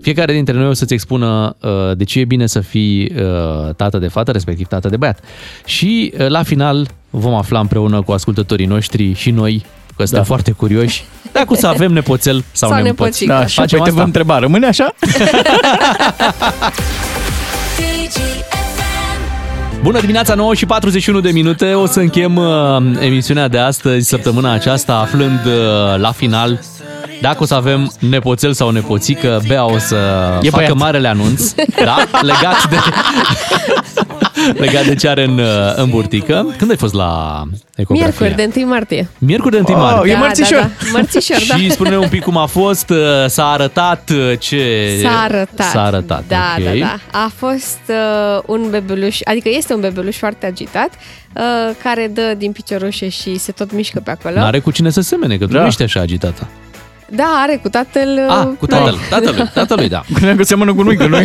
Speaker 3: Fiecare dintre noi o să-ți expună uh, de ce e bine să fii uh, tată de fată, respectiv tată de băiat. Și uh, la final vom afla împreună cu ascultătorii noștri și noi, că suntem
Speaker 4: Da.
Speaker 3: foarte curioși, dacă o să avem nepoțel sau,
Speaker 4: Sau
Speaker 3: nepoțică.
Speaker 4: nepoțică. Da, și apoi te vom
Speaker 3: întreba, rămâne așa? Bună dimineața, 9 și 41 de minute. O să încheiem uh, emisiunea de astăzi, săptămâna aceasta, aflând uh, la final dacă o să avem nepoțel sau nepoțică. Bea o să
Speaker 4: E
Speaker 3: facă
Speaker 4: băiat.
Speaker 3: marele anunț, da? Legat de, legat de ce are în, uh, în burtică. Când ai fost la ecografie?
Speaker 5: Miercuri, de 1 martie.
Speaker 3: Miercuri de 1 martie.
Speaker 5: Da, Da, da. Mărțișor, da.
Speaker 3: Și spune un pic cum a fost, uh, s-a arătat uh, ce...
Speaker 5: S-a arătat.
Speaker 3: S-a arătat,
Speaker 5: Da,
Speaker 3: ok.
Speaker 5: da, da. A fost uh, un bebeluș, adică este un bebeluș foarte agitat, uh, care dă din piciorușe și se tot mișcă pe acolo.
Speaker 3: N-are cu cine să semene, că tu nu ești așa agitată.
Speaker 5: Da, are cu tatăl... uh,
Speaker 3: A, Ah, cu tatăl, tatălui, tatălui, da. Credeam că seamănă cu noi, că noi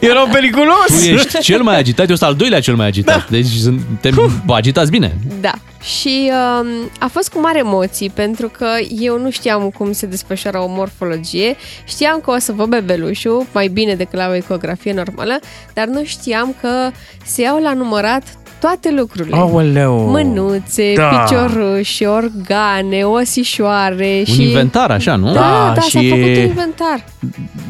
Speaker 4: Erau periculos!
Speaker 3: Tu ești cel mai agitat, eu sunt al doilea cel mai agitat. Da. Deci suntem agitați bine.
Speaker 5: Da. Și um, a fost cu mare emoții, pentru că eu nu știam cum se desfășoară o morfologie. Știam că o să vă bebelușul, mai bine decât la o ecografie normală, dar nu știam că se iau la numărat toate lucrurile.
Speaker 20: Aoleu.
Speaker 5: Mânuțe,
Speaker 3: Da.
Speaker 5: picioruși, organe, osișoare
Speaker 4: Un
Speaker 5: și...
Speaker 4: inventar, așa, nu?
Speaker 5: Da, da,
Speaker 4: Da,
Speaker 5: da s-a
Speaker 4: și-
Speaker 5: făcut un inventar.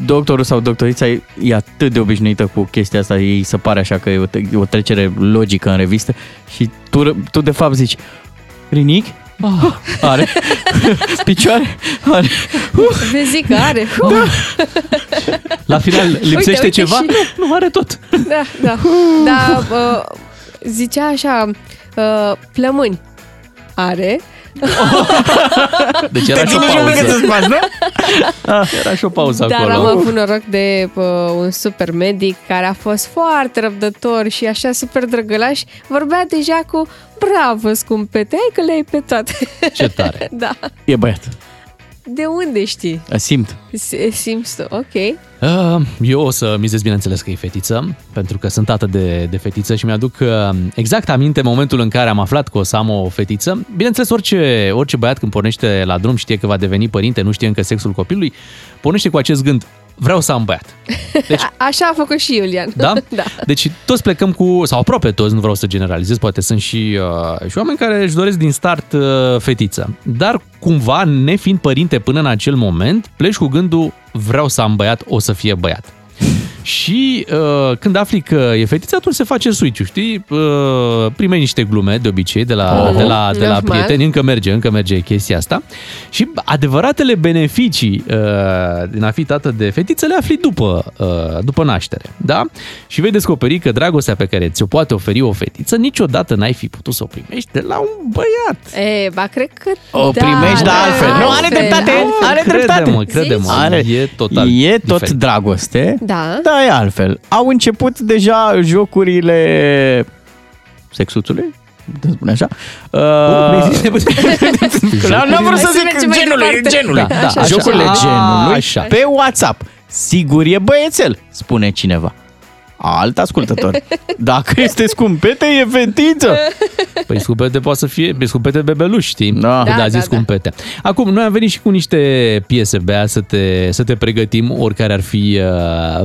Speaker 4: Doctorul sau doctorița e e atât de obișnuită cu chestia asta, ei se pare așa că e o, te- e o trecere logică în revistă și tu, r- tu de fapt zici, rinic? Ah, are picioare? Are.
Speaker 5: Vezi zic că are.
Speaker 4: Da.
Speaker 3: La final lipsește
Speaker 5: uite
Speaker 3: ceva?
Speaker 5: și-
Speaker 3: Nu, nu, are tot.
Speaker 5: Da, da. da uh, zicea așa, uh, plămâni are.
Speaker 3: Deci era
Speaker 4: Te
Speaker 3: și o
Speaker 4: gândești un
Speaker 3: pauză.
Speaker 4: pic să-ți faci, nu? Ah,
Speaker 3: Era și o pauză
Speaker 5: Dar
Speaker 3: acolo.
Speaker 5: am avut noroc de uh, un super medic care a fost foarte răbdător și așa super drăgălaș. Vorbea deja cu, bravo scumpete, hai că le-ai pe toate.
Speaker 4: Ce tare.
Speaker 5: da.
Speaker 4: E băiat,
Speaker 5: De unde știi?
Speaker 4: simt.
Speaker 5: Se- Simți tu, ok.
Speaker 3: Uh, Eu o să mizez, bineînțeles, că e fetiță, pentru că sunt tată de, de fetiță și mi-aduc uh, exact aminte momentul în care am aflat că o să am o fetiță. Bineînțeles, orice, orice băiat când pornește la drum știe că va deveni părinte, nu știe încă sexul copilului, pornește cu acest gând, vreau să am băiat. Deci,
Speaker 5: A- așa a făcut și Iulian.
Speaker 3: da?
Speaker 5: da.
Speaker 3: Deci toți plecăm cu, sau aproape toți, nu vreau să generalizez, poate sunt și, uh, și oameni care își doresc din start uh, fetiță. Dar cumva, nefiind părinte până în acel moment, pleci cu gândul vreau să am băiat, o să fie băiat. Și uh, când afli că e fetiță, atunci se face switch știi? Uh, primești niște glume, de obicei, de la,
Speaker 20: Oh.
Speaker 3: de la, de la
Speaker 20: Normal.
Speaker 3: prieteni, încă merge, încă merge chestia asta. Și adevăratele beneficii uh, din a fi tată de fetiță le afli după, uh, după naștere, da? Și vei descoperi că dragostea pe care ți-o poate oferi o fetiță, niciodată n-ai fi putut să o primești de la un băiat.
Speaker 5: E, ba, cred că
Speaker 4: O
Speaker 5: da,
Speaker 4: primești, dar
Speaker 5: da,
Speaker 4: altfel. Nu, are dreptate, are dreptate.
Speaker 3: Crede-mă, crede-mă,
Speaker 4: Are,
Speaker 3: e total
Speaker 4: E tot
Speaker 3: diferit.
Speaker 4: dragoste,
Speaker 5: Da.
Speaker 4: dar e altfel. Au început deja jocurile sexuțului, putem spune așa.
Speaker 3: Oh,
Speaker 4: Uh, nu am vrut să
Speaker 9: Hai să mergem
Speaker 4: zic genului,
Speaker 9: mai Păi, departe.
Speaker 4: genului.
Speaker 9: Da, da, așa.
Speaker 4: Jocurile
Speaker 9: A,
Speaker 4: genului
Speaker 9: așa.
Speaker 4: pe WhatsApp. Sigur e băiețel, spune cineva. Alt ascultător. Dacă este scumpete, e fetiță.
Speaker 3: Păi scumpete poate să fie, păi, scumpete bebeluș, știi? Da,
Speaker 4: Da,
Speaker 3: da, zis
Speaker 4: da,
Speaker 3: da, scumpete. Acum, noi am venit și cu niște piese, Bea, să te, să te pregătim, oricare ar fi uh,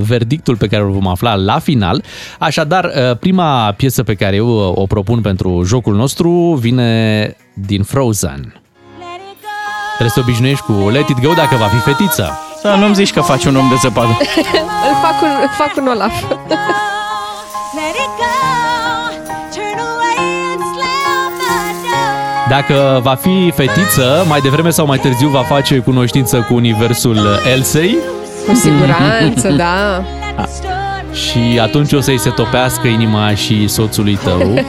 Speaker 3: verdictul pe care îl vom afla la final. Așadar, uh, prima piesă pe care eu uh, o propun pentru jocul nostru vine din Frozen. Trebuie să te obișnuiești cu Let It Go dacă va fi fetiță.
Speaker 4: Să nu-mi zici că faci un om de zăpadă.
Speaker 5: Îl fac un, fac un Olaf.
Speaker 3: Dacă va fi fetiță, mai devreme sau mai târziu va face cunoștință cu universul Elsei.
Speaker 5: Cu siguranță, da.
Speaker 3: Și atunci o să-i se topească inima și soțului tău.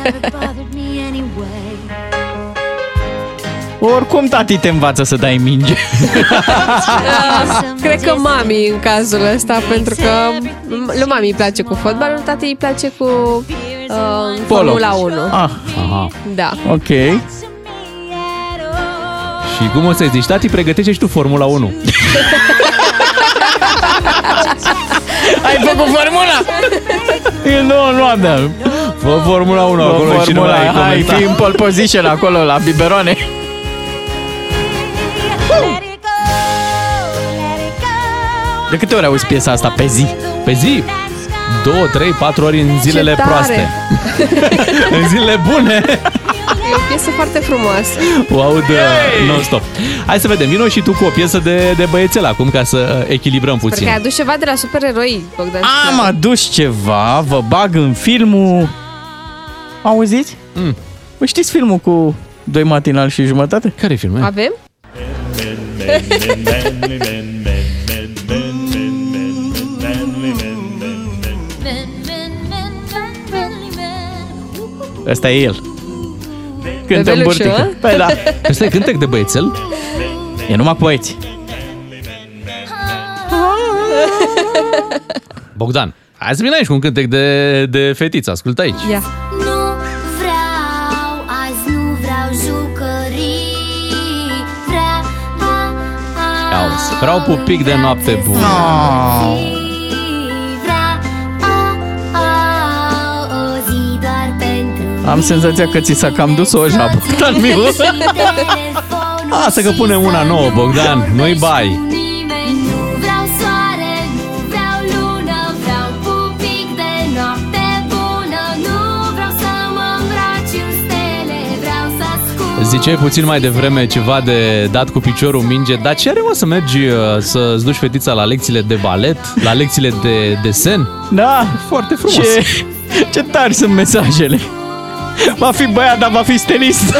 Speaker 4: Oricum, tati te învață să dai minge.
Speaker 5: Cred că mami în cazul ăsta, pentru că m- lui mami îi place cu fotbalul, tatăi îi place cu uh, Formula 1.
Speaker 4: Ah.
Speaker 3: Aha.
Speaker 5: Da.
Speaker 4: Ok.
Speaker 3: Și cum o să-i zici, tati, pregătește și tu Formula 1.
Speaker 4: Ai făcut formula? E nu, nu abia.
Speaker 3: Fă Formula 1
Speaker 4: acolo
Speaker 3: și nu
Speaker 4: formula,
Speaker 3: mai ai
Speaker 4: Hai,
Speaker 3: comentat. Da.
Speaker 4: fi în pole position acolo, la biberoane. De câte ori auzi piesa asta pe zi?
Speaker 3: Pe zi? 2, 3, 4 ori în zilele
Speaker 5: Ce tare!
Speaker 3: proaste. în zilele bune
Speaker 5: E o piesă foarte frumoasă.
Speaker 3: o aud uh, non-stop. Hai să vedem, vino și tu cu o piesă de, de băiețel acum ca să uh, echilibrăm
Speaker 5: Sper că
Speaker 3: puțin.
Speaker 5: ai adus ceva de la supereroi, Bogdan.
Speaker 4: Am adus ceva, vă bag în filmul... Auziți? Păi
Speaker 3: Mm.
Speaker 4: Știți filmul cu doi matinal și jumătate?
Speaker 3: Care film?
Speaker 5: Avem?
Speaker 4: Ăsta e el. Cântă în
Speaker 3: Bebelușul,
Speaker 4: burtică.
Speaker 3: a?
Speaker 4: Păi da.
Speaker 3: Ăsta e cântec de băiețel?
Speaker 4: E numai cu băieți.
Speaker 3: Bogdan, hai să vină aici cu un cântec de, de fetiță, ascultă aici.
Speaker 5: Ia.
Speaker 11: Nu vreau, azi nu vreau jucării Vreau,
Speaker 3: Auzi, vreau pupic de noapte bun.
Speaker 11: vreau o zi doar pentru
Speaker 4: Am senzația că ți s-a cam dus o jabă. Bogdan Miu.
Speaker 3: Asta că punem una nouă, Bogdan. Noi bai.
Speaker 11: nimeni Nu vreau soare, nu vreau lună Vreau pupic de noapte bună Nu vreau să mă
Speaker 3: Ziceai puțin mai devreme ceva de dat cu piciorul în minge, dar ce are mă să mergi uh, să-ți duci fetița la lecțiile de balet, la lecțiile de desen?
Speaker 4: Da,
Speaker 3: foarte frumos.
Speaker 4: Ce, ce tari sunt mesajele. Va fi băiat, dar va fi stelist.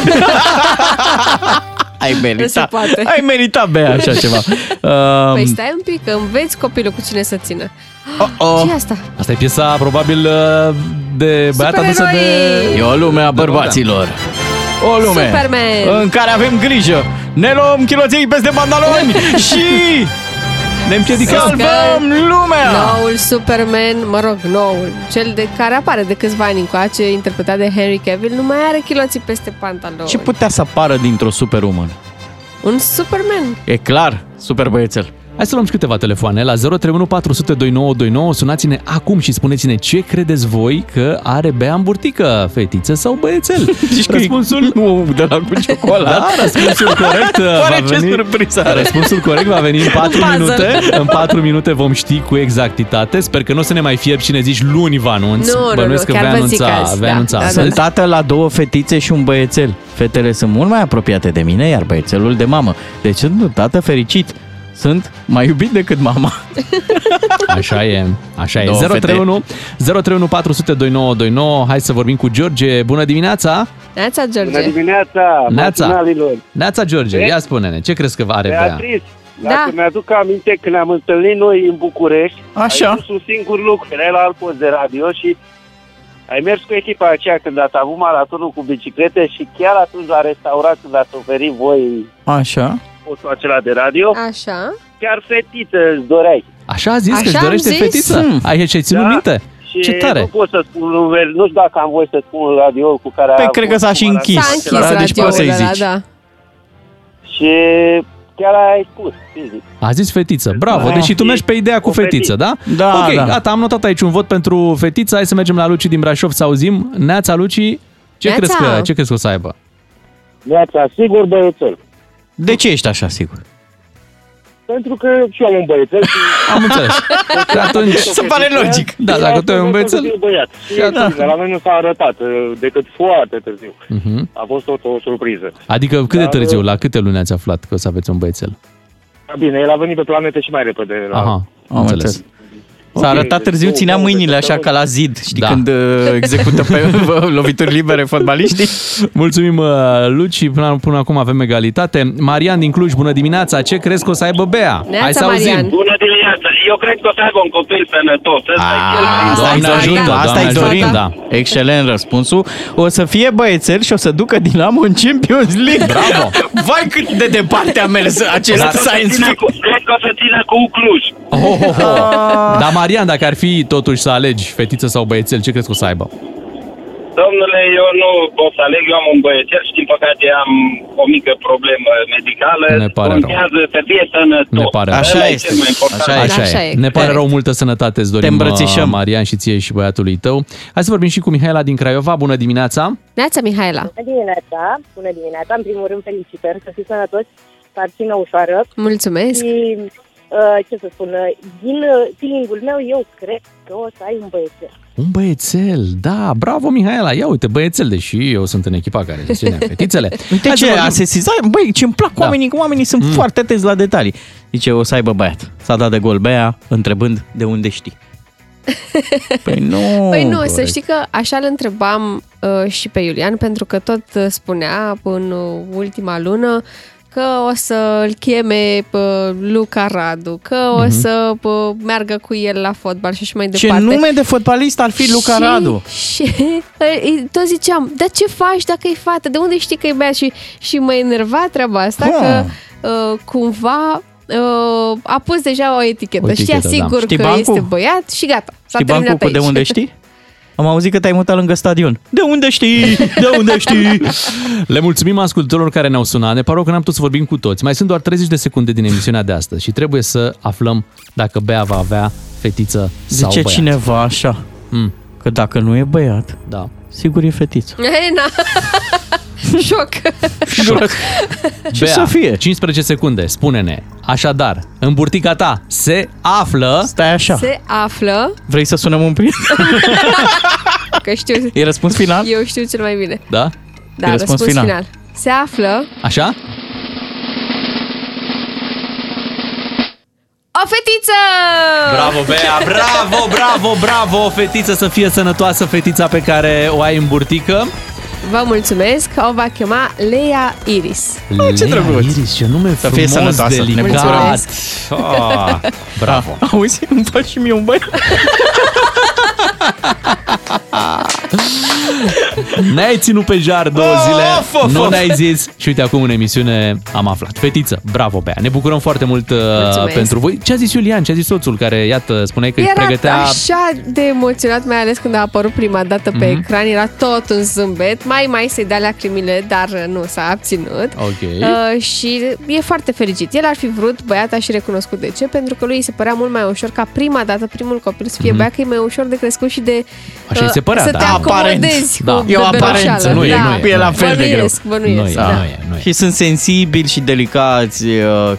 Speaker 4: Ai meritat.
Speaker 5: poate.
Speaker 4: Ai meritat, Bea, așa ceva. Um,
Speaker 5: Păi stai un pic, că înveți copilul cu cine să țină.
Speaker 4: Oh.
Speaker 5: ce e asta?
Speaker 3: Asta e piesa probabil uh, de băiat adusă de...
Speaker 5: Supereroi!
Speaker 4: E o lume a bărbaților. O lume
Speaker 5: Superman.
Speaker 4: în care avem grijă. Ne luăm chiloții peste pantaloni și ne împiedicăm.
Speaker 5: Salvăm
Speaker 4: lumea!
Speaker 5: Noul Superman, mă rog, noul, cel de care apare de câțiva ani încoace, interpretat de Henry Cavill, nu mai are chiloții peste pantaloni.
Speaker 4: Ce putea să apară dintr-o superwoman?
Speaker 5: Un Superman.
Speaker 4: E clar, super băiețel.
Speaker 3: Hai să luăm și câteva telefoane la 031 400 2929. Sunați-ne acum și spuneți-ne ce credeți voi că are Bea în burtică, fetiță sau băiețel?
Speaker 4: Răspunsul nu de la cu ciocolată.
Speaker 3: Da, răspunsul corect uh,
Speaker 4: Oare
Speaker 3: va
Speaker 4: ce
Speaker 3: veni...
Speaker 4: surpriză are?
Speaker 3: Răspunsul corect va veni în 4
Speaker 4: Un puzzle.
Speaker 3: minute. În 4 minute vom ști cu exactitate. Sper că nu o să ne mai fierbi și ne zici luni vă anunț.
Speaker 5: Nu, nu, nu,
Speaker 3: Bănuiesc că
Speaker 5: chiar
Speaker 3: vei
Speaker 5: vă
Speaker 3: anunța,
Speaker 5: zic azi,
Speaker 3: vei
Speaker 5: da,
Speaker 3: anunța
Speaker 5: da, da,
Speaker 3: astăzi.
Speaker 4: Sunt tată la două fetițe și un băiețel. Fetele sunt mult mai apropiate de mine, iar băiețelul de mamă. Deci sunt un tată fericit. Sunt mai iubit decât mama.
Speaker 3: Așa e, așa e.
Speaker 4: Două
Speaker 3: 031 031 400 2929. Hai să vorbim cu George. Bună dimineața!
Speaker 5: Neața,
Speaker 12: Bună
Speaker 5: George.
Speaker 12: dimineața,
Speaker 3: Neața.
Speaker 12: matinalilor.
Speaker 3: Neața, George,
Speaker 12: Be-
Speaker 3: ia spune-ne, ce crezi că are Bea?
Speaker 12: Beatrice, dacă
Speaker 4: Da.
Speaker 12: mi-aduc aminte când ne-am întâlnit noi în București,
Speaker 4: Așa.
Speaker 12: ai pus un singur lucru, erai la alt post de radio și ai mers cu echipa aceea când ați avut maratonul cu biciclete și chiar atunci la restaurat când ați oferit voi
Speaker 4: Așa.
Speaker 12: postul acela de radio,
Speaker 5: Așa.
Speaker 12: chiar fetiță îți doreai.
Speaker 3: Așa a zis
Speaker 12: Așa
Speaker 3: că își
Speaker 12: am
Speaker 3: dorește
Speaker 12: zis.
Speaker 3: fetiță?
Speaker 12: Hmm.
Speaker 3: Ai ce ai ținut
Speaker 12: Da.
Speaker 3: minte?
Speaker 12: Și
Speaker 3: Ce tare!
Speaker 12: nu pot să spun numele, nu știu dacă am voie să spun radio cu care
Speaker 4: Păi
Speaker 12: a
Speaker 4: cred că
Speaker 12: fost
Speaker 4: s-a și
Speaker 12: maratonul
Speaker 4: închis.
Speaker 12: acela.
Speaker 4: S-a închis Deci poți să-i radioul ăla, zici. da.
Speaker 12: Și chiar ai spus, fizic.
Speaker 3: A zis fetiță, bravo,
Speaker 12: Da.
Speaker 3: deci și tu mergi pe ideea cu
Speaker 12: O
Speaker 3: fetiță, da?
Speaker 12: Da,
Speaker 3: Ok,
Speaker 12: da.
Speaker 3: gata, am notat aici un vot pentru fetiță, hai să mergem la Luci din Brașov să auzim. Neața, Luci, ce,
Speaker 12: Neața.
Speaker 3: crezi că, ce crezi că o să aibă?
Speaker 12: Neața, sigur băiețel.
Speaker 4: De ce ești așa sigur?
Speaker 12: Pentru că și eu am un băiețel și...
Speaker 3: Am înțeles. Și atunci...
Speaker 12: Se pare logic.
Speaker 3: Da, dacă tu ai un băiețel...
Speaker 12: băiat. Și atunci, la noi nu s-a arătat uh, decât foarte târziu.
Speaker 3: Mhm.
Speaker 12: A fost tot o surpriză.
Speaker 3: Adică cât de
Speaker 12: Dar,
Speaker 3: târziu, la câte luni ați aflat că o să aveți un băiețel?
Speaker 12: Bine, el a venit pe planete și mai repede. La...
Speaker 3: Aha, am înțeles.
Speaker 4: S-a arătat târziu, ținea mâinile așa ca la zid, știi, da. când uh, execută pe lovituri libere fotbaliștii.
Speaker 3: Mulțumim, uh, Luci. Până, până acum avem egalitate. Marian din Cluj, bună dimineața. Ce crezi că o să aibă Bea? Hai să auzim.
Speaker 17: Bună dimineața! Eu cred că o să aibă un copil sănătos. Ăsta
Speaker 3: Ah,
Speaker 17: e cel mai important.
Speaker 4: Asta îi dorim,
Speaker 17: Da.
Speaker 4: asta îi
Speaker 17: Doamne
Speaker 4: dorim.
Speaker 17: ajută.
Speaker 4: Da. Excelent răspunsul. O să fie băiețel și o să ducă Dinamo în Champions League.
Speaker 17: Bravo.
Speaker 4: Vai cât de departe a mers acest
Speaker 17: Cred că o să
Speaker 4: science
Speaker 17: țină
Speaker 4: fiction.
Speaker 17: cu- Cred că o să țină cu Cluj.
Speaker 3: Oh, oh, oh. Dar, Marian, dacă ar fi totuși să alegi fetiță sau băiețel, ce crezi că o să aibă?
Speaker 17: Domnule, eu nu pot să aleg, eu am un băiețel și din păcate am o mică problemă medicală.
Speaker 3: Ne pare rău.
Speaker 17: Contează să fie sănătos.
Speaker 3: Ne pare rău.
Speaker 17: Ăla
Speaker 3: Așa
Speaker 17: e cel mai important.
Speaker 3: Așa, e. Ne pare rău, multă sănătate îți dorim,
Speaker 4: Te îmbrățișăm.
Speaker 3: uh, Marian, și ție și băiatului tău. Hai să vorbim și cu Mihaela din Craiova. Bună dimineața!
Speaker 5: Neața, Mihaela.
Speaker 11: Bună dimineața! Bună dimineața! În primul rând, felicitări să fiți sănătoți, sarcină ușoară.
Speaker 5: Mulțumesc.
Speaker 11: Și, uh, ce să spun, uh, din uh, feeling-ul meu, eu cred că o să ai un băiețel.
Speaker 3: Un băiețel, da, bravo Mihaela, ia uite, băiețel, deși eu sunt în echipa care le ține fetițele.
Speaker 4: Uite
Speaker 3: Hai să
Speaker 4: ce
Speaker 3: vorbim-
Speaker 4: a sesizat, băi, ce îmi plac da. oamenii, că oamenii sunt mm. foarte atenți la detalii. Zice, o să aibă băiat. S-a dat de gol Bea, întrebând de unde știi. Păi nu.
Speaker 5: Păi nu, să știi că așa îl întrebam uh, și pe Iulian, pentru că tot uh, spunea până ultima lună că o să îl cheme uh, Luca Radu, că o
Speaker 4: Mhm.
Speaker 5: să uh, meargă cu el la fotbal și așa mai
Speaker 4: Ce
Speaker 5: departe.
Speaker 4: nume de fotbalist ar fi Luca
Speaker 5: și,
Speaker 4: Radu?
Speaker 5: Și păi, îi- tot ziceam, dar ce faci dacă e fată? De unde știi că e băiat? Și, și mă enerva treaba asta
Speaker 4: Ha.
Speaker 5: că uh, cumva uh, a pus deja o etichetă.
Speaker 4: O etichetă,
Speaker 5: Știa
Speaker 4: da.
Speaker 5: sigur
Speaker 4: Știi
Speaker 5: că
Speaker 4: bancul?
Speaker 5: este băiat și gata. S-a
Speaker 4: Știi
Speaker 5: terminat
Speaker 4: bancul cu
Speaker 5: aici.
Speaker 4: de unde știi? Am auzit că te-ai mutat lângă stadion. De unde știi? De unde știi?
Speaker 3: Le mulțumim ascultătorilor care ne-au sunat. Ne pare rău că n-am putut să vorbim cu toți. Mai sunt doar 30 de secunde din emisiunea de astăzi și trebuie să aflăm dacă Bea va avea fetiță sau
Speaker 4: Zice
Speaker 3: băiat.
Speaker 4: cineva așa,
Speaker 3: mm.
Speaker 4: că dacă nu e băiat,
Speaker 3: da.
Speaker 4: sigur e fetiță.
Speaker 5: Eh, na. Șoc.
Speaker 3: Șoc.
Speaker 4: Ce să
Speaker 3: fie? 15 secunde, spune-ne. Așadar, în burtica ta se află...
Speaker 4: Stai așa.
Speaker 5: Se află
Speaker 4: Vrei să sunăm un prieten?
Speaker 5: că știu.
Speaker 4: E răspuns final?
Speaker 5: Eu știu cel mai bine.
Speaker 3: Da?
Speaker 5: Da, răspuns, final. Se află
Speaker 3: Așa?
Speaker 5: o fetiță!
Speaker 3: Bravo, Bea! Bravo, bravo, bravo! O fetiță să fie sănătoasă, fetița pe care o ai în burtică.
Speaker 5: Vă mulțumesc, o va chema Leia Iris.
Speaker 3: ce drăguț! Iris, ce nume
Speaker 4: Să fie
Speaker 3: frumos,
Speaker 4: sănătoasă, ne
Speaker 3: delicat.
Speaker 4: mulțumesc.
Speaker 3: Ah, bravo!
Speaker 4: Auzi, îmi faci și mie un băi?
Speaker 3: Ne-ai ținut pe jar două
Speaker 20: Ah,
Speaker 4: Of,
Speaker 3: zile,
Speaker 4: of,
Speaker 3: nu
Speaker 4: of.
Speaker 3: ne-ai zis și uite acum în emisiune am aflat. Fetiță, bravo Bea, ne bucurăm foarte mult uh,
Speaker 5: Mulțumesc.
Speaker 3: pentru voi. Ce a zis Iulian, ce a zis soțul care, iată, spuneai că îi
Speaker 5: Era
Speaker 3: pregătea...
Speaker 5: așa de emoționat, mai ales când a apărut prima dată pe
Speaker 3: Mhm.
Speaker 5: ecran, era tot un zâmbet, mai mai se dea lacrimile, dar uh, nu s-a abținut.
Speaker 3: Ok.
Speaker 5: Uh, și e foarte fericit. El ar fi vrut băiata și recunoscut de ce, pentru că lui îi se părea mult mai ușor ca prima dată primul copil să fie
Speaker 3: Mhm.
Speaker 5: băiat, că e mai ușor de crescut și de uh,
Speaker 3: Așa îi se părea,
Speaker 5: să
Speaker 3: da.
Speaker 5: te acomodezi
Speaker 3: Da.
Speaker 5: cu
Speaker 4: E o
Speaker 5: bebelușală.
Speaker 4: aparență,
Speaker 5: da.
Speaker 4: nu e, nu e, e la fel de greu.
Speaker 5: Bănuiesc, bănuiesc, da.
Speaker 3: nu e.
Speaker 4: Și sunt sensibili și delicați, uh,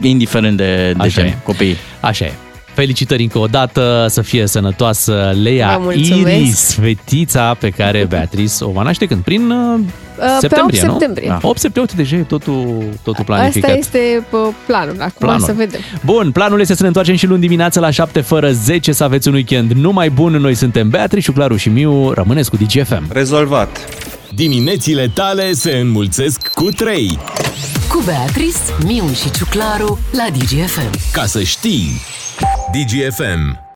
Speaker 4: indiferent de, de
Speaker 3: Așa
Speaker 4: ce,
Speaker 3: e.
Speaker 4: copiii.
Speaker 3: Așa e. Felicitări încă o dată, să fie sănătoasă Lea
Speaker 5: Vă mulțumesc.
Speaker 3: Iris, fetița pe care Beatrice o va naște când? Prin uh,
Speaker 5: pe 8
Speaker 3: septembrie, nu?
Speaker 5: septembrie.
Speaker 3: Da. 8 septembrie, uite, deja e totul, totul planificat.
Speaker 5: Asta este pă, planul, acum
Speaker 3: Planul.
Speaker 5: să vedem.
Speaker 3: Bun, planul este să ne întoarcem și luni dimineața la 7 fără 10 să aveți un weekend numai bun. Noi suntem Beatrice, Claru și Miu. Rămâneți cu DGFM.
Speaker 2: Rezolvat. Diminețile tale se înmulțesc cu 3.
Speaker 1: Cu Beatrice, Miu și Ciuclaru la DGFM.
Speaker 2: Ca să știi. DGFM.